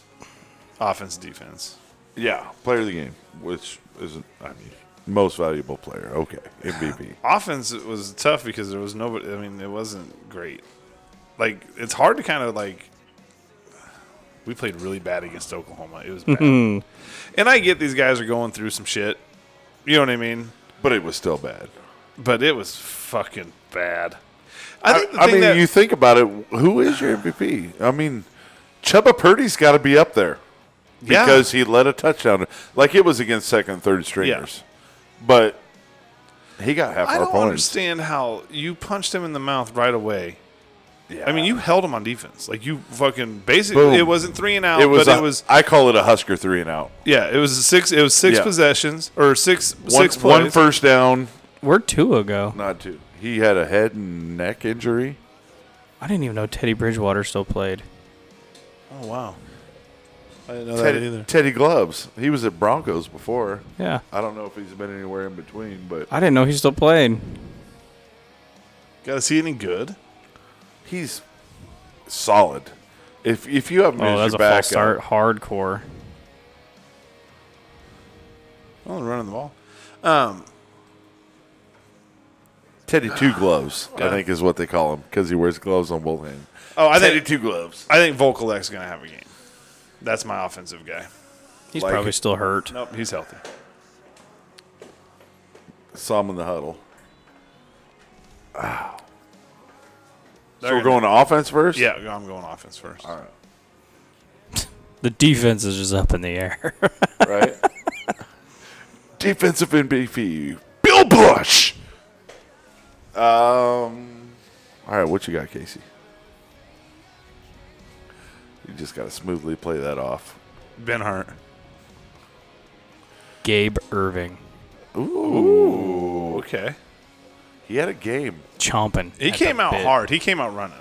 Speaker 4: Offense, defense.
Speaker 5: Yeah, player of the game, which isn't. I mean, most valuable player. Okay, MVP.
Speaker 4: Offense was tough because there was nobody. I mean, it wasn't great. Like it's hard to kind of like. We played really bad against Oklahoma. It was bad. and I get these guys are going through some shit. You know what I mean?
Speaker 5: But it was still bad.
Speaker 4: But it was fucking bad. I,
Speaker 5: I,
Speaker 4: think the
Speaker 5: I
Speaker 4: thing
Speaker 5: mean,
Speaker 4: that-
Speaker 5: you think about it. Who is your MVP? I mean, Chuba Purdy's got to be up there
Speaker 4: Yeah.
Speaker 5: because he led a touchdown. Like it was against second, third stringers, but he got half
Speaker 4: I
Speaker 5: our
Speaker 4: don't
Speaker 5: points.
Speaker 4: understand how you punched him in the mouth right away. I mean, you held him on defense. Like you fucking basically,
Speaker 5: Boom.
Speaker 4: it wasn't three and out,
Speaker 5: It was.
Speaker 4: but
Speaker 5: a-
Speaker 4: it was
Speaker 5: I call it a Husker three and out.
Speaker 4: yeah, it was six. It was six
Speaker 5: Yeah.
Speaker 4: possessions or six
Speaker 5: One,
Speaker 4: six plays.
Speaker 5: one first down,
Speaker 1: We're two ago.
Speaker 5: not two. He had a head and neck injury.
Speaker 1: I didn't even know Teddy Bridgewater still played.
Speaker 4: Oh wow, I didn't know that
Speaker 5: Teddy,
Speaker 4: either.
Speaker 5: Teddy Gloves. He was at Broncos before.
Speaker 1: Yeah.
Speaker 5: I don't know if he's been anywhere in between, but
Speaker 1: I didn't know he still played.
Speaker 4: God, is he any good?
Speaker 5: he's solid. If if you have him
Speaker 1: Oh,
Speaker 5: as
Speaker 1: that's a
Speaker 5: your
Speaker 1: false start.
Speaker 5: backup,
Speaker 1: Hardcore.
Speaker 4: Oh, running the ball. Um,
Speaker 5: Teddy Two Gloves, I think is what they call him because he wears gloves on both hands.
Speaker 4: Oh, I
Speaker 5: Teddy
Speaker 4: think
Speaker 5: Two Gloves.
Speaker 4: I think Volkolek's gonna have a game. That's my offensive guy.
Speaker 1: He's
Speaker 5: Like-
Speaker 1: probably still hurt.
Speaker 4: Nope, he's healthy.
Speaker 5: Saw him in the huddle.
Speaker 4: They're
Speaker 5: so we're
Speaker 4: gonna-
Speaker 5: going to offense first.
Speaker 4: Yeah, I'm going offense first.
Speaker 5: All right.
Speaker 1: The defense is just up in the air.
Speaker 5: Right. Defensive MVP, Bill Bush. Um. All right, what you got, Casey? You just got to smoothly play that off.
Speaker 4: Ben Hart.
Speaker 1: Gabe Irving
Speaker 4: Okay.
Speaker 5: He had a game.
Speaker 1: chomping.
Speaker 4: He
Speaker 1: at
Speaker 4: came
Speaker 1: the
Speaker 4: out
Speaker 1: bit.
Speaker 4: hard. He came out running.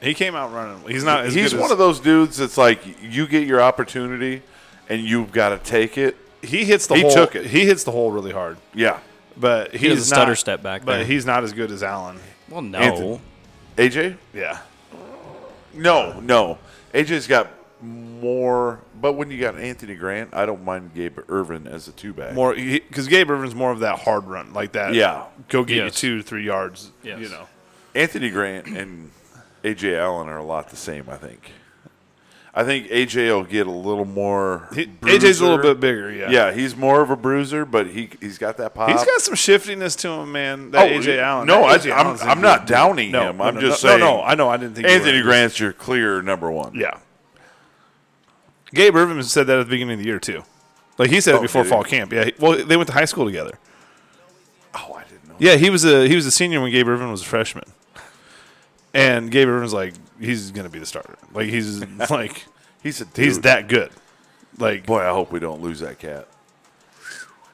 Speaker 4: He came out running. He's not. As
Speaker 5: He's
Speaker 4: good
Speaker 5: one
Speaker 4: as,
Speaker 5: of those dudes that's like you get your opportunity and you've got to take it.
Speaker 4: He hits the
Speaker 5: He
Speaker 4: hole.
Speaker 5: took it.
Speaker 4: He hits the hole really hard.
Speaker 5: Yeah.
Speaker 4: But he's
Speaker 1: does a stutter
Speaker 4: not-
Speaker 1: step back
Speaker 4: But
Speaker 1: there.
Speaker 4: he's not as good as Allen.
Speaker 1: Well, no.
Speaker 5: Anthony. AJ?
Speaker 4: Yeah.
Speaker 5: No, no. AJ's got more, but when you got Anthony Grant, I don't mind Gabe Irvin as a two back.
Speaker 4: More because Gabe Irvin's more of that hard run, like that.
Speaker 5: Yeah.
Speaker 4: Go get
Speaker 1: Yes.
Speaker 4: you two, three yards.
Speaker 1: Yes.
Speaker 4: You know.
Speaker 5: Anthony Grant and AJ Allen are a lot the same, I think. I think AJ will get a little more.
Speaker 4: He, AJ's a little
Speaker 5: bruiser.
Speaker 4: bit bigger. Yeah.
Speaker 5: Yeah, he's more of a bruiser, but he he's got that pop.
Speaker 4: He's got some shiftiness to him, man. That
Speaker 5: Oh,
Speaker 4: AJ Allen.
Speaker 5: No,
Speaker 4: that
Speaker 5: I,
Speaker 4: AJ
Speaker 5: I'm,
Speaker 4: Allen's a
Speaker 5: I'm not
Speaker 4: good-
Speaker 5: downing
Speaker 4: No,
Speaker 5: him.
Speaker 4: no,
Speaker 5: I'm
Speaker 4: no,
Speaker 5: just
Speaker 4: no,
Speaker 5: saying.
Speaker 4: No, no, I know. I didn't think you
Speaker 5: Anthony
Speaker 4: were.
Speaker 5: Grant's your clear number one.
Speaker 4: Yeah. Gabe Irvin said that at the beginning of the year too. Like he said
Speaker 5: Oh,
Speaker 4: it before
Speaker 5: did he?
Speaker 4: fall camp. Yeah. he- Well, they went to high school together.
Speaker 5: Oh, I didn't know.
Speaker 4: Yeah, he was a he was a senior when Gabe Irvin was a freshman, and Gabe Irvin's like he's gonna be the starter. Like he's like
Speaker 5: He's a dude.
Speaker 4: he's that good. Like
Speaker 5: Boy, I hope we don't lose that cat.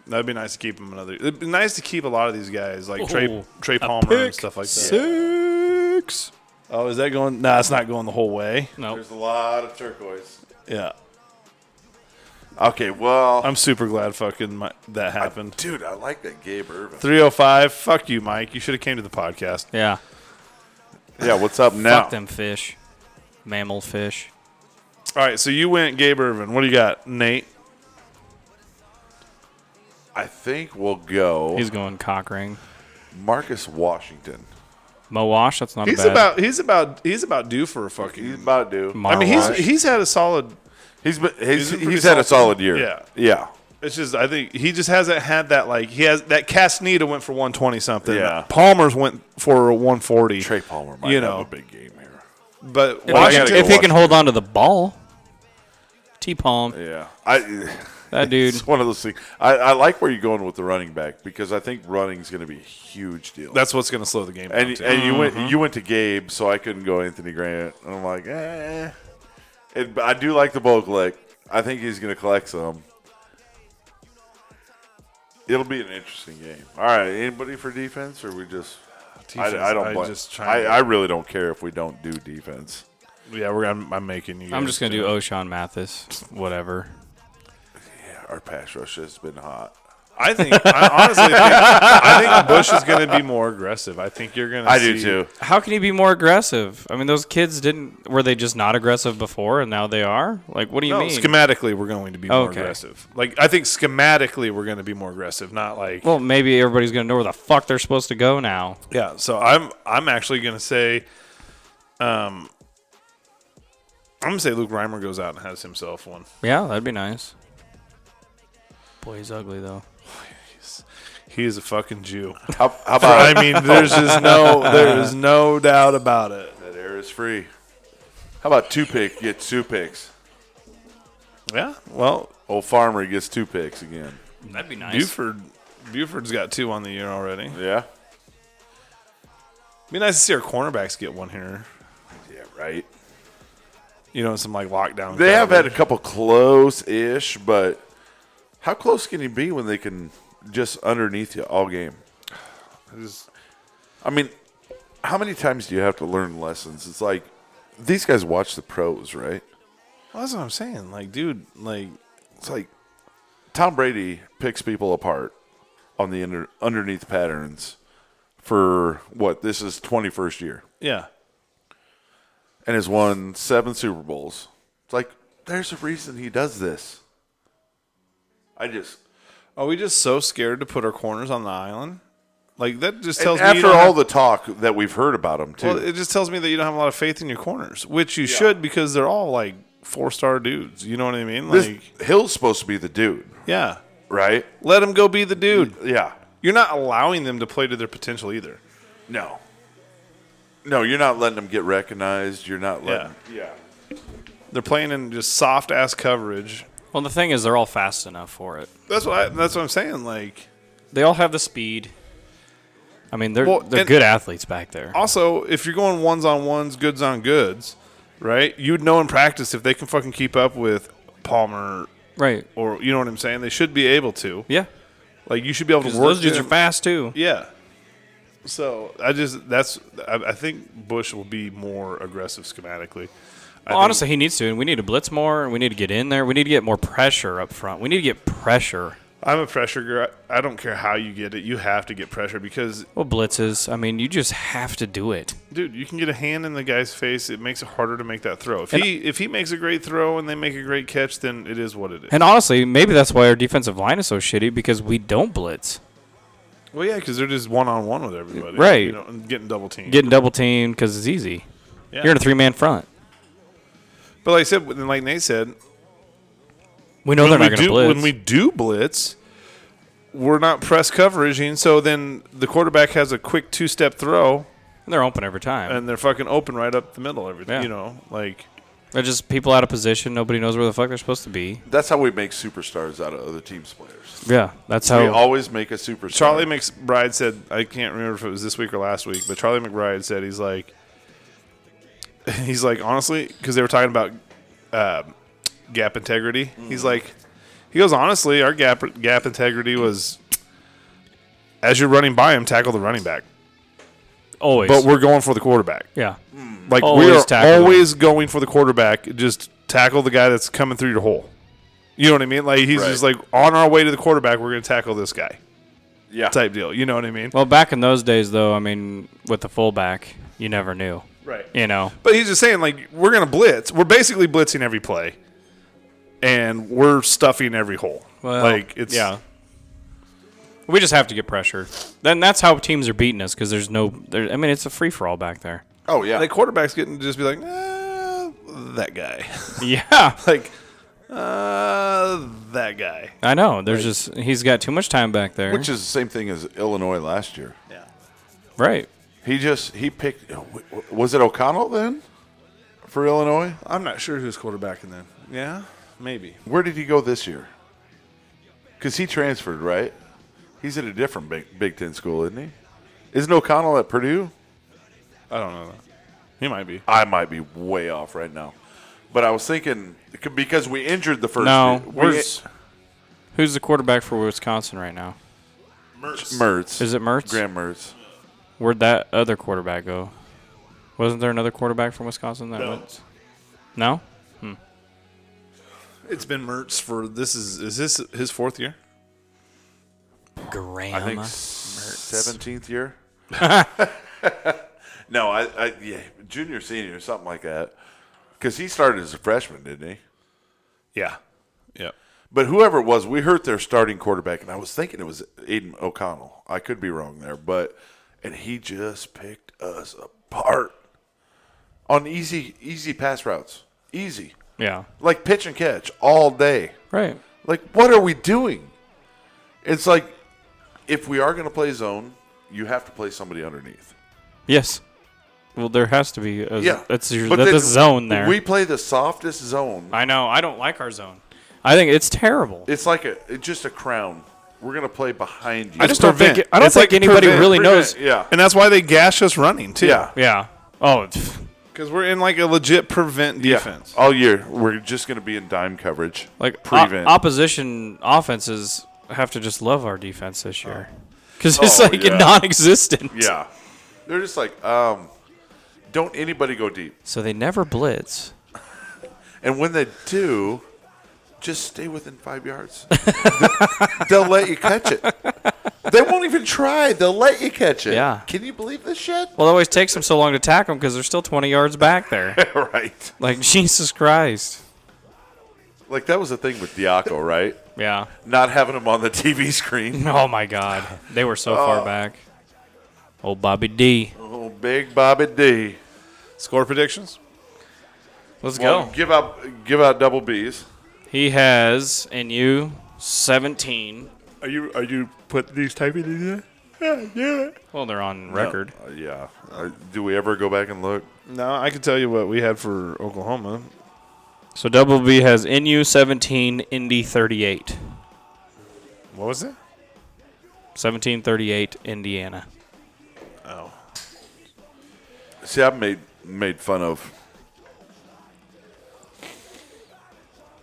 Speaker 4: that'd be nice to keep him another. It'd be nice to keep a lot of these guys like Trey Trey Palmer and
Speaker 1: Oh, pick
Speaker 4: stuff like that.
Speaker 1: Six.
Speaker 4: Oh, is that going? Nah, it's not going the whole way.
Speaker 1: No.
Speaker 5: a lot of turquoise.
Speaker 4: Yeah,
Speaker 5: Okay, well,
Speaker 4: I'm super glad fucking my, that happened.
Speaker 5: dude, I like that Gabe Irvin.
Speaker 4: 305. Fuck you, Mike. You should have came to the podcast.
Speaker 1: Yeah.
Speaker 5: Yeah, what's up now?
Speaker 1: Fuck them fish. Mammal fish.
Speaker 4: All right, so you went Gabe Irvin. What do you got, Nate?
Speaker 5: I think we'll go
Speaker 1: He's going cock ring.
Speaker 5: Marcus Washington.
Speaker 1: Mowash. That's not
Speaker 4: He's
Speaker 1: a bad.
Speaker 4: about he's about he's about due for a
Speaker 5: He's
Speaker 4: fucking.
Speaker 5: about due.
Speaker 1: Mar-
Speaker 4: I mean, he's
Speaker 1: Marwash.
Speaker 4: he's had a solid
Speaker 5: He's been, he's,
Speaker 4: He's
Speaker 5: he's,
Speaker 4: been pretty
Speaker 5: had
Speaker 4: solid.
Speaker 5: a solid year.
Speaker 4: Yeah.
Speaker 5: yeah.
Speaker 4: It's just I think he just hasn't had that like he has that Castaneda went for one twenty something.
Speaker 5: Yeah.
Speaker 4: Palmer's went for one forty.
Speaker 5: Trey Palmer might
Speaker 4: You
Speaker 5: have
Speaker 4: know.
Speaker 5: a big game here.
Speaker 4: But
Speaker 1: If,
Speaker 5: Well, I
Speaker 1: he-
Speaker 5: gotta go
Speaker 1: if he
Speaker 5: watch
Speaker 1: can hold on to the ball, T palm
Speaker 5: Yeah, I.
Speaker 1: that dude.
Speaker 5: It's one of those things. I, I like where you're going with the running back because I think running's going to be a huge deal.
Speaker 4: that's Mm-hmm. what's going to slow the game down.
Speaker 5: and
Speaker 4: too.
Speaker 5: and you went you went to Gabe, so I couldn't go Anthony Grant. And I'm like, eh. It, but I do like the bowl collect. I think he's going to collect some. It'll be an interesting game. All right, anybody for defense, or we just?
Speaker 4: Defense,
Speaker 5: I, I don't.
Speaker 4: I
Speaker 5: blame-
Speaker 4: just try
Speaker 5: I,
Speaker 4: to-
Speaker 5: I really don't care if we don't do defense.
Speaker 4: yeah, we're I'm, I'm making you.
Speaker 1: I'm
Speaker 4: guys
Speaker 1: just gonna do O'Shawn Mathis, whatever.
Speaker 5: Our pass rush has been hot.
Speaker 4: I think I honestly think, I think Bush is going to be more aggressive. I think you're going to.
Speaker 5: I do too.
Speaker 1: How can he be more aggressive? I mean, those kids didn't. Were they just not aggressive before, and now they are? Like, what do you
Speaker 4: No,
Speaker 1: mean?
Speaker 4: schematically we're going to be more
Speaker 1: Okay.
Speaker 4: aggressive. Like I think schematically we're going to be more aggressive, not like
Speaker 1: well, maybe everybody's gonna know where the fuck they're supposed to go now.
Speaker 4: yeah. So I'm I'm actually going to say, um, I'm going to say Luke Reimer goes out and has himself one.
Speaker 1: Yeah, that'd be nice. Boy, he's ugly though.
Speaker 4: He is a fucking Jew.
Speaker 5: How, how
Speaker 4: I
Speaker 5: about
Speaker 4: mean, there's just no there is no doubt about it.
Speaker 5: that air is free? How about two pick? Get two picks.
Speaker 4: Yeah. Well,
Speaker 5: Old Farmer gets two picks again.
Speaker 1: That'd be nice.
Speaker 4: Buford Buford's got two on the year already.
Speaker 5: Yeah.
Speaker 4: Be nice to see our cornerbacks get one here.
Speaker 5: Yeah, right.
Speaker 4: You know, some like lockdown.
Speaker 5: They have had a
Speaker 4: coverage.
Speaker 5: couple close ish, but how close can you be when they can just underneath you all game?
Speaker 4: Just-
Speaker 5: I mean, how many times do you have to learn lessons? It's like these guys watch the pros, right?
Speaker 4: Well, that's what I'm saying. Like, dude, like
Speaker 5: It's like Tom Brady picks people apart on the under, underneath patterns for what? This is 21st year.
Speaker 4: yeah.
Speaker 5: and has won seven Super Bowls. It's like there's a reason he does this. I just
Speaker 4: Are we just so scared to put our corners on the island? Like that just
Speaker 5: and
Speaker 4: tells me you
Speaker 5: after
Speaker 4: don't
Speaker 5: all
Speaker 4: have-
Speaker 5: the talk that we've heard about him too.
Speaker 4: well, it just tells me that you don't have a lot of faith in your corners, which you should because they're all like four star dudes. You know what I mean? Like,
Speaker 5: this, Hill's supposed to be the dude,
Speaker 4: yeah,
Speaker 5: right?
Speaker 4: let them go be the dude.
Speaker 5: Yeah.
Speaker 4: You're not allowing them to play to their potential either.
Speaker 5: No. No, you're not letting him get recognized. You're not letting. Yeah.
Speaker 4: They're playing in just soft ass coverage.
Speaker 1: well, the thing is, they're all fast enough for it.
Speaker 4: That's what I, that's what I'm saying. Like,
Speaker 1: They all have the speed. I mean, they're
Speaker 4: Well,
Speaker 1: they're
Speaker 4: and-
Speaker 1: good athletes back there.
Speaker 4: also if you're going ones on ones, goods on goods, right? You'd know in practice if they can fucking keep up with Palmer
Speaker 1: Right.
Speaker 4: or you know what I'm saying. They should be able to.
Speaker 1: Yeah.
Speaker 4: Like you should be able to work.
Speaker 1: Those dudes are
Speaker 4: them.
Speaker 1: fast too.
Speaker 4: Yeah. So I just that's I, I think Bush will be more aggressive schematically. I
Speaker 1: Well,
Speaker 4: think-
Speaker 1: honestly, he needs to, and we need to blitz more, and we need to get in there. We need to get more pressure up front. We need to get pressure.
Speaker 4: I'm a pressure girl. I don't care how you get it. You have to get pressure because,
Speaker 1: Well, blitzes. I mean, you just have to do it.
Speaker 4: dude, you can get a hand in the guy's face. It makes it harder to make that throw. If he if he makes a great throw and they make a great catch, then it is what it is.
Speaker 1: And honestly, maybe that's why our defensive line is so shitty because we don't blitz.
Speaker 4: Well, yeah, because they're just one on one with everybody,
Speaker 1: Right.
Speaker 4: You know, and getting double teamed.
Speaker 1: Getting double teamed because it's easy.
Speaker 4: Yeah.
Speaker 1: You're in a three man front.
Speaker 4: but like I said, and like Nate said,
Speaker 1: We know
Speaker 4: when
Speaker 1: they're
Speaker 4: we
Speaker 1: not going
Speaker 4: do
Speaker 1: to blitz.
Speaker 4: when we do blitz, we're not press coveraging. So then the quarterback has a quick two step throw,
Speaker 1: they're open every time.
Speaker 4: and they're fucking open right up the middle. Every
Speaker 1: Yeah.
Speaker 4: you know, like
Speaker 1: they're just people out of position. Nobody knows where the fuck they're supposed to be.
Speaker 5: That's how we make superstars out of other teams' players.
Speaker 1: Yeah, that's
Speaker 5: We
Speaker 1: how.
Speaker 5: always make a superstar.
Speaker 4: Charlie McBride said. I can't remember if it was this week or last week, but Charlie McBride said he's like, he's like honestly, because they were talking about um gap integrity. He's like, he goes honestly, our gap gap integrity was as you're running by him, tackle the running back,
Speaker 1: always.
Speaker 4: but we're going for the quarterback.
Speaker 1: yeah.
Speaker 4: Like
Speaker 1: Always
Speaker 4: we're
Speaker 1: tackle him.
Speaker 4: always going for the quarterback. Just tackle the guy that's coming through your hole. You know what I mean? Like he's
Speaker 5: Right.
Speaker 4: just like on our way to the quarterback, we're going to tackle this guy
Speaker 5: yeah.
Speaker 4: type deal. You know what I mean?
Speaker 1: Well, back in those days, though, I mean, with the fullback, you never knew.
Speaker 4: Right.
Speaker 1: You know,
Speaker 4: But he's just saying, like, we're going to blitz. We're basically blitzing every play, and we're stuffing every hole.
Speaker 1: Well,
Speaker 4: like, it's
Speaker 1: yeah. We just have to get pressure. Then that's how teams are beating us because there's no. There, I mean, it's a free for all back there.
Speaker 5: Oh yeah.
Speaker 4: The quarterback's getting to just be like, "Ah, that guy.
Speaker 1: Yeah.
Speaker 4: like, uh, that guy.
Speaker 1: I know. There's just he's got too much time back there.
Speaker 5: Which is the same thing as Illinois last year.
Speaker 4: Yeah.
Speaker 1: right.
Speaker 5: He just he picked. w- w- Was it O'Connell then for Illinois?
Speaker 4: I'm not sure who's quarterbacking then. Yeah, maybe.
Speaker 5: Where did he go this year? Because he transferred, right? He's at a different Big, Big Ten school, isn't he? Isn't O'Connell at Purdue?
Speaker 4: I don't know. That. He might be.
Speaker 5: I might be way off right now, but I was thinking c- because we injured the first.
Speaker 1: No,
Speaker 5: we-
Speaker 1: where's who's the quarterback for Wisconsin right now?
Speaker 5: Mertz?
Speaker 1: Is it Mertz?
Speaker 5: Graham Mertz?
Speaker 1: Where'd that other quarterback go? Wasn't there another quarterback from Wisconsin that went? No.
Speaker 4: It's been Mertz for this is is this his fourth year?
Speaker 1: Graham.
Speaker 5: I think seventeenth year. no, I, I yeah, junior, senior, something like that. Because he started as a freshman, didn't he?
Speaker 4: Yeah. Yeah.
Speaker 5: But whoever it was, we hurt their starting quarterback, and I was thinking it was Aiden O'Connell. I could be wrong there, but and he just picked us apart on easy, easy pass routes, easy
Speaker 1: yeah.
Speaker 5: like pitch and catch all day.
Speaker 1: Right.
Speaker 5: Like, what are we doing? It's like if we are going to play zone, you have to play somebody underneath.
Speaker 1: Yes. Well, there has to be. A,
Speaker 5: Yeah,
Speaker 1: That's your
Speaker 5: But
Speaker 1: that's
Speaker 5: then
Speaker 1: a zone there.
Speaker 5: We play the softest zone.
Speaker 1: I know. I don't like our zone. I think it's terrible.
Speaker 5: It's like a it's just a crown. We're going to play behind you.
Speaker 1: I just don't think.
Speaker 4: prevent.
Speaker 1: I don't
Speaker 4: It's
Speaker 1: think
Speaker 4: like
Speaker 1: anybody
Speaker 4: prevent-
Speaker 1: really
Speaker 5: Prevent-
Speaker 1: knows.
Speaker 5: Yeah,
Speaker 4: And that's why they gash us running too.
Speaker 5: yeah.
Speaker 1: Yeah. Oh. pff,
Speaker 4: Because we're in like a legit prevent
Speaker 5: Yeah.
Speaker 4: defense.
Speaker 5: all year. We're just going to be in dime coverage,
Speaker 1: Like o-
Speaker 5: prevent.
Speaker 1: opposition offenses have to just love our defense this year because it's
Speaker 5: Oh,
Speaker 1: like
Speaker 5: yeah.
Speaker 1: non-existent.
Speaker 5: yeah, they're just like, um, don't anybody go deep,
Speaker 1: So they never blitz.
Speaker 5: and when they do, just stay within five yards. They'll let you catch it. They won't even try. They'll let you catch it.
Speaker 1: Yeah.
Speaker 5: Can you believe this shit?
Speaker 1: Well, it always takes them so long to tack them because they're still 20 yards back there.
Speaker 5: right.
Speaker 1: like Jesus Christ.
Speaker 5: Like that was the thing with Diaco, right?
Speaker 1: Yeah.
Speaker 5: Not having him on the TV screen.
Speaker 1: Oh my God, they were so far back. Old Bobby D.
Speaker 5: Oh, big Bobby D.
Speaker 4: Score predictions?
Speaker 1: Let's
Speaker 5: Well,
Speaker 1: go.
Speaker 5: give out give out double B's.
Speaker 1: He has and you 17.
Speaker 4: Are you are you putting these typing in there? Yeah, yeah.
Speaker 1: Well, they're on record.
Speaker 5: Uh, yeah. Uh, do we ever go back and look?
Speaker 4: No, I can tell you what we had for Oklahoma.
Speaker 1: So Double B has NU 17, Indy 38.
Speaker 4: What was it?
Speaker 1: 1738 Indiana.
Speaker 5: See, I've made made fun of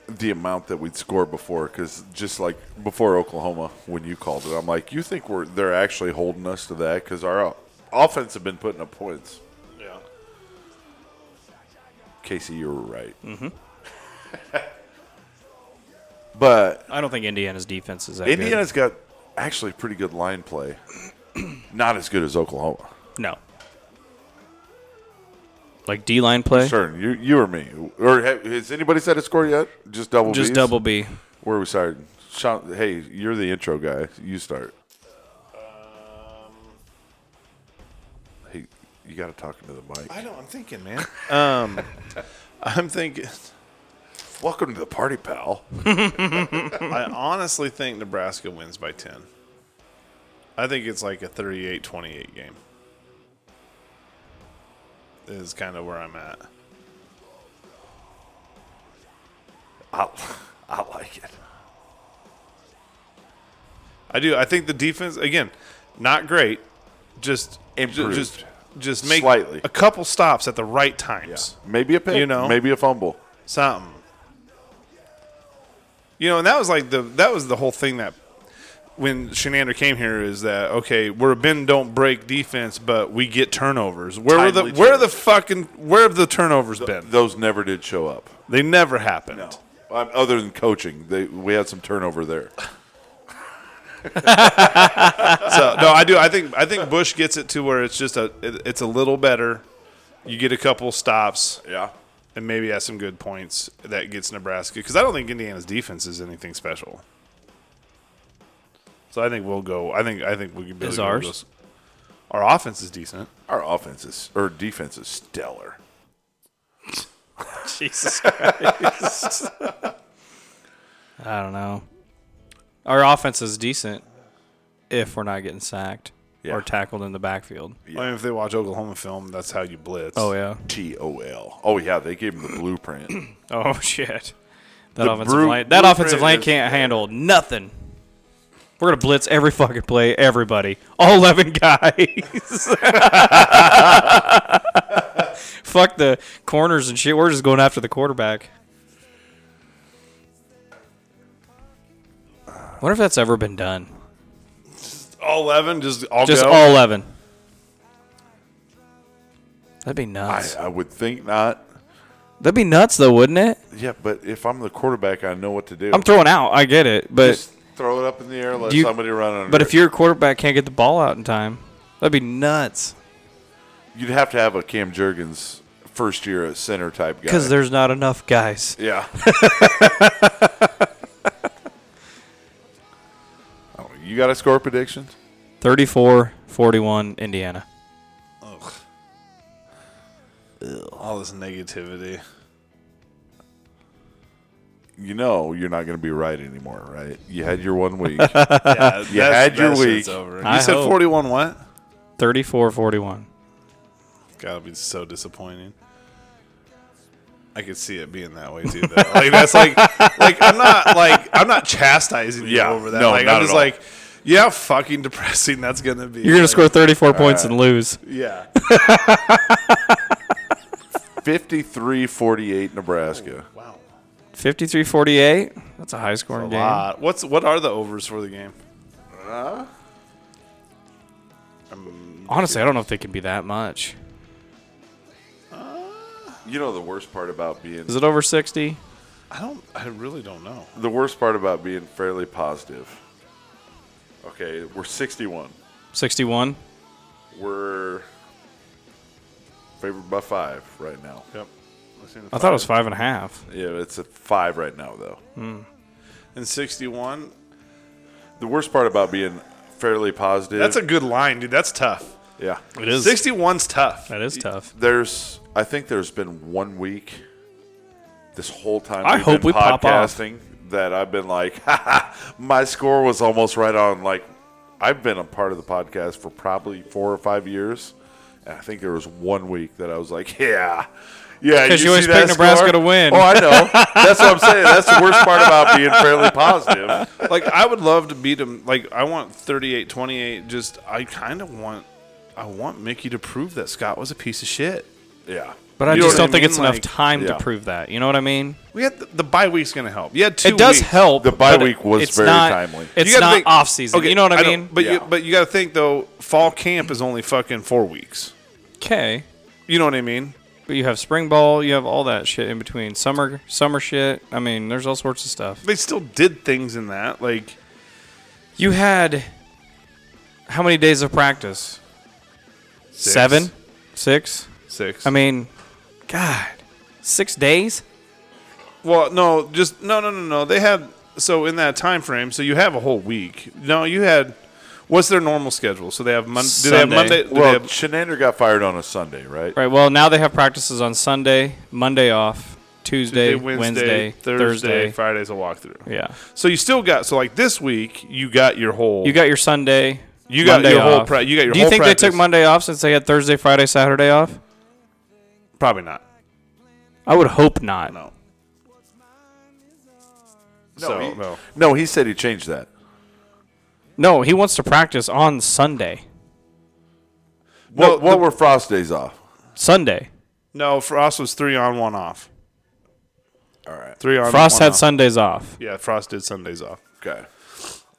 Speaker 5: the amount that we'd score before, because just like before Oklahoma, when you called it, I'm like, you think we're they're actually holding us to that because our o- offense have been putting up points.
Speaker 4: Yeah.
Speaker 5: Casey, you were right. Mm-hmm. but
Speaker 1: I don't think Indiana's defense is that good.
Speaker 5: Indiana's got actually pretty good line play, not as good as Oklahoma.
Speaker 1: No. Like D line play?
Speaker 5: Sure, you you or me, or ha- has anybody set a score yet? Just double.
Speaker 1: Just
Speaker 5: Bs?
Speaker 1: Double B.
Speaker 5: Where we started? Sean, hey, you're the intro guy. You start. Um, Hey, you got to talk into the mic.
Speaker 4: I know. I'm thinking, man. um, I'm thinking.
Speaker 5: Welcome to the party, pal.
Speaker 4: I honestly think Nebraska wins by 10. I think it's like a 38 28 game, is kind of where I'm at.
Speaker 5: I, I like it.
Speaker 4: I do. I think the defense, again, not great. Just
Speaker 5: Improved.
Speaker 4: Just, just make
Speaker 5: Slightly.
Speaker 4: a couple stops at the right times.
Speaker 5: Maybe a pick.
Speaker 4: You know.
Speaker 5: maybe a fumble.
Speaker 4: something. You know, and that was like the that was the whole thing that when Shenander came here is that okay, we're a bend don't break defense, but we get turnovers. Where were the
Speaker 5: Timely
Speaker 4: where the fucking where have the turnovers been?
Speaker 5: Those never did show up.
Speaker 4: They never happened.
Speaker 5: Um, other than coaching, they, we had some turnover there.
Speaker 4: So no, I do. I think I think Bush gets it to where it's just a it, it's a little better. You get a couple stops
Speaker 5: Yeah.
Speaker 4: and maybe has some good points that gets Nebraska because I don't think Indiana's defense is anything special. So I think we'll go. I think I think we can build
Speaker 1: Is ours?
Speaker 4: Our offense is decent.
Speaker 5: Our offense is or defense is stellar.
Speaker 1: Jesus Christ. I don't know. Our offense is decent if we're not getting sacked
Speaker 5: Yeah.
Speaker 1: or tackled in the backfield.
Speaker 4: I mean, if they watch Oklahoma film, that's how you blitz.
Speaker 1: Oh yeah.
Speaker 5: T O L. Oh yeah, they gave him the blueprint.
Speaker 1: Oh shit. That
Speaker 5: The
Speaker 1: offensive
Speaker 5: bru-
Speaker 1: line. That
Speaker 5: blueprint
Speaker 1: offensive line
Speaker 5: is-
Speaker 1: can't handle nothing. We're gonna blitz every fucking play, everybody, all eleven guys. Fuck the corners and shit. We're just going after the quarterback. Wonder if that's ever been done.
Speaker 4: all eleven, just all
Speaker 1: Just
Speaker 4: go.
Speaker 1: all eleven. That'd be
Speaker 5: I,
Speaker 1: nuts.
Speaker 5: I would think not.
Speaker 1: That'd be nuts, though, wouldn't it?
Speaker 5: Yeah, but if I'm the quarterback, I know what to do.
Speaker 1: I'm throwing out. I get it, but
Speaker 5: just throw it up in the air, let
Speaker 1: Do you-
Speaker 5: somebody run under.
Speaker 1: But if
Speaker 5: it.
Speaker 1: your quarterback can't get the ball out in time, that'd be nuts.
Speaker 5: you'd have to have a Cam Jurgens first year at center type guy.
Speaker 1: Because there's not enough guys.
Speaker 5: yeah. oh, you got a score prediction?
Speaker 1: 34 41 Indiana.
Speaker 4: all this negativity.
Speaker 5: You know you're not going to be right anymore, right? You had your one week.
Speaker 4: Yeah, you
Speaker 5: had your week.
Speaker 4: Over. You
Speaker 1: I
Speaker 4: said
Speaker 1: hope.
Speaker 4: forty-one. What?
Speaker 1: 34 41.
Speaker 4: Gotta be so disappointing. I could see it being that way too. Though. like that's like, like I'm not like I'm not chastising you
Speaker 5: Yeah,
Speaker 4: over that.
Speaker 5: no,
Speaker 4: like
Speaker 5: not
Speaker 4: I'm
Speaker 5: at
Speaker 4: just
Speaker 5: all.
Speaker 4: like, yeah, how fucking depressing. That's gonna be.
Speaker 1: You're going to score
Speaker 4: Like,
Speaker 1: 34 points and lose.
Speaker 4: Yeah.
Speaker 5: 53-48 Nebraska.
Speaker 4: wow.
Speaker 1: 53 48. That's a high scoring
Speaker 4: A
Speaker 1: game.
Speaker 4: lot. What's what are the overs for the game?
Speaker 1: Honestly, I don't know if they can be that much.
Speaker 5: You know the worst part about being
Speaker 1: Is it over 60?
Speaker 4: I don't. I really don't know.
Speaker 5: the worst part about being fairly positive. Okay, we're 61.
Speaker 1: 61?
Speaker 5: We're favored by five right now.
Speaker 4: Yep.
Speaker 1: I thought it was five and a half.
Speaker 5: Yeah, it's a five right now though.
Speaker 4: And 61.
Speaker 5: The worst part about being fairly positive.
Speaker 4: That's a good line, dude. That's tough.
Speaker 5: yeah.
Speaker 1: It is.
Speaker 4: 61's tough.
Speaker 1: That is tough.
Speaker 5: There's I think there's been one week this whole time
Speaker 1: I
Speaker 5: we've
Speaker 1: hope
Speaker 5: been
Speaker 1: we pop off.
Speaker 5: podcasting that I've been like, ha ha, my score was almost right on. Like I've been a part of the podcast for probably four or five years, and I think there was one week that I was like, yeah. Yeah,
Speaker 1: 'Cause you always
Speaker 5: see that
Speaker 1: pick Nebraska
Speaker 5: score?
Speaker 1: to win.
Speaker 5: Oh, I know. That's what I'm saying. That's the worst part about being fairly positive.
Speaker 4: like I would love to beat him. Like I want 38 28 just I kind of want I want Mickey to prove that Scott was a piece of shit.
Speaker 5: Yeah,
Speaker 1: But I
Speaker 4: You know
Speaker 1: just
Speaker 4: what I
Speaker 1: don't think
Speaker 4: mean?
Speaker 1: it's
Speaker 4: Like-
Speaker 1: enough time
Speaker 5: Yeah.
Speaker 1: to prove that. You know what I mean?
Speaker 4: We had the, the bye week's going to help. Yeah, two
Speaker 1: it does
Speaker 4: weeks.
Speaker 1: help.
Speaker 5: The bye
Speaker 1: but
Speaker 5: week was
Speaker 1: it's
Speaker 5: very
Speaker 1: not-
Speaker 5: timely.
Speaker 1: It's
Speaker 4: gotta
Speaker 1: not
Speaker 4: think-
Speaker 1: off season.
Speaker 4: okay,
Speaker 1: you know what I,
Speaker 4: don't-
Speaker 1: mean?
Speaker 4: But
Speaker 5: Yeah.
Speaker 4: you but you got to think though fall camp is only fucking 4 weeks.
Speaker 1: Okay.
Speaker 4: You know what I mean?
Speaker 1: But you have spring ball, you have all that shit in between. Summer summer shit. I mean, there's all sorts of stuff.
Speaker 4: They still did things in that like
Speaker 1: You had how many days of practice?
Speaker 4: six,
Speaker 1: Seven? Six?
Speaker 4: 6.
Speaker 1: I mean, God. Six days?
Speaker 4: Well, no, just no, no, no, no. They had so in that time frame. So you have a whole week. No, you had. What's their normal schedule? So they have Monday. Do they have
Speaker 1: Sunday.
Speaker 4: Monday? do
Speaker 5: Well,
Speaker 4: they have,
Speaker 5: Shenander got fired on a Sunday, right?
Speaker 1: Right, well now they have practices on Sunday, Monday off, Tuesday,
Speaker 4: Tuesday,
Speaker 1: Wednesday,
Speaker 4: Thursday,
Speaker 1: Thursday.
Speaker 4: Friday's a walkthrough.
Speaker 1: Yeah.
Speaker 4: So you still got so like this week you got your whole
Speaker 1: You got your Sunday.
Speaker 4: You got
Speaker 1: Monday
Speaker 4: your whole
Speaker 1: off.
Speaker 4: pra- you got your
Speaker 1: Do you
Speaker 4: whole
Speaker 1: think they took
Speaker 4: practice.
Speaker 1: Monday off since they had Thursday, Friday, Saturday off?
Speaker 4: probably not.
Speaker 1: I would hope not.
Speaker 4: No.
Speaker 5: No,
Speaker 4: so
Speaker 5: he,
Speaker 4: no.
Speaker 5: no, he said he changed that.
Speaker 1: No, he wants to practice on Sunday.
Speaker 4: No,
Speaker 5: Well, what
Speaker 4: the-
Speaker 5: were Frost days off?
Speaker 1: Sunday.
Speaker 4: No, Frost was three on one off. All right, three on.
Speaker 1: Frost
Speaker 4: one
Speaker 1: had
Speaker 4: off.
Speaker 1: Sundays off.
Speaker 4: Yeah, Frost did Sundays off.
Speaker 5: Okay.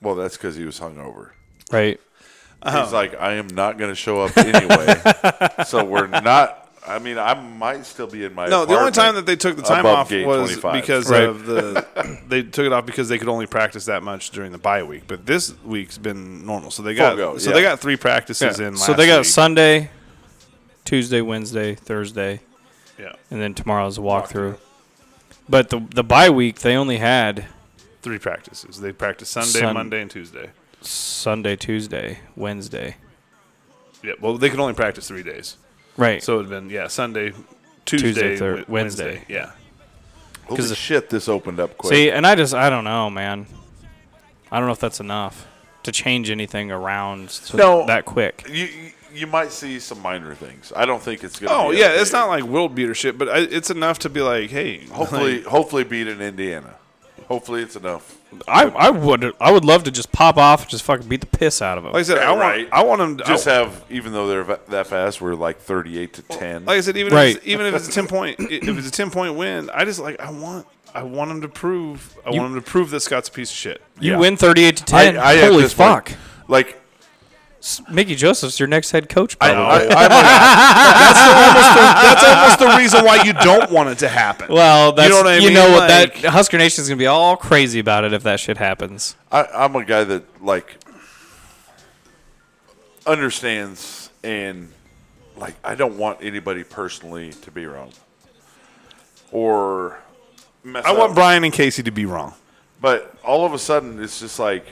Speaker 5: Well, that's because he was hungover.
Speaker 1: Right.
Speaker 4: Oh.
Speaker 5: He's like, I am not going to show up anyway. so we're not. I mean, I might still be in my.
Speaker 4: No, the only
Speaker 5: apartment
Speaker 4: time that they took the time
Speaker 5: above
Speaker 4: off
Speaker 5: gate
Speaker 4: was
Speaker 5: 25.
Speaker 4: because
Speaker 1: Right.
Speaker 4: of the they took it off because they could only practice that much during the bye week. But this week's been normal, so they got
Speaker 5: go,
Speaker 4: so
Speaker 5: yeah.
Speaker 4: they got three practices in. Last
Speaker 1: So they got
Speaker 4: week.
Speaker 1: Sunday, Tuesday, Wednesday, Thursday,
Speaker 4: yeah,
Speaker 1: and then tomorrow's a walkthrough. But the the bye week they only had
Speaker 4: three practices. They practiced Sunday,
Speaker 1: Sun-
Speaker 4: Monday, and Tuesday.
Speaker 1: Sunday, Tuesday, Wednesday.
Speaker 4: Yeah, well, they could only practice three days,
Speaker 1: Right.
Speaker 4: so it'd been yeah Sunday, Tuesday,
Speaker 1: Thur-
Speaker 4: Wed-
Speaker 1: Wednesday.
Speaker 4: Yeah,
Speaker 5: Holy
Speaker 1: 'Cause-
Speaker 5: shit, this opened up quick.
Speaker 1: See, and I just I don't know, man. I don't know if that's enough to change anything around so
Speaker 5: No.
Speaker 1: that quick.
Speaker 5: you you- you might see some minor things. I don't think it's gonna.
Speaker 4: Oh
Speaker 5: be
Speaker 4: yeah, it's
Speaker 5: updated.
Speaker 4: not like world beater shit, but I, it's enough to be like, hey,
Speaker 5: hopefully hopefully beat in Indiana. Hopefully it's enough.
Speaker 1: I, I would I would love to just pop off, and just fucking beat the piss out of them.
Speaker 4: Like I said,
Speaker 5: Yeah,
Speaker 4: I want
Speaker 5: right.
Speaker 4: I want them to
Speaker 5: Just
Speaker 4: I,
Speaker 5: have even though they're va- that fast, we're like thirty eight to ten.
Speaker 4: like I said, even
Speaker 1: Right.
Speaker 4: if it's, even if it's a ten point, if it's a ten point win, I just like I want I want them to prove I want them to prove that Scott's a piece of shit.
Speaker 1: you
Speaker 5: yeah.
Speaker 1: win thirty eight to ten.
Speaker 5: at
Speaker 1: Holy
Speaker 5: this point,
Speaker 1: fuck,
Speaker 5: like
Speaker 1: S- Mickey Joseph's your next head coach.
Speaker 5: I,
Speaker 1: Probably.
Speaker 5: I- I'm like,
Speaker 4: That's almost the reason why you don't want it to happen.
Speaker 1: well, that's, you know
Speaker 4: what I
Speaker 1: what,
Speaker 4: mean?
Speaker 1: that
Speaker 4: Like-
Speaker 1: Husker Nation's gonna be all crazy about it if that shit happens.
Speaker 5: I, I'm a guy that like understands and like I don't want anybody personally to be wrong or mess
Speaker 4: I want
Speaker 5: up.
Speaker 4: Brian and Casey to be wrong.
Speaker 5: but all of a sudden it's just like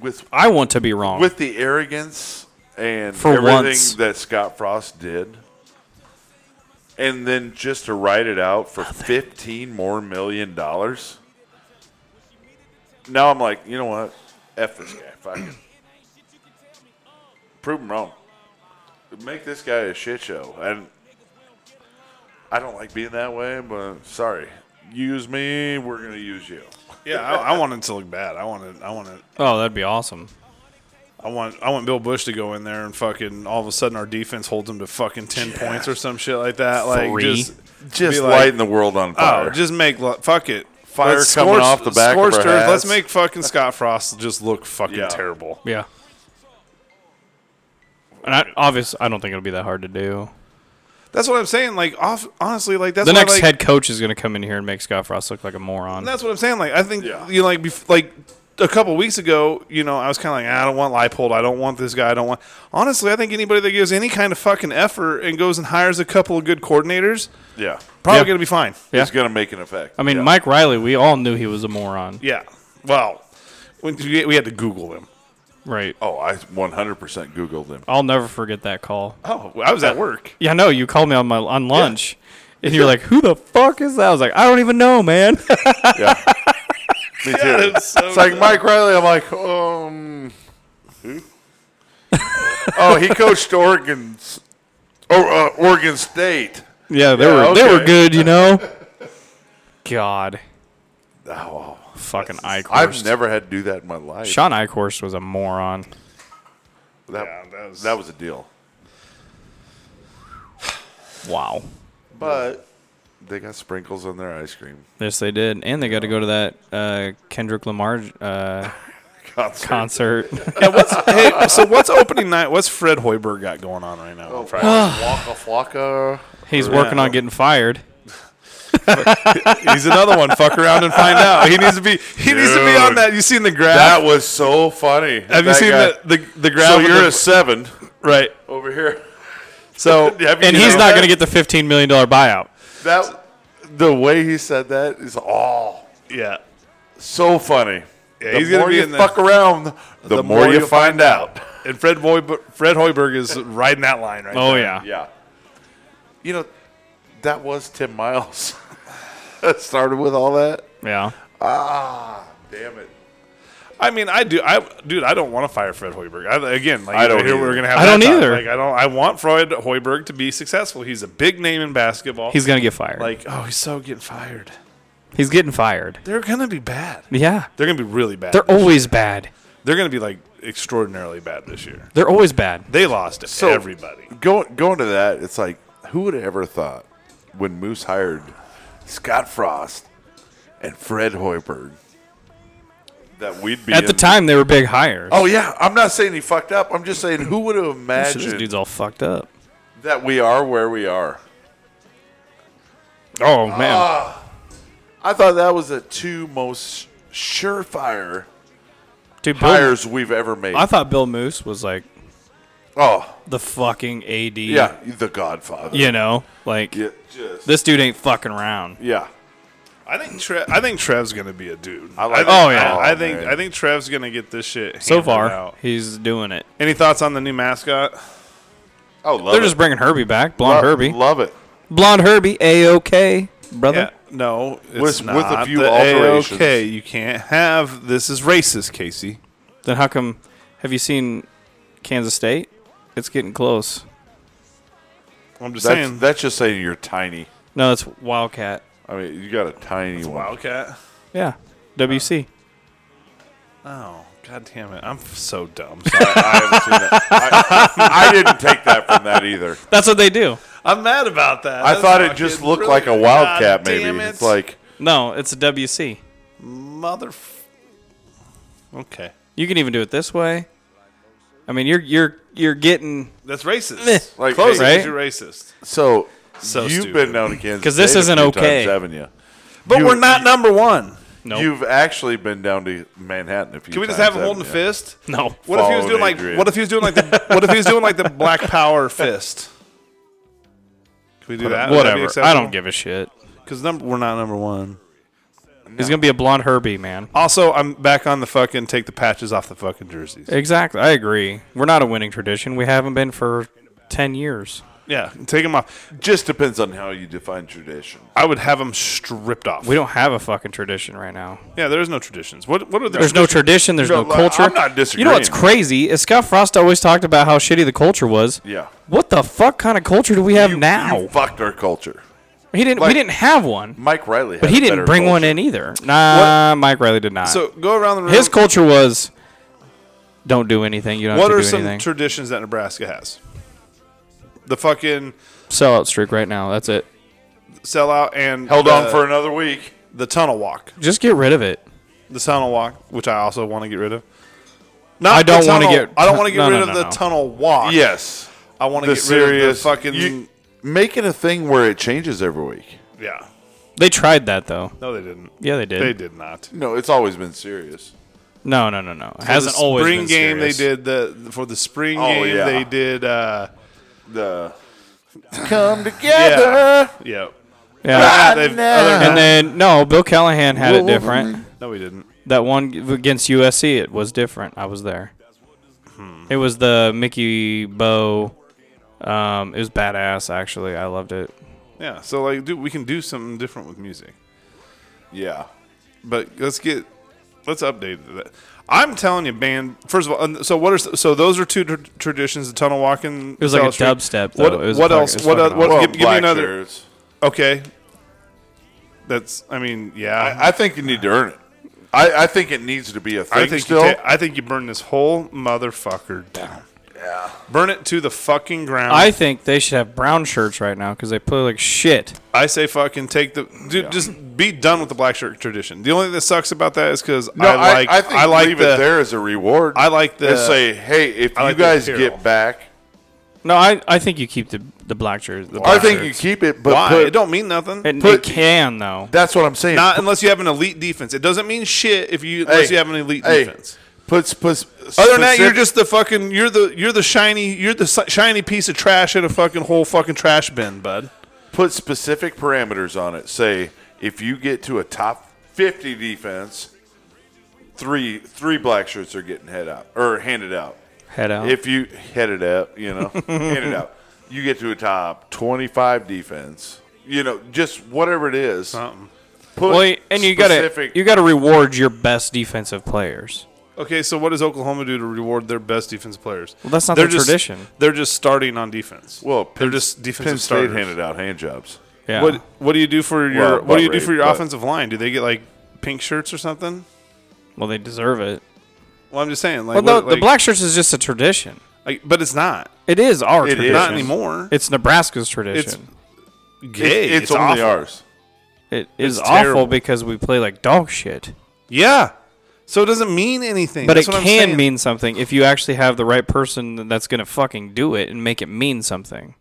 Speaker 5: with
Speaker 1: I want to be wrong.
Speaker 5: with the arrogance and
Speaker 1: For
Speaker 5: everything
Speaker 1: once.
Speaker 5: that Scott Frost did, and then just to write it out for fifteen more million dollars. Now I'm like, you know what? F this guy. Fuck him. Prove him wrong. Make this guy a shit show. And I don't like being that way, but sorry. Use me, we're gonna use you.
Speaker 4: Yeah, I, I want it to look bad. I want it. I want it.
Speaker 1: oh, that'd be awesome.
Speaker 4: I want. I want Bill Bush to go in there and fucking all of a sudden our defense holds him to fucking ten points or some shit like that. Like
Speaker 1: Three.
Speaker 4: just
Speaker 5: Just
Speaker 4: be like,
Speaker 5: lighting the world on fire.
Speaker 4: Oh, just make lo- fuck it.
Speaker 5: Fire coming
Speaker 4: scorch-
Speaker 5: off the back of
Speaker 4: scorched
Speaker 5: our
Speaker 4: earth. Let's
Speaker 5: hats.
Speaker 4: make fucking Scott Frost just look fucking
Speaker 5: Yeah.
Speaker 4: terrible.
Speaker 1: Yeah. And I, obviously, I don't think it'll be that hard to do.
Speaker 4: That's what I'm saying. Like, off, honestly, like that's
Speaker 1: the
Speaker 4: why,
Speaker 1: next
Speaker 4: like,
Speaker 1: head coach is going to come in here and make Scott Frost look like a moron.
Speaker 4: That's what I'm saying. Like, I think
Speaker 5: Yeah.
Speaker 4: you know, like bef- like a couple weeks ago, you know, I was kind of like, "Ah, I don't want Leipold. I don't want this guy. I don't want. Honestly, I think anybody that gives any kind of fucking effort and goes and hires a couple of good coordinators,
Speaker 5: yeah.
Speaker 4: probably
Speaker 1: Yeah.
Speaker 4: gonna be fine.
Speaker 1: Yeah.
Speaker 5: It's gonna make an effect.
Speaker 1: I mean,
Speaker 5: Yeah.
Speaker 1: Mike Riley, we all knew he was a moron.
Speaker 4: Yeah. Well, we, we had to Google him.
Speaker 1: Right.
Speaker 5: Oh, I 100% Googled him.
Speaker 1: I'll never forget that call.
Speaker 4: Oh, I was at work.
Speaker 1: Yeah, no, you called me on my on lunch. And you're like, "Who the fuck is that?" I was like, "I don't even know, man."
Speaker 5: Yeah. Me too.
Speaker 4: that's so
Speaker 5: it's like Mike Riley. I'm like, um, who? oh, he coached Oregon's, or uh, Oregon State.
Speaker 1: yeah, they
Speaker 5: Yeah,
Speaker 1: were they were
Speaker 5: okay.
Speaker 1: good, you know. God,
Speaker 5: Oh,
Speaker 1: fucking Eichhorst.
Speaker 5: I've never had to do that in my life.
Speaker 1: Sean Eichhorst was a moron.
Speaker 5: That,
Speaker 4: Yeah, that was-
Speaker 5: that was a deal.
Speaker 1: Wow.
Speaker 5: But they got sprinkles on their ice cream.
Speaker 1: Yes, they did, and they got to go to that uh, Kendrick Lamar uh,
Speaker 5: Concert.
Speaker 1: concert.
Speaker 4: Yeah, what's, hey, so what's opening night? What's Fred Hoiberg got going on right now?
Speaker 5: Oh.
Speaker 4: on Friday?
Speaker 5: Waka
Speaker 1: He's working on getting fired.
Speaker 4: He's another one. Fuck around and find out. He needs to be. He needs to be on
Speaker 5: Dude.
Speaker 4: that. You seen the graph?
Speaker 5: That was so funny.
Speaker 4: Have you
Speaker 5: That
Speaker 4: seen
Speaker 5: guy-
Speaker 4: the, the the graph?
Speaker 5: So
Speaker 4: with
Speaker 5: you're
Speaker 4: the-
Speaker 5: a seven
Speaker 4: right.
Speaker 5: over here.
Speaker 4: So
Speaker 5: Have you
Speaker 1: And he's
Speaker 5: seen
Speaker 1: not
Speaker 5: that?
Speaker 1: going to get the fifteen million dollar buyout.
Speaker 5: That the way he said that is all
Speaker 4: yeah.
Speaker 5: so funny. the
Speaker 4: he's gonna
Speaker 5: more
Speaker 4: be
Speaker 5: you
Speaker 4: in the-
Speaker 5: fuck around, the, more, you
Speaker 4: you'll
Speaker 5: find out.
Speaker 4: And Fred Hoiberg, Fred Hoiberg is riding that line right
Speaker 1: Oh
Speaker 4: there.
Speaker 1: yeah.
Speaker 5: Yeah, you know that was Tim Miles that started with all that.
Speaker 1: Yeah.
Speaker 5: Ah, damn it!
Speaker 4: I mean, I do. I dude, I don't want to fire Fred Hoiberg. I, again, like
Speaker 5: I
Speaker 4: you know,
Speaker 5: don't
Speaker 4: here we're
Speaker 5: either.
Speaker 4: gonna have.
Speaker 1: I
Speaker 4: that
Speaker 1: don't
Speaker 4: talk.
Speaker 1: either.
Speaker 4: Like I don't. I want Fred Hoiberg to be successful. He's a big name in basketball.
Speaker 1: He's going to get fired.
Speaker 4: like, oh, he's so getting fired.
Speaker 1: he's getting fired.
Speaker 4: They're gonna be bad.
Speaker 1: Yeah.
Speaker 4: They're gonna be really bad.
Speaker 1: They're
Speaker 4: this year.
Speaker 1: always bad.
Speaker 4: They're gonna be like extraordinarily bad this year.
Speaker 1: They're always bad.
Speaker 4: They lost
Speaker 5: So-
Speaker 4: everybody.
Speaker 5: Going going to that, it's like who would have ever thought when Moose hired Scott Frost and Fred Hoiberg that we'd be
Speaker 1: At the
Speaker 5: in-
Speaker 1: time, they were big hires.
Speaker 5: Oh yeah, I'm not saying he fucked up. I'm just saying who would have
Speaker 1: Shit, this dude's
Speaker 5: imagined
Speaker 1: all fucked up.
Speaker 5: that we are where we are.
Speaker 1: Oh man.
Speaker 5: I thought that was the two most surefire
Speaker 1: Dude, Bill-
Speaker 5: hires we've ever made.
Speaker 1: I thought Bill Moose was like
Speaker 5: oh
Speaker 1: the fucking AD.
Speaker 5: yeah, the Godfather.
Speaker 1: You know, like
Speaker 5: yeah just
Speaker 1: this dude ain't fucking around.
Speaker 5: yeah.
Speaker 4: I think Tre- I think Trev's gonna be a dude. I
Speaker 5: like-
Speaker 4: think,
Speaker 1: Oh, yeah.
Speaker 4: I, I
Speaker 5: Oh,
Speaker 4: think
Speaker 5: man.
Speaker 4: I think Trev's gonna get this shit.
Speaker 1: So
Speaker 4: hammered
Speaker 1: far,
Speaker 4: out.
Speaker 1: he's doing it.
Speaker 4: any thoughts on the new mascot?
Speaker 5: Oh, love
Speaker 1: They're
Speaker 5: it.
Speaker 1: just bringing Herbie back, blonde
Speaker 5: Lo-
Speaker 1: Herbie,
Speaker 5: Love it.
Speaker 1: blonde Herbie, a okay. brother.
Speaker 4: Yeah, no, it's
Speaker 5: With- with a
Speaker 4: not.
Speaker 5: few
Speaker 4: The
Speaker 5: alterations.
Speaker 4: AOK, you can't have this is racist, Casey.
Speaker 1: Then how come? Have you seen Kansas State? It's getting close.
Speaker 4: I'm just
Speaker 5: That's,
Speaker 4: saying.
Speaker 5: that's just saying you're tiny.
Speaker 1: No, it's Wildcat.
Speaker 5: I mean, you got a tiny one.
Speaker 4: Wildcat.
Speaker 1: Yeah, WC.
Speaker 4: Oh, god damn it! I'm f- so dumb.
Speaker 5: I, I haven't seen that. I, I didn't take that from that either.
Speaker 1: That's what they do.
Speaker 4: I'm mad about that.
Speaker 5: I
Speaker 4: That's
Speaker 5: thought it
Speaker 4: fucking
Speaker 5: just looked like
Speaker 4: brilliant.
Speaker 5: a wildcat.
Speaker 4: God damn
Speaker 5: maybe
Speaker 4: it.
Speaker 5: it's like
Speaker 1: No, it's a WC.
Speaker 4: mother. f- Okay,
Speaker 1: You can even do it this way. I mean, you're you're you're getting
Speaker 4: that's racist.
Speaker 5: Like,
Speaker 4: Close
Speaker 1: hey-
Speaker 4: it 'cause you're racist.
Speaker 5: so.
Speaker 4: So
Speaker 5: you've
Speaker 4: stupid.
Speaker 5: been down to Kansas
Speaker 1: 'Cause this
Speaker 5: State a
Speaker 1: isn't
Speaker 5: few
Speaker 1: okay.
Speaker 5: times, haven't you?
Speaker 4: But
Speaker 5: You-
Speaker 4: we're not number one.
Speaker 1: no,
Speaker 5: You've actually been down to Manhattan a few.
Speaker 4: Can we just
Speaker 5: times,
Speaker 4: have him holding a
Speaker 5: haven't you?
Speaker 4: fist?
Speaker 1: no.
Speaker 4: What if he was
Speaker 5: Following
Speaker 4: doing like?
Speaker 5: Adrian.
Speaker 4: What if he was doing like the? What if he was doing like the Black Power fist? Can we do that?
Speaker 1: Whatever. I don't give a shit.
Speaker 4: because number we're not number one.
Speaker 1: He's gonna be a blonde Herbie, man.
Speaker 4: Also, I'm back on the fucking take the patches off the fucking jerseys.
Speaker 1: Exactly. I agree. We're not a winning tradition. We haven't been for ten years.
Speaker 4: Yeah, take them off.
Speaker 5: Just depends on how you define tradition.
Speaker 4: I would have them stripped off.
Speaker 1: We don't have a fucking tradition right now.
Speaker 4: Yeah, there is no traditions. What? What are the?
Speaker 1: There's no tradition. There's no,
Speaker 5: No, I'm
Speaker 1: culture.
Speaker 5: not
Speaker 1: You know what's
Speaker 5: disagreeing.
Speaker 1: crazy is Scott Frost always talked about how shitty the culture was.
Speaker 5: Yeah.
Speaker 1: What the fuck kind of culture do we have
Speaker 5: You-
Speaker 1: now?
Speaker 5: you fucked our culture.
Speaker 1: he didn't. we
Speaker 5: like-
Speaker 1: didn't have one,
Speaker 5: Mike Riley,
Speaker 1: but
Speaker 5: had
Speaker 1: he
Speaker 5: a
Speaker 1: didn't
Speaker 5: better
Speaker 1: bring one
Speaker 5: culture. um,
Speaker 1: in either. Nah, Mike Riley did not.
Speaker 4: So go around the room.
Speaker 1: his culture was don't do anything. You don't
Speaker 4: what
Speaker 1: have to
Speaker 4: are
Speaker 1: do
Speaker 4: some
Speaker 1: anything.
Speaker 4: traditions that Nebraska has? The fucking
Speaker 1: Sellout streak right now. That's it.
Speaker 4: sellout and
Speaker 5: Held
Speaker 4: the,
Speaker 5: on for another week.
Speaker 4: the tunnel walk.
Speaker 1: Just get rid of it.
Speaker 4: The tunnel walk, which I also want to get rid of. Not
Speaker 1: I
Speaker 4: the
Speaker 1: don't wanna
Speaker 4: tunnel-
Speaker 1: get-
Speaker 4: I don't want to get
Speaker 1: no,
Speaker 4: rid
Speaker 1: no,
Speaker 4: of
Speaker 1: no,
Speaker 4: the
Speaker 1: no.
Speaker 4: tunnel walk.
Speaker 5: Yes,
Speaker 4: I want to
Speaker 5: the
Speaker 4: get
Speaker 5: serious
Speaker 4: rid of the fucking.
Speaker 5: you- Make it a thing where it changes every week.
Speaker 4: yeah.
Speaker 1: They tried that though.
Speaker 4: No, they didn't.
Speaker 1: Yeah, they did.
Speaker 4: They did not.
Speaker 5: No, it's always been serious.
Speaker 1: No, no, no, no. It hasn't
Speaker 4: the
Speaker 1: always
Speaker 4: spring
Speaker 1: been
Speaker 4: game
Speaker 1: serious.
Speaker 4: they did the for the spring
Speaker 5: Oh,
Speaker 4: game
Speaker 5: yeah.
Speaker 4: they did uh
Speaker 5: The come together.
Speaker 4: yeah.
Speaker 1: Yeah.
Speaker 4: They've-
Speaker 5: now.
Speaker 4: other than-
Speaker 1: And then no, Bill Callahan had it different.
Speaker 4: no, we didn't.
Speaker 1: That one g- against USC, it was different. I was there.
Speaker 5: Hmm.
Speaker 1: It was the Mickey Bow. Um, it was badass. Actually, I loved it.
Speaker 4: Yeah, so like, dude, we can do something different with music,
Speaker 5: Yeah,
Speaker 4: but let's get let's update that. I'm telling you, man. First of all, and so what are so those are two tr- traditions: the tunnel walking.
Speaker 1: It was like a
Speaker 4: South Street.
Speaker 1: dubstep,
Speaker 4: What,
Speaker 1: though. It was
Speaker 4: what
Speaker 1: fucking-
Speaker 4: else?
Speaker 1: it was
Speaker 4: What?
Speaker 1: fucking
Speaker 4: oth- what
Speaker 1: awesome.
Speaker 5: well,
Speaker 4: give, give me
Speaker 5: black
Speaker 4: another.
Speaker 5: shirts.
Speaker 4: Okay, that's. I mean, yeah.
Speaker 5: I, I think you need to earn it. I, I think it needs to be a thing
Speaker 4: I think
Speaker 5: still.
Speaker 4: You ta- I think you burn this whole motherfucker down.
Speaker 5: yeah.
Speaker 4: Burn it to the fucking ground.
Speaker 1: I think they should have brown shirts right now because they play like shit.
Speaker 4: I say fucking take the dude. Just be done with the black shirt tradition. The only thing that sucks about that is because
Speaker 5: No,
Speaker 4: I like I,
Speaker 5: I think
Speaker 4: like
Speaker 5: leave
Speaker 4: the
Speaker 5: it there as a reward.
Speaker 4: I like the
Speaker 5: and say, hey, if
Speaker 4: I like
Speaker 5: you
Speaker 4: the
Speaker 5: guys
Speaker 4: material.
Speaker 5: get back,
Speaker 1: No, I, I think you keep the the black shirts. The
Speaker 5: I
Speaker 1: black
Speaker 5: think you
Speaker 1: shirts.
Speaker 5: keep it, but
Speaker 4: why
Speaker 5: put-
Speaker 4: it don't mean nothing.
Speaker 1: And
Speaker 5: put-
Speaker 1: they can though.
Speaker 5: that's what I'm saying.
Speaker 4: Not unless you have an elite defense. It doesn't mean shit if you unless
Speaker 5: Hey,
Speaker 4: you have an elite
Speaker 5: hey,
Speaker 4: defense.
Speaker 5: Puts puts.
Speaker 4: Other than that, you're
Speaker 5: specific-
Speaker 4: just the fucking you're the you're the shiny you're the si- shiny piece of trash in a fucking whole fucking trash bin, bud.
Speaker 5: put specific parameters on it. Say if you get to a top 50 defense, three three black shirts are getting head out or handed out.
Speaker 1: Head out.
Speaker 5: If you head it up, you know, handed out. You get to a top 25 defense, you know, just whatever it is.
Speaker 4: Something.
Speaker 5: Put
Speaker 1: well, and you gotta
Speaker 5: specific-
Speaker 1: you gotta reward your best defensive players.
Speaker 4: Okay, so what does Oklahoma do to reward their best defense players?
Speaker 1: Well, that's not
Speaker 4: they're
Speaker 1: their
Speaker 4: just,
Speaker 1: tradition.
Speaker 4: They're just starting on defense.
Speaker 5: well,
Speaker 4: they're
Speaker 5: Penn,
Speaker 4: just defensive
Speaker 5: Penn State
Speaker 4: starters.
Speaker 5: handed out hand jobs.
Speaker 1: Yeah.
Speaker 4: What What do you do for your
Speaker 5: Well,
Speaker 4: What do you do
Speaker 5: butt
Speaker 4: for
Speaker 5: rape,
Speaker 4: your
Speaker 5: but-
Speaker 4: offensive line? Do they get like pink shirts or something?
Speaker 1: well, they deserve it.
Speaker 4: Well, I'm just saying. Like,
Speaker 1: Well, no,
Speaker 4: what-
Speaker 1: the
Speaker 4: like-
Speaker 1: black shirts is just a tradition.
Speaker 4: like- but it's not.
Speaker 1: It is our
Speaker 5: It is.
Speaker 1: tradition.
Speaker 4: Not anymore.
Speaker 1: It's Nebraska's tradition.
Speaker 4: gay.
Speaker 5: it's, only
Speaker 4: awful.
Speaker 5: ours.
Speaker 1: It is
Speaker 4: It's
Speaker 1: awful
Speaker 4: terrible.
Speaker 1: because we play like dog shit.
Speaker 4: Yeah. So it doesn't mean anything.
Speaker 1: But
Speaker 4: That's
Speaker 1: it
Speaker 4: what I'm
Speaker 1: can
Speaker 4: saying.
Speaker 1: mean something if you actually have the right person that's going to fucking do it and make it mean something.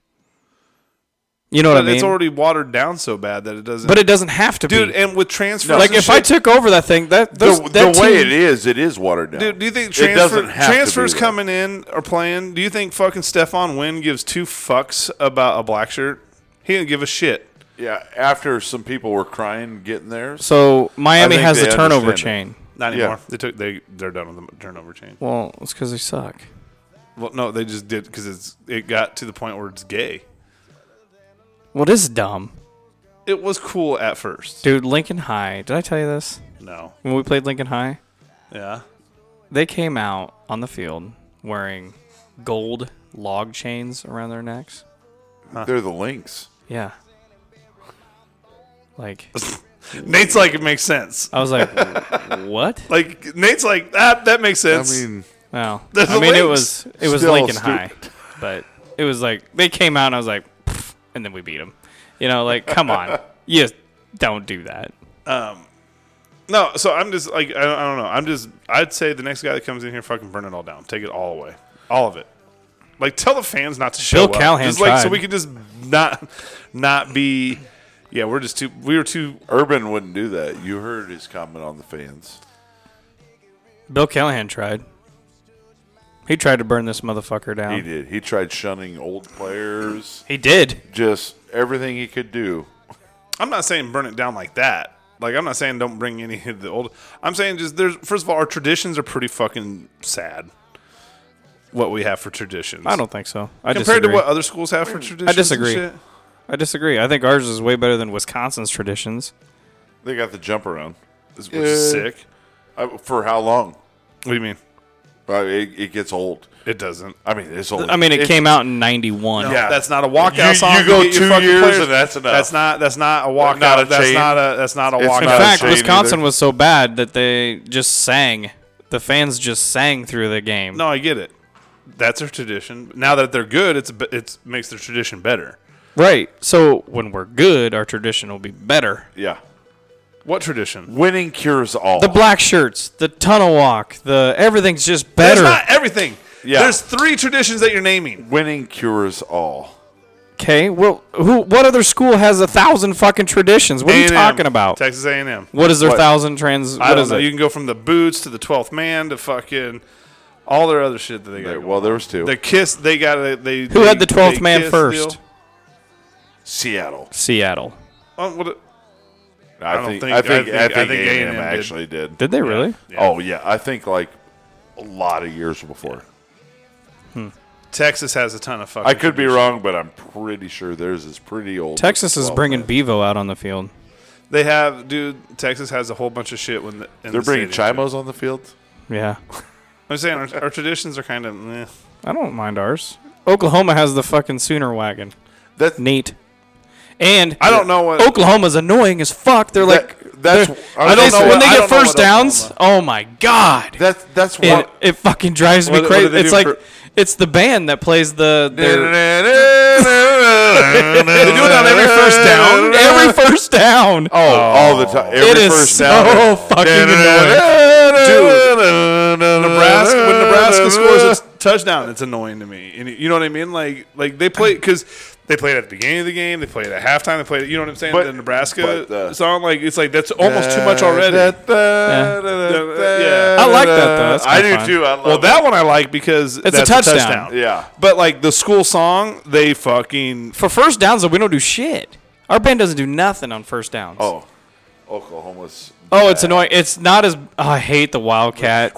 Speaker 1: You know what
Speaker 4: But
Speaker 1: I mean?
Speaker 4: it's already watered down so bad that it doesn't.
Speaker 1: but it doesn't have to
Speaker 4: dude,
Speaker 1: be.
Speaker 4: and with transfers,
Speaker 1: like
Speaker 4: and
Speaker 1: if I
Speaker 4: shit-
Speaker 1: took over that thing, that
Speaker 5: The,
Speaker 1: those, that
Speaker 5: the way
Speaker 1: team-
Speaker 5: it is, it is watered down.
Speaker 4: Dude, do you think
Speaker 5: It
Speaker 4: transfer,
Speaker 5: doesn't have to be
Speaker 4: transfers
Speaker 5: though.
Speaker 4: coming in or playing? Do you think fucking Stefan Wynn gives two fucks about a black shirt? He didn't give a shit.
Speaker 5: Yeah, after some people were crying getting theirs.
Speaker 1: So Miami
Speaker 5: I think
Speaker 1: has
Speaker 5: they
Speaker 1: the turnover
Speaker 5: understand
Speaker 1: chain.
Speaker 4: Not
Speaker 5: Yeah.
Speaker 4: anymore. They took they they're done with the turnover chain.
Speaker 1: Well, it's because they suck.
Speaker 4: Well, no, they just did because it's it got to the point where it's gay.
Speaker 1: Well, it is dumb.
Speaker 4: it was cool at first.
Speaker 1: Dude, Lincoln High. Did I tell you this?
Speaker 4: No.
Speaker 1: When we played Lincoln High,
Speaker 4: Yeah.
Speaker 1: they came out on the field wearing gold log chains around their necks.
Speaker 5: They're the links.
Speaker 1: Yeah. Like
Speaker 4: Nate's like it makes sense.
Speaker 1: I was like, what?
Speaker 4: Like Nate's like ah, that. That makes
Speaker 5: I
Speaker 4: sense.
Speaker 5: mean,
Speaker 1: Well,
Speaker 4: There's
Speaker 1: I
Speaker 4: the
Speaker 1: mean, it
Speaker 4: links.
Speaker 1: was it was
Speaker 5: Still
Speaker 1: Lincoln
Speaker 5: stupid.
Speaker 1: High, but it was like they came out and I was like, "Pff," and then we beat them. You know, like come on, you just don't do that.
Speaker 4: no. So I'm just like I don't, I don't know. I'm just I'd say the next guy that comes in here, fucking burn it all down. Take it all away. All of it. Like tell the fans not to show
Speaker 1: Bill
Speaker 4: up.
Speaker 1: Callahan
Speaker 4: Just, like so
Speaker 1: tried.
Speaker 4: we can just not not be. Yeah, we're just too. We were too.
Speaker 5: Urban wouldn't do that. You heard his comment on the fans.
Speaker 1: Bill Callahan tried. He tried to burn this motherfucker down.
Speaker 5: He did. He tried shunning old players,
Speaker 1: He did.
Speaker 5: just everything he could do.
Speaker 4: I'm not saying burn it down like that. Like I'm not saying don't bring any of the old. I'm saying just there's first of all our traditions are pretty fucking sad. What we have for traditions.
Speaker 1: I don't think so. I
Speaker 4: compared
Speaker 1: disagree.
Speaker 4: to what other schools have for traditions. and
Speaker 1: disagree.
Speaker 4: shit.
Speaker 1: I disagree. I think ours is way better than Wisconsin's traditions.
Speaker 5: They got the jump around.
Speaker 4: Which is sick.
Speaker 5: I, for how long?
Speaker 4: What do you mean?
Speaker 5: Uh, it, it gets old.
Speaker 4: It doesn't.
Speaker 5: I mean, it's old.
Speaker 1: I mean, it, came out in '91.
Speaker 4: Yeah, that's not a walkout
Speaker 5: You-
Speaker 4: song.
Speaker 5: you
Speaker 4: to
Speaker 5: go
Speaker 4: get your
Speaker 5: two
Speaker 4: fucking
Speaker 5: years
Speaker 4: players.
Speaker 5: and that's enough.
Speaker 4: That's not. That's not a walkout.
Speaker 5: Not a
Speaker 4: that's
Speaker 5: chain.
Speaker 4: not a. That's not a
Speaker 5: It's
Speaker 4: walkout.
Speaker 1: In
Speaker 5: not a
Speaker 1: fact,
Speaker 5: shame
Speaker 1: Wisconsin
Speaker 5: either.
Speaker 1: was so bad that they just sang. The fans just sang through the game.
Speaker 4: no, I get it. That's their tradition. Now that they're good, it's a bit- it's makes their tradition better.
Speaker 1: Right. So when we're good, our tradition will be better.
Speaker 5: yeah.
Speaker 4: What tradition?
Speaker 5: Winning cures all.
Speaker 1: The black shirts, the tunnel walk, the everything's just better.
Speaker 4: That's not everything.
Speaker 5: Yeah.
Speaker 4: There's three traditions that you're naming.
Speaker 5: Winning cures all.
Speaker 1: Okay. Well, who? What other school has a thousand fucking traditions? What are you
Speaker 4: A&M,
Speaker 1: talking about?
Speaker 4: Texas A&M.
Speaker 1: What is their
Speaker 5: What?
Speaker 1: thousand trans?
Speaker 4: I
Speaker 1: What
Speaker 4: don't
Speaker 1: is
Speaker 4: know. You
Speaker 1: it?
Speaker 4: can go from the boots to the twelfth man to fucking all their other shit that they got.
Speaker 5: Well, there was two.
Speaker 4: the kiss they got. a- They
Speaker 1: Who
Speaker 4: they-
Speaker 1: had the 12th
Speaker 4: they
Speaker 1: man
Speaker 4: kiss
Speaker 1: first?
Speaker 4: deal.
Speaker 5: Seattle.
Speaker 1: Seattle.
Speaker 4: Oh, what a-
Speaker 5: I,
Speaker 4: don't
Speaker 5: think,
Speaker 4: think-
Speaker 5: I think. I think.
Speaker 4: I think
Speaker 5: A&M,
Speaker 4: A&M did.
Speaker 5: actually did.
Speaker 1: Did they really?
Speaker 5: Oh yeah, I think like a lot of years before.
Speaker 4: Texas has a ton of fucking.
Speaker 5: I could be wrong, but I'm pretty sure theirs is pretty old.
Speaker 1: Texas is
Speaker 5: Well,
Speaker 1: bringing Bevo out on the field.
Speaker 4: They have, dude. Texas has a whole bunch of shit when the, in
Speaker 5: They're
Speaker 4: the
Speaker 5: bringing
Speaker 4: stadium.
Speaker 5: chimos on the field.
Speaker 1: Yeah.
Speaker 4: I'm saying our, our traditions are kind of. Eh.
Speaker 1: I don't mind ours. Oklahoma has the fucking Sooner wagon.
Speaker 5: That's
Speaker 1: Neat. And
Speaker 4: I don't know what.
Speaker 1: Oklahoma's annoying as fuck. They're Oh, like
Speaker 5: That- that's-
Speaker 1: they're-
Speaker 5: I
Speaker 1: when
Speaker 5: don't
Speaker 1: they,
Speaker 5: know
Speaker 1: when
Speaker 5: what-
Speaker 1: they
Speaker 5: I
Speaker 1: get
Speaker 4: don't know
Speaker 1: first
Speaker 4: what Oklahoma-
Speaker 1: downs. Oh my god!
Speaker 5: that's that's
Speaker 1: it,
Speaker 5: what.
Speaker 1: it fucking drives me
Speaker 4: What- what do
Speaker 1: crazy.
Speaker 4: they
Speaker 1: It's
Speaker 4: do
Speaker 1: like
Speaker 4: for-
Speaker 1: it's the band that plays the their,
Speaker 4: they do it on every first down.
Speaker 1: every first down.
Speaker 5: Oh, all the time. Every
Speaker 1: it is
Speaker 5: first
Speaker 1: so
Speaker 5: down.
Speaker 1: fucking annoying.
Speaker 4: Nebraska, when Nebraska scores a touchdown, it's annoying to me. And you know what I mean? Like, like they play because they played at the beginning of the game, they played at halftime, they played. You know what I'm saying?
Speaker 5: But-
Speaker 4: the Nebraska
Speaker 5: but, uh,
Speaker 4: song, like it's like that's almost too much already. uh, Yeah.
Speaker 1: I like that, though. That's
Speaker 5: I
Speaker 1: kinda
Speaker 5: do
Speaker 1: fun.
Speaker 5: too. I love
Speaker 4: well, that one I like because
Speaker 1: a
Speaker 4: it's that's
Speaker 1: touchdown.
Speaker 5: Yeah.
Speaker 4: But like the school song, they fucking
Speaker 1: For first downs, though, we don't do shit. Our band doesn't do nothing on first downs.
Speaker 5: Oh, Oklahoma's.
Speaker 1: Oh, it's annoying. It's not as. oh, I hate the Wildcat.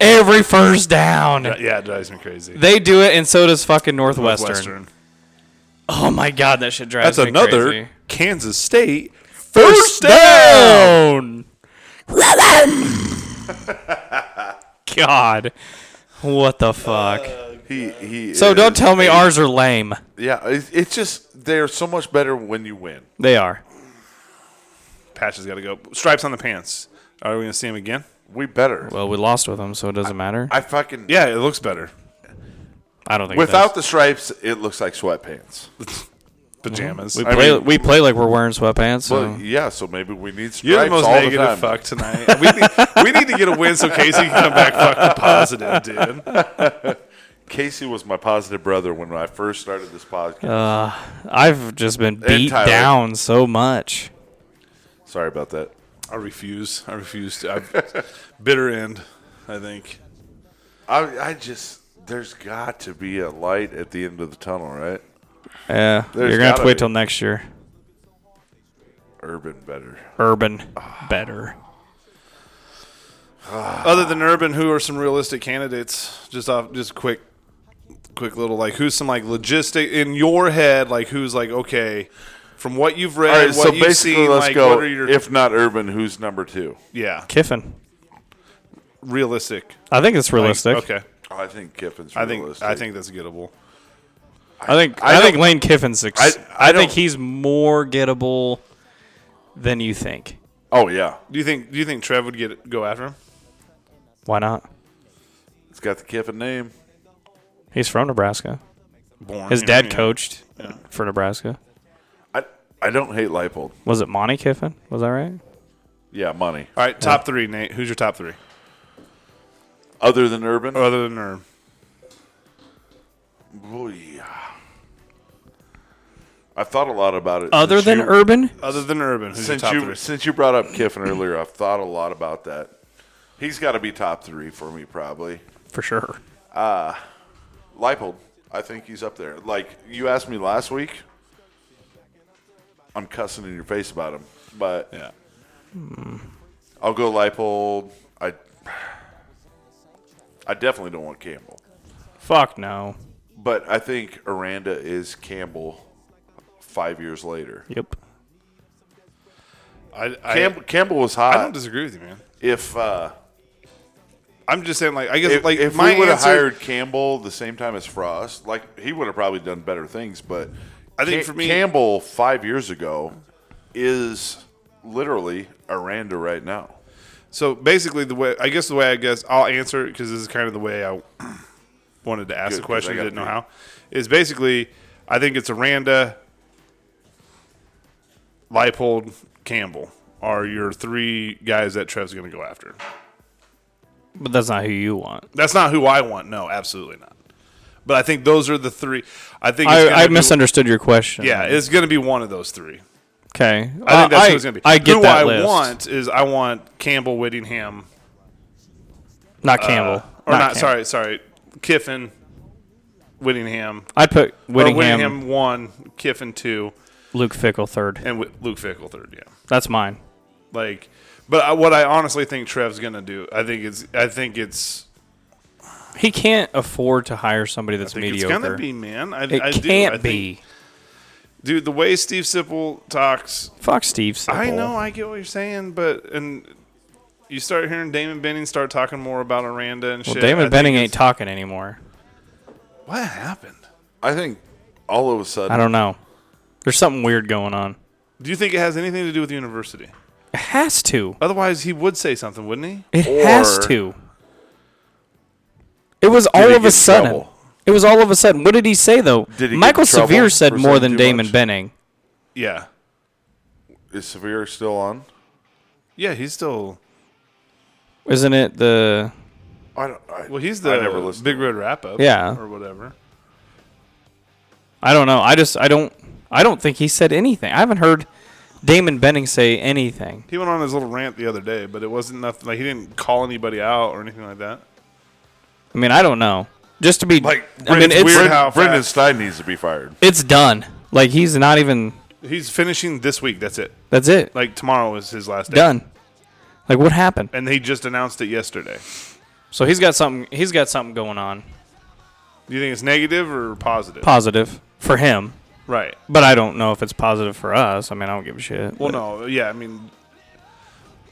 Speaker 1: Every first down.
Speaker 4: yeah, it drives me crazy.
Speaker 1: They do it, and so does fucking Northwestern.
Speaker 4: Western.
Speaker 1: Oh my god, that shit drives
Speaker 4: That's
Speaker 1: me
Speaker 4: another
Speaker 1: crazy.
Speaker 4: Kansas State
Speaker 1: First down. God, what the fuck?
Speaker 5: He he.
Speaker 1: so
Speaker 5: is
Speaker 1: don't tell me
Speaker 5: a-
Speaker 1: ours are lame.
Speaker 5: Yeah, it's, it's just they're so much better when you win.
Speaker 1: They are.
Speaker 4: Patches got to go. Stripes on the pants. Are we gonna see him again?
Speaker 5: We better.
Speaker 1: Well, we lost with them, so it doesn't matter. I,
Speaker 5: I fucking
Speaker 4: Yeah, it looks better.
Speaker 1: don't think it
Speaker 5: Without
Speaker 1: does.
Speaker 5: the stripes, it looks like sweatpants.
Speaker 4: Pajamas.
Speaker 1: we
Speaker 4: I
Speaker 1: play,
Speaker 4: mean,
Speaker 1: we play like we're wearing sweatpants. So.
Speaker 5: Well, yeah, so maybe we need stripes
Speaker 4: you're the most
Speaker 5: all
Speaker 4: negative
Speaker 5: the time.
Speaker 4: fuck tonight. We need, we need to get a win so Casey can come back fucking positive, dude.
Speaker 5: Casey was my positive brother when I first started this podcast.
Speaker 4: Uh.
Speaker 1: I've just been beat
Speaker 5: Tyler.
Speaker 1: down so much.
Speaker 5: Sorry about that.
Speaker 4: I refuse. I refuse to. I, bitter end. I think.
Speaker 5: I, I just there's got to be a light at the end of the tunnel, right?
Speaker 1: Yeah,
Speaker 5: There's
Speaker 1: Uh, you're gonna have to
Speaker 5: gotta
Speaker 1: wait
Speaker 5: be.
Speaker 1: till next year.
Speaker 5: Urban better.
Speaker 1: Urban, better.
Speaker 4: Other than Urban, who are some realistic candidates? Just off, just quick, quick little like who's some like logistic in your head? Like who's like okay, From what you've read,
Speaker 5: All right,
Speaker 4: what
Speaker 5: so
Speaker 4: you've
Speaker 5: basically,
Speaker 4: seen,
Speaker 5: let's
Speaker 4: like
Speaker 5: go.
Speaker 4: what are your
Speaker 5: If not Urban, who's number two?
Speaker 4: yeah
Speaker 1: Kiffin.
Speaker 4: realistic?
Speaker 1: I think it's realistic.
Speaker 4: Like, okay,
Speaker 5: Oh, I think Kiffin's.
Speaker 4: I think
Speaker 5: realistic.
Speaker 4: I think that's gettable.
Speaker 1: I think
Speaker 5: I
Speaker 1: I, think
Speaker 5: don't-
Speaker 1: Lane Kiffin's. Ex-
Speaker 5: I-
Speaker 1: I,
Speaker 5: I
Speaker 1: think
Speaker 5: don't-
Speaker 1: he's more gettable than you think.
Speaker 5: Oh yeah,
Speaker 4: Do you think Do you think Trev would get go after him?
Speaker 1: Why not?
Speaker 5: it's got the Kiffin name.
Speaker 1: He's from Nebraska.
Speaker 4: Born,
Speaker 1: His
Speaker 4: you know,
Speaker 1: dad
Speaker 4: yeah.
Speaker 1: coached for Nebraska.
Speaker 5: I I don't hate Leipold.
Speaker 1: Was it Monty Kiffin? Was that right?
Speaker 5: Yeah, money.
Speaker 4: All right, top three, Nate. Who's your top three
Speaker 5: Other than Urban,
Speaker 4: other than Urban?
Speaker 5: Oh, yeah. I've thought a lot about it.
Speaker 1: Other
Speaker 5: since
Speaker 1: than
Speaker 5: you-
Speaker 1: Urban,
Speaker 4: Other than Urban, who's your
Speaker 5: since
Speaker 4: top
Speaker 5: you
Speaker 4: three?
Speaker 5: since you brought up Kiffin earlier, I've thought a lot about that. He's got to be top three for me, probably.
Speaker 1: for sure.
Speaker 5: Leipold, I think he's up there. Like you asked me last week, I'm cussing in your face about him, but
Speaker 4: Yeah,
Speaker 5: I'll go Leipold. I I definitely don't want Campbell,
Speaker 1: Fuck no.
Speaker 5: but I think Aranda is Campbell five years later.
Speaker 1: Yep.
Speaker 4: I I,
Speaker 5: Campbell, Campbell was
Speaker 4: I
Speaker 5: hot.
Speaker 4: don't disagree with you, man.
Speaker 5: if uh,
Speaker 4: I'm just saying, like I guess,
Speaker 5: if,
Speaker 4: like
Speaker 5: if
Speaker 4: my
Speaker 5: we would have
Speaker 4: answer-
Speaker 5: hired Campbell the same time as Frost, like he would have probably done better things. But
Speaker 4: I think
Speaker 5: Ca-
Speaker 4: for me-
Speaker 5: Campbell five years ago is literally Aranda right now.
Speaker 4: So basically, the way I guess the way I guess I'll answer it because this is kind of the way I wanted to ask
Speaker 5: Good,
Speaker 4: the question.
Speaker 5: 'cause I
Speaker 4: I didn't know
Speaker 5: got
Speaker 4: how. Is basically, I think it's Aranda, Leipold, Campbell are your three guys that Trev's going to go after.
Speaker 1: But that's not who you want.
Speaker 4: That's not who I want. No, absolutely not. But I think those are the three. I think it's gonna
Speaker 1: I, I
Speaker 4: be-
Speaker 1: misunderstood your question.
Speaker 4: Yeah, it's going to be one of those three.
Speaker 1: Okay.
Speaker 4: I think that's
Speaker 1: Uh, I,
Speaker 4: who it's going to be.
Speaker 1: I get
Speaker 4: who
Speaker 1: that
Speaker 4: I
Speaker 1: list.
Speaker 4: want is I want Campbell, Whittingham, uh,
Speaker 1: Not Campbell.
Speaker 4: or not,
Speaker 1: Campbell.
Speaker 4: sorry, sorry, Kiffin, Whittingham,
Speaker 1: I'd put
Speaker 4: Whittingham.
Speaker 1: Whittingham,
Speaker 4: Whittingham one, Kiffin two,
Speaker 1: Luke Fickle third.
Speaker 4: and Wi- Luke Fickle third. Yeah,
Speaker 1: That's mine.
Speaker 4: like, but I, what I honestly think Trev's gonna do, I think it's, I think it's,
Speaker 1: He can't afford to hire somebody that's
Speaker 4: I think
Speaker 1: mediocre.
Speaker 4: it's gonna be man. I,
Speaker 1: it
Speaker 4: I do.
Speaker 1: can't
Speaker 4: I think-
Speaker 1: be.
Speaker 4: dude. The way Steve Sipple talks,
Speaker 1: Fuck Steve. Sippel.
Speaker 4: I know, I get what you're saying, but and you start hearing Damon Benning start talking more about Aranda and
Speaker 1: well,
Speaker 4: shit. I
Speaker 1: Damon
Speaker 4: think
Speaker 1: Benning
Speaker 4: it's-
Speaker 1: ain't talking anymore.
Speaker 4: What happened?
Speaker 5: I think all of a sudden,
Speaker 1: I don't know. There's something weird going on.
Speaker 4: Do you think it has anything to do with university?
Speaker 1: It has to.
Speaker 4: Otherwise, he would say something, wouldn't he?
Speaker 1: It
Speaker 5: Or-
Speaker 1: has to. It was all
Speaker 5: he
Speaker 1: of
Speaker 5: get in
Speaker 1: a sudden.
Speaker 5: trouble?
Speaker 1: It was all of a sudden. What did he say though?
Speaker 5: Did he get in
Speaker 1: Michael
Speaker 5: trouble
Speaker 1: Severe said
Speaker 5: for
Speaker 1: more
Speaker 5: saying
Speaker 1: than
Speaker 5: too
Speaker 1: Damon
Speaker 5: much?
Speaker 1: Benning.
Speaker 4: Yeah.
Speaker 5: is Severe still on?
Speaker 4: Yeah, he's still.
Speaker 1: Isn't it the
Speaker 5: I don't. I,
Speaker 4: Well, he's the
Speaker 5: I never listened.
Speaker 4: Big Red wrap up.
Speaker 1: Yeah.
Speaker 4: Or whatever.
Speaker 1: I don't know. I just I don't I don't think he said anything. I haven't heard Damon Benning say anything.
Speaker 4: He went on his little rant the other day, but it wasn't nothing. Like, he didn't call anybody out or anything like that.
Speaker 1: I mean, I don't know. Just to be
Speaker 5: Like,
Speaker 1: I mean,
Speaker 4: Brendan's
Speaker 1: it's
Speaker 4: weird
Speaker 5: Brendan,
Speaker 4: how
Speaker 5: Brendan
Speaker 4: fast-
Speaker 5: Stein needs to be fired.
Speaker 1: it's done. Like he's not even.
Speaker 4: He's finishing this week. That's it.
Speaker 1: That's it.
Speaker 4: Like, tomorrow is his last day.
Speaker 1: done. Like what happened?
Speaker 4: And he just announced it yesterday.
Speaker 1: So he's got something. He's got something going on
Speaker 4: Do you think it's negative or positive?
Speaker 1: positive for him,
Speaker 4: right.
Speaker 1: but I don't know if it's positive for us. I mean, I don't give a shit. But
Speaker 4: Well, no. Yeah, I mean,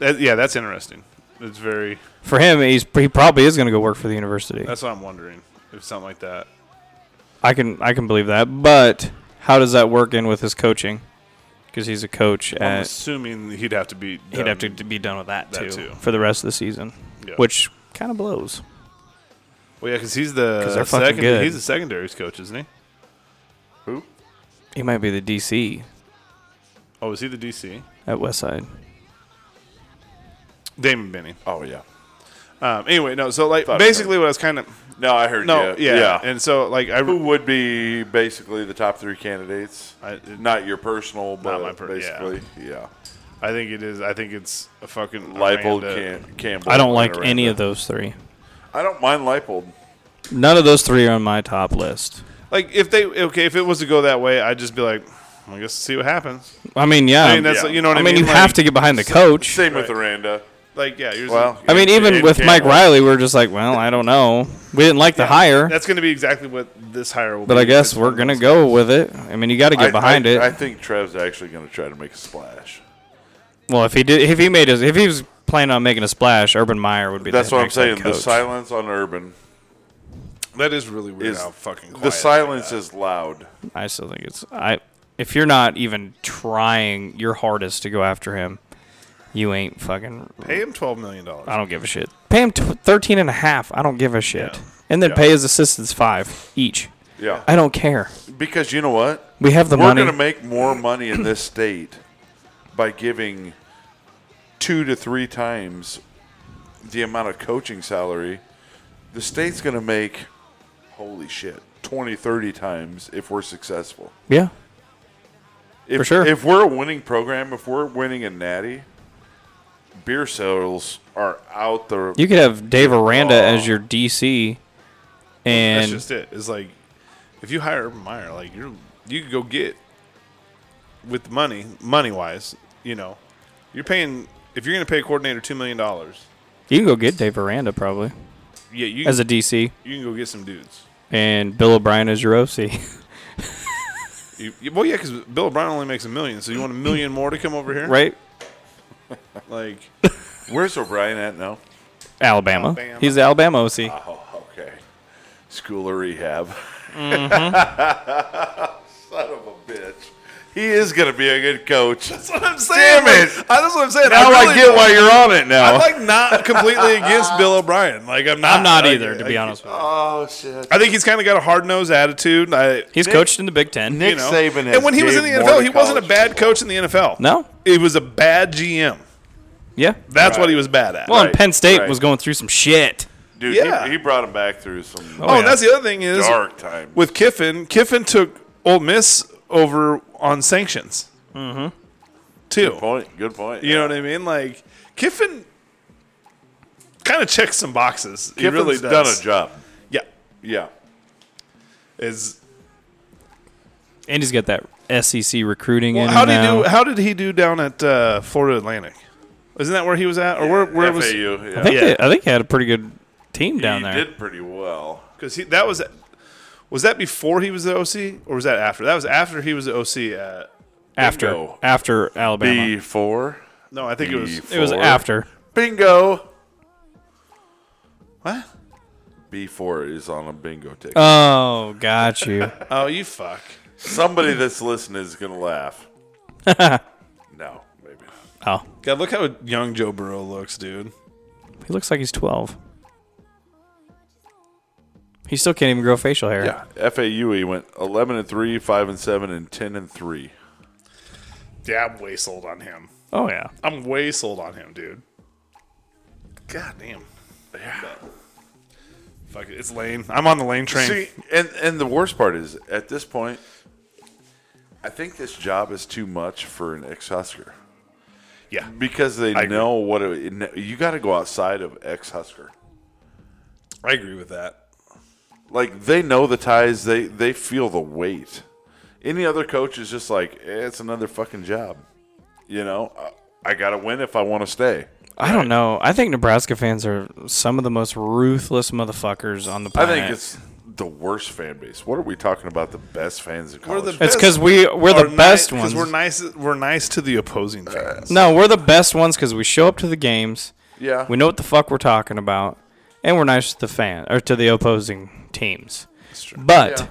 Speaker 4: that, yeah, that's interesting. It's very.
Speaker 1: For him, he's he probably is going to go work for the university.
Speaker 4: That's what I'm wondering. If something like that.
Speaker 1: I can I can believe that. But how does that work in with his coaching? Because he's a coach
Speaker 4: I'm
Speaker 1: at
Speaker 4: assuming he'd have to be.
Speaker 1: he'd
Speaker 4: done.
Speaker 1: have to d- be done with that, too,
Speaker 4: that too.
Speaker 1: for the rest of the season,
Speaker 4: Yeah.
Speaker 1: which kind of blows.
Speaker 4: Well, yeah, because he's the
Speaker 1: 'Cause they're fucking
Speaker 4: second,
Speaker 1: good.
Speaker 4: he's the secondaries coach, isn't he?
Speaker 5: Who?
Speaker 1: He might be the DC
Speaker 4: Oh, is he the DC?
Speaker 1: at Westside.
Speaker 4: Damon Benning.
Speaker 5: Oh yeah.
Speaker 4: Um, anyway, no. So like
Speaker 5: Thought so.
Speaker 4: basically, what I was kind of
Speaker 5: No, I heard.
Speaker 4: no,
Speaker 5: you.
Speaker 4: yeah, And so like I
Speaker 5: Who would be basically the top three candidates?
Speaker 4: I- it-
Speaker 5: not your personal, but
Speaker 4: my per- yeah.
Speaker 5: basically, yeah.
Speaker 4: I think it is. I think it's a fucking
Speaker 5: Leipold,
Speaker 4: Aranda.
Speaker 5: Cam- Campbell.
Speaker 1: I don't like
Speaker 5: Aranda.
Speaker 1: any of those three.
Speaker 5: I don't mind Leipold.
Speaker 1: None of those three are on my top list.
Speaker 4: Like if they okay, if it was to go that way, I'd just be like, I guess see what happens.
Speaker 1: I mean, Um, yeah.
Speaker 4: I mean, that's
Speaker 5: yeah.
Speaker 4: you know
Speaker 1: I
Speaker 4: what I
Speaker 1: mean,
Speaker 4: mean.
Speaker 1: you
Speaker 4: Like,
Speaker 1: have to get behind the coach.
Speaker 5: Same with Aranda.
Speaker 4: Like, yeah. You're
Speaker 5: Well-
Speaker 1: I mean, even with Mike Riley, we are just like, well, I don't know. We didn't like the hire,
Speaker 4: That's going to be exactly what this hire will
Speaker 1: but
Speaker 4: be.
Speaker 1: I guess
Speaker 4: It's
Speaker 1: we're
Speaker 4: one of
Speaker 1: gonna
Speaker 4: those
Speaker 1: go with it. I mean, you got to get
Speaker 5: I-
Speaker 1: behind
Speaker 5: I-
Speaker 1: it.
Speaker 5: I think Trev's actually going to try to make a splash.
Speaker 1: well, if he did, if he made his, if he was planning on making a splash, Urban Meyer would be.
Speaker 5: That's
Speaker 1: the
Speaker 5: what I'm
Speaker 1: next head
Speaker 5: saying. The
Speaker 1: coach.
Speaker 5: silence on Urban
Speaker 4: things. That is really weird
Speaker 5: is
Speaker 4: how fucking quiet.
Speaker 5: the silence is loud.
Speaker 1: I still think it's I. If you're not even trying your hardest to go after him, you ain't fucking.
Speaker 4: Pay him $12 million.
Speaker 1: I don't give a shit. Pay him t- 13 and a half. I don't give a shit.
Speaker 4: Yeah.
Speaker 1: And then
Speaker 4: Yeah.
Speaker 1: pay his assistants five each.
Speaker 5: Yeah,
Speaker 1: I don't care.
Speaker 5: because you know what?
Speaker 1: We have the
Speaker 5: We're
Speaker 1: money.
Speaker 5: going to make more money in this state by giving two to three times the amount of coaching salary. The state's going to make, holy shit, 20, 30 times if we're successful.
Speaker 1: yeah.
Speaker 5: If,
Speaker 1: For sure.
Speaker 5: If we're a winning program, if we're winning a natty, beer sales are out the.
Speaker 1: You could have Dave Aranda
Speaker 5: Oh.
Speaker 1: as your DC,
Speaker 4: That's
Speaker 1: and
Speaker 4: just it. It's like, if you hire Urban Meyer, like, you're, you could go get, with money, money wise, you know, you're paying, if you're going to pay a coordinator $2 million,
Speaker 1: you can go get Dave Aranda probably
Speaker 4: yeah, you,
Speaker 1: as a DC,
Speaker 4: you can go get some dudes.
Speaker 1: and Bill O'Brien as your OC.
Speaker 4: You, you- well, yeah, because Bill O'Brien only makes a million, so you want a million more to come over here?
Speaker 1: right?
Speaker 4: Like,
Speaker 5: Where's O'Brien at now?
Speaker 1: Alabama.
Speaker 4: Alabama. Uh,
Speaker 1: He's the Alabama OC.
Speaker 5: Oh, okay. School or rehab.
Speaker 1: Mm-hmm.
Speaker 5: Son of a bitch. He is going to be a good coach.
Speaker 4: that's what I'm saying.
Speaker 5: Damn
Speaker 4: like,
Speaker 5: it.
Speaker 4: I, that's what I'm saying.
Speaker 5: Now
Speaker 4: I,
Speaker 5: I,
Speaker 4: really-
Speaker 5: get why you're on it now.
Speaker 4: I'm like not completely against Bill O'Brien. Like I'm not.
Speaker 1: I'm not
Speaker 4: like,
Speaker 1: either, to be
Speaker 4: I-
Speaker 1: honest with you.
Speaker 5: oh, shit.
Speaker 4: I think he's kind of got a hard nosed attitude. I,
Speaker 1: He's coached in the Big Ten.
Speaker 5: Nick
Speaker 4: you know,
Speaker 5: Saban has
Speaker 4: and when he was in
Speaker 5: gave
Speaker 4: the
Speaker 5: more
Speaker 4: NFL,
Speaker 5: to
Speaker 4: he wasn't a
Speaker 5: college
Speaker 4: bad
Speaker 5: football.
Speaker 4: coach in the NFL.
Speaker 1: No.
Speaker 4: he was a bad GM.
Speaker 1: Yeah.
Speaker 4: That's what
Speaker 5: Right.
Speaker 4: he was bad at.
Speaker 1: Well, and
Speaker 5: Right,
Speaker 1: Penn State
Speaker 5: right.
Speaker 1: was going through some shit.
Speaker 5: Dude,
Speaker 4: Yeah.
Speaker 5: he, he brought him back through some
Speaker 4: oh,
Speaker 1: yeah.
Speaker 4: and that's the other thing is
Speaker 5: dark times.
Speaker 4: with Kiffin. Kiffin took Ole Miss over on sanctions. Mm-hmm. Too.
Speaker 5: good point. Good point.
Speaker 4: You know what I mean? Like Kiffin kind of checks some boxes. he
Speaker 5: Kiffin's
Speaker 4: really
Speaker 5: done
Speaker 4: does.
Speaker 5: a job.
Speaker 4: Yeah,
Speaker 5: Yeah.
Speaker 4: is
Speaker 1: And he's got that SEC recruiting in
Speaker 4: how
Speaker 1: him
Speaker 4: did he
Speaker 1: now.
Speaker 4: do? How did he do down at uh, Florida Atlantic? Isn't that where he was at, or where where
Speaker 5: FAU.
Speaker 4: was?
Speaker 5: yeah.
Speaker 1: I think,
Speaker 4: Yeah.
Speaker 1: they- I think he had a pretty good team down
Speaker 5: he
Speaker 1: there.
Speaker 5: did pretty well.
Speaker 4: Because that was was that before he was the OC, or was that after? That was after he was the OC at.
Speaker 1: After
Speaker 5: Bingo.
Speaker 1: after Alabama.
Speaker 5: B4.
Speaker 4: No, I think it was.
Speaker 5: B4.
Speaker 1: it was after.
Speaker 5: Bingo.
Speaker 4: What?
Speaker 5: B4 is on a bingo ticket.
Speaker 1: Oh, got you.
Speaker 4: Oh, you fuck.
Speaker 5: Somebody that's listening is going to laugh. no, maybe not.
Speaker 1: oh.
Speaker 4: God, look how young Joe Burrow looks, dude.
Speaker 1: He looks like he's 12. He still can't even grow facial hair.
Speaker 5: Yeah, FAU he went eleven and three, five and seven, and ten and three.
Speaker 4: Yeah, I'm way sold on him.
Speaker 1: Oh, yeah.
Speaker 4: I'm way sold on him, dude. God damn. Fuck it, it's Lane. I'm on the Lane train.
Speaker 5: See, and and the worst part is at this point, I think this job is too much for an ex Husker
Speaker 4: yeah.
Speaker 5: because they
Speaker 4: I agree.
Speaker 5: know what it, you got to go outside of ex Husker.
Speaker 4: I agree with that.
Speaker 5: Like they know the ties, they they feel the weight. Any other coach is just like eh, it's another fucking job, you know. I, I got to win if I want to stay.
Speaker 1: I don't know. I think Nebraska fans are some of the most ruthless motherfuckers on the
Speaker 5: I
Speaker 1: planet.
Speaker 5: think it's the worst fan base. What are we talking about? The best fans in
Speaker 4: We're
Speaker 5: college.
Speaker 4: the
Speaker 1: It's
Speaker 4: best-
Speaker 1: 'cause we- we're the
Speaker 4: are ni-
Speaker 1: best
Speaker 4: 'cause
Speaker 1: ones.
Speaker 4: We're nice. We're nice to the opposing fans.
Speaker 1: No, we're the best ones because we show up to the games.
Speaker 5: Yeah.
Speaker 1: We know what the fuck we're talking about, and we're nice to the fan or to the opposing teams. But
Speaker 5: Yeah.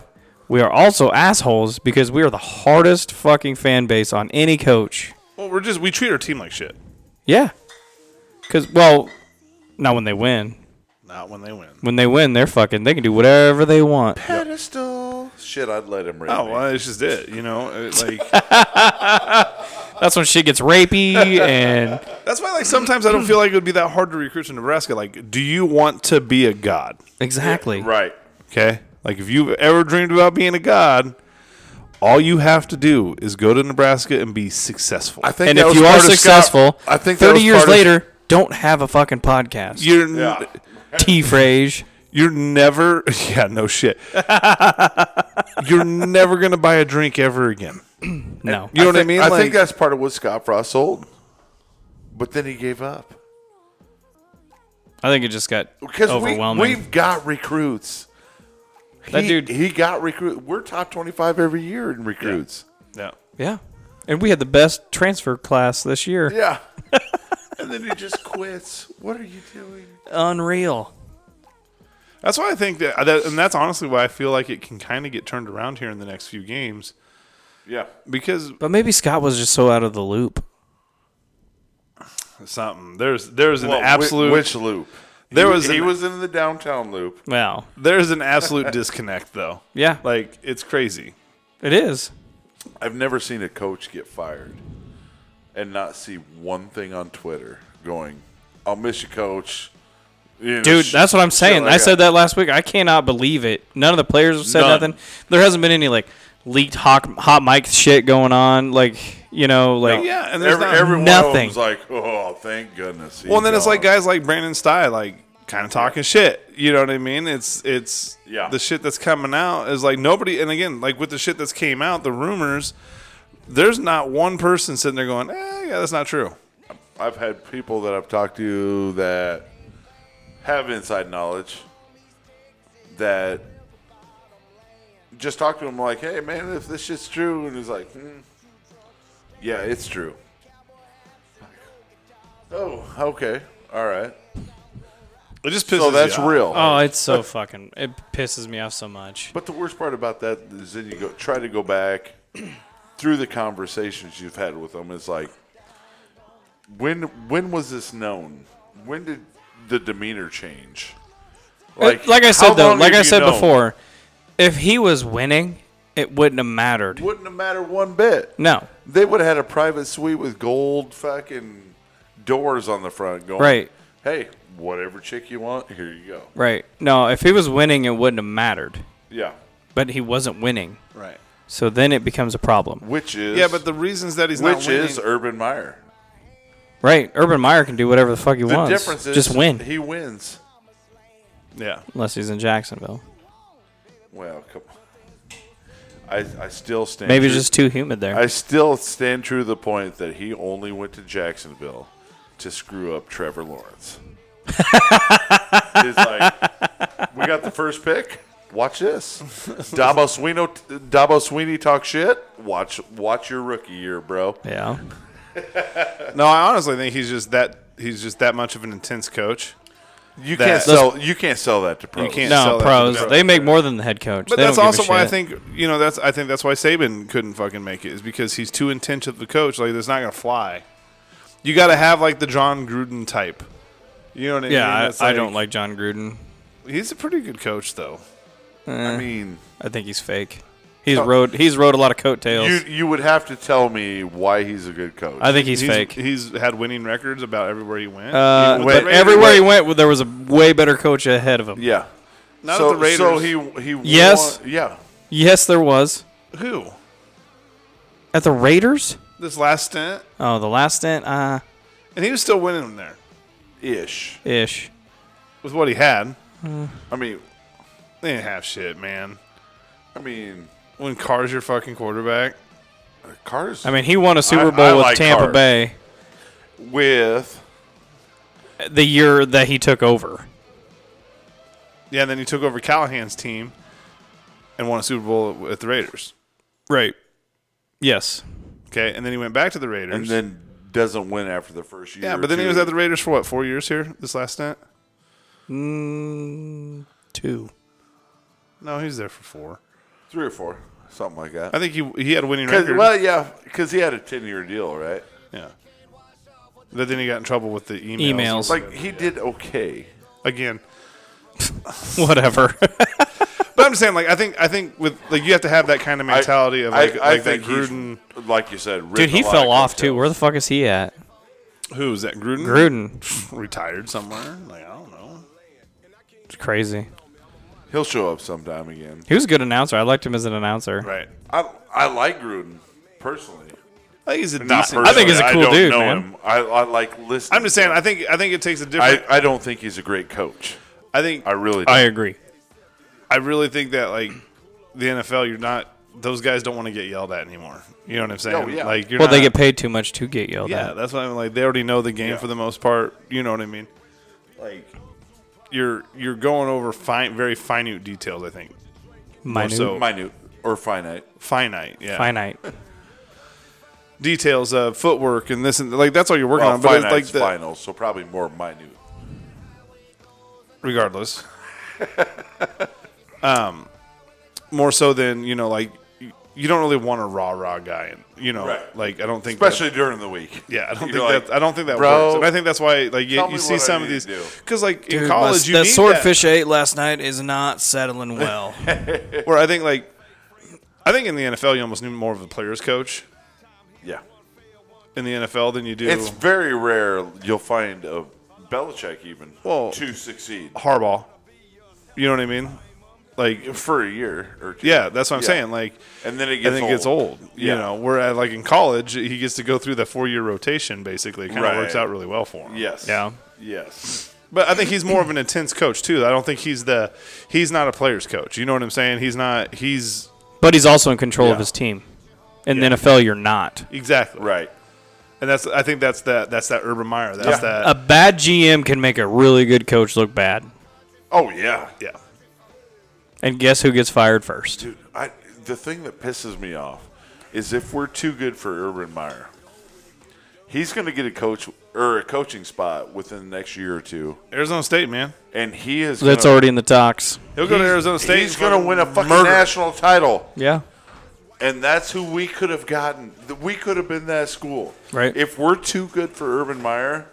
Speaker 1: we are also assholes because we are the hardest fucking fan base on any coach.
Speaker 4: Well, we're just we treat our team like shit.
Speaker 1: Yeah. Cause well, not when they win.
Speaker 4: Not when they win.
Speaker 1: When they win, they're fucking. They can do whatever they want.
Speaker 5: pedestal. Shit, I'd let him rate
Speaker 4: Oh,
Speaker 5: me.
Speaker 4: well, it's just it. You know, It, like
Speaker 1: That's when shit gets rapey and
Speaker 4: that's why. Like sometimes I don't feel like it would be that hard to recruit to Nebraska. Like, do you want to be a god?
Speaker 1: exactly.
Speaker 5: Right.
Speaker 4: Okay. Like if you've ever dreamed about being a god, all you have to do is go to Nebraska and be successful.
Speaker 5: I think
Speaker 1: And
Speaker 5: that
Speaker 1: if
Speaker 5: was
Speaker 1: you are
Speaker 5: part of Scott-
Speaker 1: successful,
Speaker 5: I think that
Speaker 1: thirty
Speaker 5: was
Speaker 1: years
Speaker 5: part of-
Speaker 1: later, don't have a fucking podcast.
Speaker 4: you're n-
Speaker 5: Yeah.
Speaker 1: T. Frage.
Speaker 4: you're never yeah, no shit. you're never going to buy a drink ever again.
Speaker 1: No.
Speaker 4: You know what I
Speaker 5: think-
Speaker 4: mean?
Speaker 5: I
Speaker 4: Like-
Speaker 5: think that's part of what Scott Frost sold. But then he gave up.
Speaker 1: I think it just got
Speaker 5: Because we,
Speaker 1: overwhelming.
Speaker 5: we've got recruits.
Speaker 1: That
Speaker 5: he,
Speaker 1: dude-
Speaker 5: he got recruit. We're top twenty-five every year in recruits.
Speaker 4: Yeah.
Speaker 1: yeah, and we had the best transfer class this year.
Speaker 5: Yeah, and then he just quits. What are you doing?
Speaker 1: Unreal.
Speaker 4: That's why I think that, that, and that's honestly why I feel like it can kind of get turned around here in the next few games
Speaker 5: Yeah,
Speaker 4: because
Speaker 1: But maybe Scott was just so out of the loop.
Speaker 4: something there's there's an
Speaker 5: Well, whi-
Speaker 4: absolute
Speaker 5: which loop?
Speaker 4: There
Speaker 5: He-
Speaker 4: was
Speaker 5: he
Speaker 4: an-
Speaker 5: was in the downtown loop.
Speaker 1: Wow.
Speaker 4: there's an absolute disconnect though.
Speaker 1: Yeah.
Speaker 4: Like it's crazy.
Speaker 1: It is.
Speaker 5: I've never seen a coach get fired and not see one thing on Twitter going, "I'll miss you, coach." You know,
Speaker 1: Dude,
Speaker 5: sh-
Speaker 1: that's what I'm
Speaker 5: shit
Speaker 1: saying.
Speaker 5: like
Speaker 1: I said that last week. I cannot believe it. None of the players have said
Speaker 4: None.
Speaker 1: nothing. There hasn't been any like leaked hot hot mic shit going on. Like you know, like
Speaker 4: Yeah, and there's
Speaker 5: Every,
Speaker 4: not-
Speaker 5: everyone
Speaker 1: nothing.
Speaker 5: was like, "Oh, thank goodness." he's
Speaker 4: Well, and then it's
Speaker 5: gone."
Speaker 4: like guys like Brandon Sty, like kind of talking shit. You know what I mean? It's it's
Speaker 5: Yeah.
Speaker 4: the shit that's coming out is like nobody. And again, like with the shit that's came out, the rumors. There's not one person sitting there going, eh, "Yeah, that's not true." uh,
Speaker 5: I've had people that I've talked to that have inside knowledge that just talk to him like, "Hey, man, if this shit's true," and he's like, hmm, "Yeah, it's true." Oh, okay, all right.
Speaker 4: It just pisses.
Speaker 5: So that's
Speaker 4: you off.
Speaker 5: real.
Speaker 1: Oh, it's so fucking. It pisses me off so much.
Speaker 5: But the worst part about that is then you go try to go back through the conversations you've had with them. It's like when when was this known? When did the demeanor change?
Speaker 1: Uh, Like, I said
Speaker 5: how
Speaker 1: though,
Speaker 5: long
Speaker 1: like
Speaker 5: have
Speaker 1: I
Speaker 5: you
Speaker 1: said
Speaker 5: known?
Speaker 1: before, if he was winning, it wouldn't have mattered.
Speaker 5: wouldn't have mattered one bit.
Speaker 1: No,
Speaker 5: They would have had a private suite with gold fucking doors on the front going.
Speaker 1: Right.
Speaker 5: Hey, whatever chick you want, here you go.
Speaker 1: right? No, if he was winning, it wouldn't have mattered.
Speaker 5: Yeah.
Speaker 1: But he wasn't winning,
Speaker 4: right?
Speaker 1: so then it becomes a problem,
Speaker 5: Which is
Speaker 4: Yeah, but the reasons that he's not
Speaker 5: which
Speaker 4: winning,
Speaker 5: is Urban Meyer.
Speaker 1: right? Urban Meyer can do whatever the fuck he
Speaker 5: The
Speaker 1: wants.
Speaker 5: difference is
Speaker 1: just win,
Speaker 5: He wins.
Speaker 4: yeah,
Speaker 1: unless he's in Jacksonville.
Speaker 5: Well, come on. I, I still stand.
Speaker 1: Maybe it's
Speaker 5: true-
Speaker 1: just too humid there.
Speaker 5: I still stand true to the point that he only went to Jacksonville to screw up Trevor Lawrence. He's like, we got the first pick. Watch this. Dabo Sweeney, Dabo Sweeney talk shit. Watch, watch your rookie year, bro.
Speaker 1: yeah,
Speaker 4: no, I honestly think he's just that he's just that much of an intense coach.
Speaker 5: You
Speaker 4: That-
Speaker 5: can't sell. You can't sell that to pros.
Speaker 4: You can't. sell
Speaker 1: no
Speaker 4: that to
Speaker 1: pros.
Speaker 4: the-
Speaker 1: They make more than the head coach.
Speaker 4: But
Speaker 1: They
Speaker 4: that's
Speaker 1: don't give a
Speaker 4: also why I
Speaker 1: shit.
Speaker 4: think you know that's I think that's why Saban couldn't fucking make it is because he's too intense of the coach. Like that's not gonna fly. You got to have like the John Gruden type. You know what I mean?
Speaker 1: Yeah,
Speaker 4: It's
Speaker 1: I, I don't like John Gruden.
Speaker 4: He's a pretty good coach though.
Speaker 5: I mean,
Speaker 1: I think he's fake. He's rode. He's rode a lot of coattails.
Speaker 5: you you would have to tell me why he's a good coach.
Speaker 1: I think he's, fake.
Speaker 4: He's had winning records about everywhere he went.
Speaker 1: Uh,
Speaker 4: Even with
Speaker 1: but
Speaker 4: the Raiders.
Speaker 1: everywhere he went, there was a way better coach ahead of him.
Speaker 5: yeah.
Speaker 4: Not
Speaker 5: so,
Speaker 4: at the Raiders.
Speaker 5: So he he
Speaker 1: Yes.
Speaker 5: won- yeah.
Speaker 1: Yes, there was
Speaker 4: who
Speaker 1: at the Raiders.
Speaker 4: this last stint,
Speaker 1: Oh, the last stint, uh,
Speaker 4: and he was still winning there
Speaker 5: Ish.
Speaker 1: ish.
Speaker 4: with what he had.
Speaker 5: I mean,
Speaker 4: They didn't have shit, man.
Speaker 5: I mean,
Speaker 4: When Carr's your fucking quarterback,
Speaker 5: Cars
Speaker 1: I mean, he won a Super Bowl
Speaker 5: I
Speaker 1: with
Speaker 5: like
Speaker 1: Tampa
Speaker 5: Carr.
Speaker 1: Bay
Speaker 5: with
Speaker 1: the year that he took over.
Speaker 4: yeah. And then he took over Callahan's team and won a Super Bowl at the Raiders.
Speaker 1: Right. Yes.
Speaker 4: Okay, and then he went back to the Raiders.
Speaker 5: and then doesn't win after the first year.
Speaker 4: yeah, but then he was at the Raiders for what four years here? This last stint?
Speaker 1: Mm, two.
Speaker 4: No, he was there for four.
Speaker 5: three or four, something like
Speaker 4: I
Speaker 5: that.
Speaker 4: think he he had a winning
Speaker 5: 'Cause-
Speaker 4: record.
Speaker 5: well, yeah, because he had a ten-year deal, right?
Speaker 4: yeah. But then he got in trouble with the emails.
Speaker 1: Emails.
Speaker 5: Like he did okay.
Speaker 4: again.
Speaker 1: Whatever.
Speaker 4: But I'm just saying, like I think I think with like you have to have that kind of
Speaker 5: I-
Speaker 4: mentality of
Speaker 5: I-
Speaker 4: like,
Speaker 5: I
Speaker 4: like that
Speaker 5: think he's-
Speaker 4: Gruden.
Speaker 5: like you said,
Speaker 1: Dude,
Speaker 5: written
Speaker 1: he
Speaker 5: a lot
Speaker 1: fell
Speaker 5: of
Speaker 1: off too.
Speaker 5: coattails.
Speaker 1: Where the fuck is he at?
Speaker 4: Who is that? Gruden.
Speaker 1: Gruden.
Speaker 4: retired somewhere. Like I don't know.
Speaker 1: It's crazy.
Speaker 5: He'll show up sometime again.
Speaker 1: He was a good announcer. I liked him as an announcer.
Speaker 4: Right.
Speaker 5: I I like Gruden personally.
Speaker 4: I think he's a
Speaker 5: Not
Speaker 4: decent.
Speaker 1: I think he's a
Speaker 5: personally,
Speaker 1: cool
Speaker 5: I don't
Speaker 1: dude,
Speaker 5: know
Speaker 1: man.
Speaker 5: Him. I, I like listening.
Speaker 4: I'm just saying. I think I think it takes a
Speaker 5: I,
Speaker 4: different.
Speaker 5: I don't think he's a great coach.
Speaker 4: I, think
Speaker 5: I really.
Speaker 1: I
Speaker 5: Don't.
Speaker 1: agree.
Speaker 4: I really think that like the NFL, you're not. Those guys don't want to get yelled at anymore. You know what I'm saying?
Speaker 5: Oh, yeah.
Speaker 4: Like you're
Speaker 1: Well,
Speaker 4: not,
Speaker 1: they get paid too much to get yelled
Speaker 4: Yeah,
Speaker 1: at.
Speaker 4: that's what I'm like. They already know the game
Speaker 5: Yeah.
Speaker 4: for the most part. You know what I mean?
Speaker 5: like
Speaker 4: you're you're going over fine, very finite details. I think
Speaker 1: Minute.
Speaker 4: so.
Speaker 5: Minute or finite.
Speaker 4: finite, yeah,
Speaker 1: Finite.
Speaker 4: details of footwork and this and like that's all you're working
Speaker 5: Well,
Speaker 4: on. But it's
Speaker 5: finite's
Speaker 4: like the,
Speaker 5: final, so probably more minute.
Speaker 4: regardless. um, more so than you know, like you, you don't really want a raw raw guy, and you know,
Speaker 5: Right.
Speaker 4: like I don't think that-
Speaker 5: Especially during the week.
Speaker 4: yeah, I don't
Speaker 5: You're
Speaker 4: think
Speaker 5: like,
Speaker 4: that I don't think that
Speaker 5: "Bro,
Speaker 4: works, and I think that's why like you,
Speaker 5: tell
Speaker 4: you
Speaker 5: me
Speaker 4: see
Speaker 5: what I
Speaker 4: some of
Speaker 5: need
Speaker 4: these
Speaker 5: to do.
Speaker 4: because like in
Speaker 1: Dude, my-
Speaker 4: college you
Speaker 1: that
Speaker 4: need
Speaker 1: swordfish I ate last night is not settling well.
Speaker 4: that, where I think like I think in the NFL you almost need more of a players coach
Speaker 5: Yeah.
Speaker 4: in the NFL than you do
Speaker 5: It's very rare you'll find a Belichick even
Speaker 4: Well-
Speaker 5: to succeed
Speaker 4: Harbaugh. You know what I mean? Like
Speaker 5: for a year or two.
Speaker 4: yeah, that's what I'm
Speaker 5: Yeah.
Speaker 4: saying. Like
Speaker 5: And then it
Speaker 4: I
Speaker 5: gets
Speaker 4: think
Speaker 5: old.
Speaker 4: it's old. You
Speaker 5: Yeah.
Speaker 4: know, whereas like in college, he gets to go through the four year rotation. Basically, kind of
Speaker 5: Right.
Speaker 4: works out really well for him.
Speaker 5: Yes.
Speaker 1: Yeah.
Speaker 5: Yes.
Speaker 4: but I think he's more of an intense coach too. I don't think he's the he's not a player's coach. You know what I'm saying? He's not. He's
Speaker 1: But he's also in control of
Speaker 4: Yeah.
Speaker 1: his team. In the NFL, you're not.
Speaker 4: exactly
Speaker 5: Right.
Speaker 4: and that's I think that's that that's that Urban Meyer. That's that.
Speaker 1: A bad GM can make a really good coach look bad.
Speaker 5: Oh yeah.
Speaker 4: yeah,
Speaker 1: And guess who gets fired first?
Speaker 5: Dude, I the thing that pisses me off is if we're too good for Urban Meyer, he's going to get a coach or a coaching spot within the next year or two,
Speaker 4: Arizona State man.
Speaker 5: and he is.
Speaker 4: Uh,
Speaker 1: That's
Speaker 5: gonna,
Speaker 1: already in the talks.
Speaker 4: He'll go to Arizona State.
Speaker 5: He's going to win a fucking
Speaker 4: murder.
Speaker 5: national title,
Speaker 1: Yeah.
Speaker 5: and that's who we could have gotten. Th- We could have been that school,
Speaker 1: Right.
Speaker 5: If we're too good for Urban Meyer,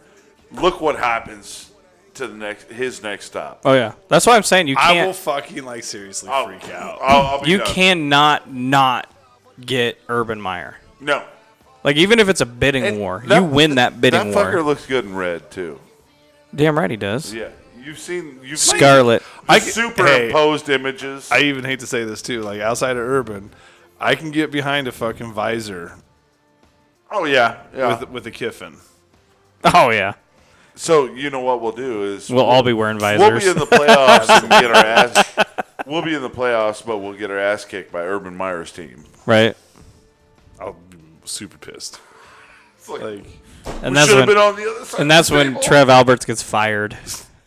Speaker 5: look what happens to the next his next stop.
Speaker 1: Oh yeah. That's why I'm saying you
Speaker 4: I will
Speaker 1: can't.
Speaker 4: fucking like seriously
Speaker 5: I'll-
Speaker 4: freak out.
Speaker 5: I'll, I'll be
Speaker 1: You
Speaker 5: done.
Speaker 1: cannot not get Urban Meyer.
Speaker 5: No.
Speaker 1: Like even if it's a bidding
Speaker 5: And
Speaker 1: war,
Speaker 5: that-
Speaker 1: you win that bidding
Speaker 5: That
Speaker 1: war.
Speaker 5: fucker looks good in red too.
Speaker 1: Damn right he does.
Speaker 5: Yeah, you've seen you've
Speaker 1: Scarlet.
Speaker 5: I
Speaker 4: can-
Speaker 5: superimposed images.
Speaker 4: I even hate to say this too. Like outside of Urban, I can get behind a fucking visor
Speaker 5: oh yeah, yeah.
Speaker 4: with with a Kiffin.
Speaker 1: Oh yeah.
Speaker 5: so you know what we'll do is
Speaker 1: We'll all be wearing visors.
Speaker 5: we'll be in the playoffs and get our ass. We'll be in the playoffs, but we'll get our ass kicked by Urban Meyer's team.
Speaker 1: right.
Speaker 4: I'll be super pissed.
Speaker 5: It's like,
Speaker 4: Like
Speaker 1: And
Speaker 5: we
Speaker 1: that's when
Speaker 5: should have been on the other side.
Speaker 1: and
Speaker 5: of
Speaker 1: that's
Speaker 5: the
Speaker 1: when
Speaker 5: table.
Speaker 1: Trev Alberts gets fired.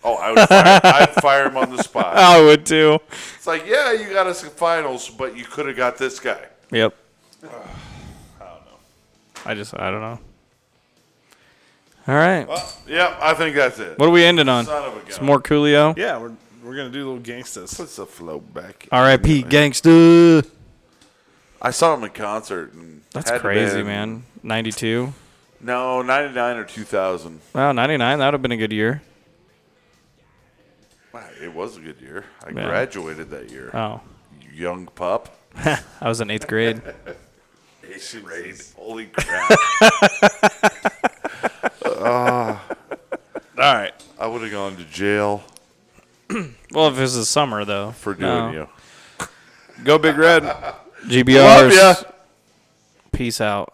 Speaker 5: Oh, I would fire, I'd fire him on the spot.
Speaker 1: I would too.
Speaker 5: It's like, yeah, you got us in finals, but you could have got this guy.
Speaker 1: Yep. I don't know. I just I don't know. All right.
Speaker 5: Yeah, I think that's it.
Speaker 1: what are we ending on?
Speaker 5: Son of a gun.
Speaker 1: Some more Coolio.
Speaker 4: yeah, we're we're gonna do little gangstas.
Speaker 5: Puts the float back.
Speaker 1: R.I.P. Gangsta.
Speaker 5: I saw him in concert. And
Speaker 1: That's
Speaker 5: had to
Speaker 1: crazy,
Speaker 5: been-
Speaker 1: man. 92.
Speaker 5: No, ninety nine or two thousand.
Speaker 1: Wow, 99. That would have been a good year.
Speaker 5: Wow, It was a good year. I
Speaker 1: Yeah.
Speaker 5: graduated that year.
Speaker 1: Oh,
Speaker 5: You Young pup.
Speaker 1: I was in eighth grade.
Speaker 5: Eighth grade. Holy crap.
Speaker 4: All right.
Speaker 5: I would have gone to jail
Speaker 1: well, if it was the summer, though.
Speaker 5: for doing
Speaker 1: No.
Speaker 5: you.
Speaker 4: Go Big Red.
Speaker 1: GBRs.
Speaker 5: Love ya.
Speaker 1: Peace out.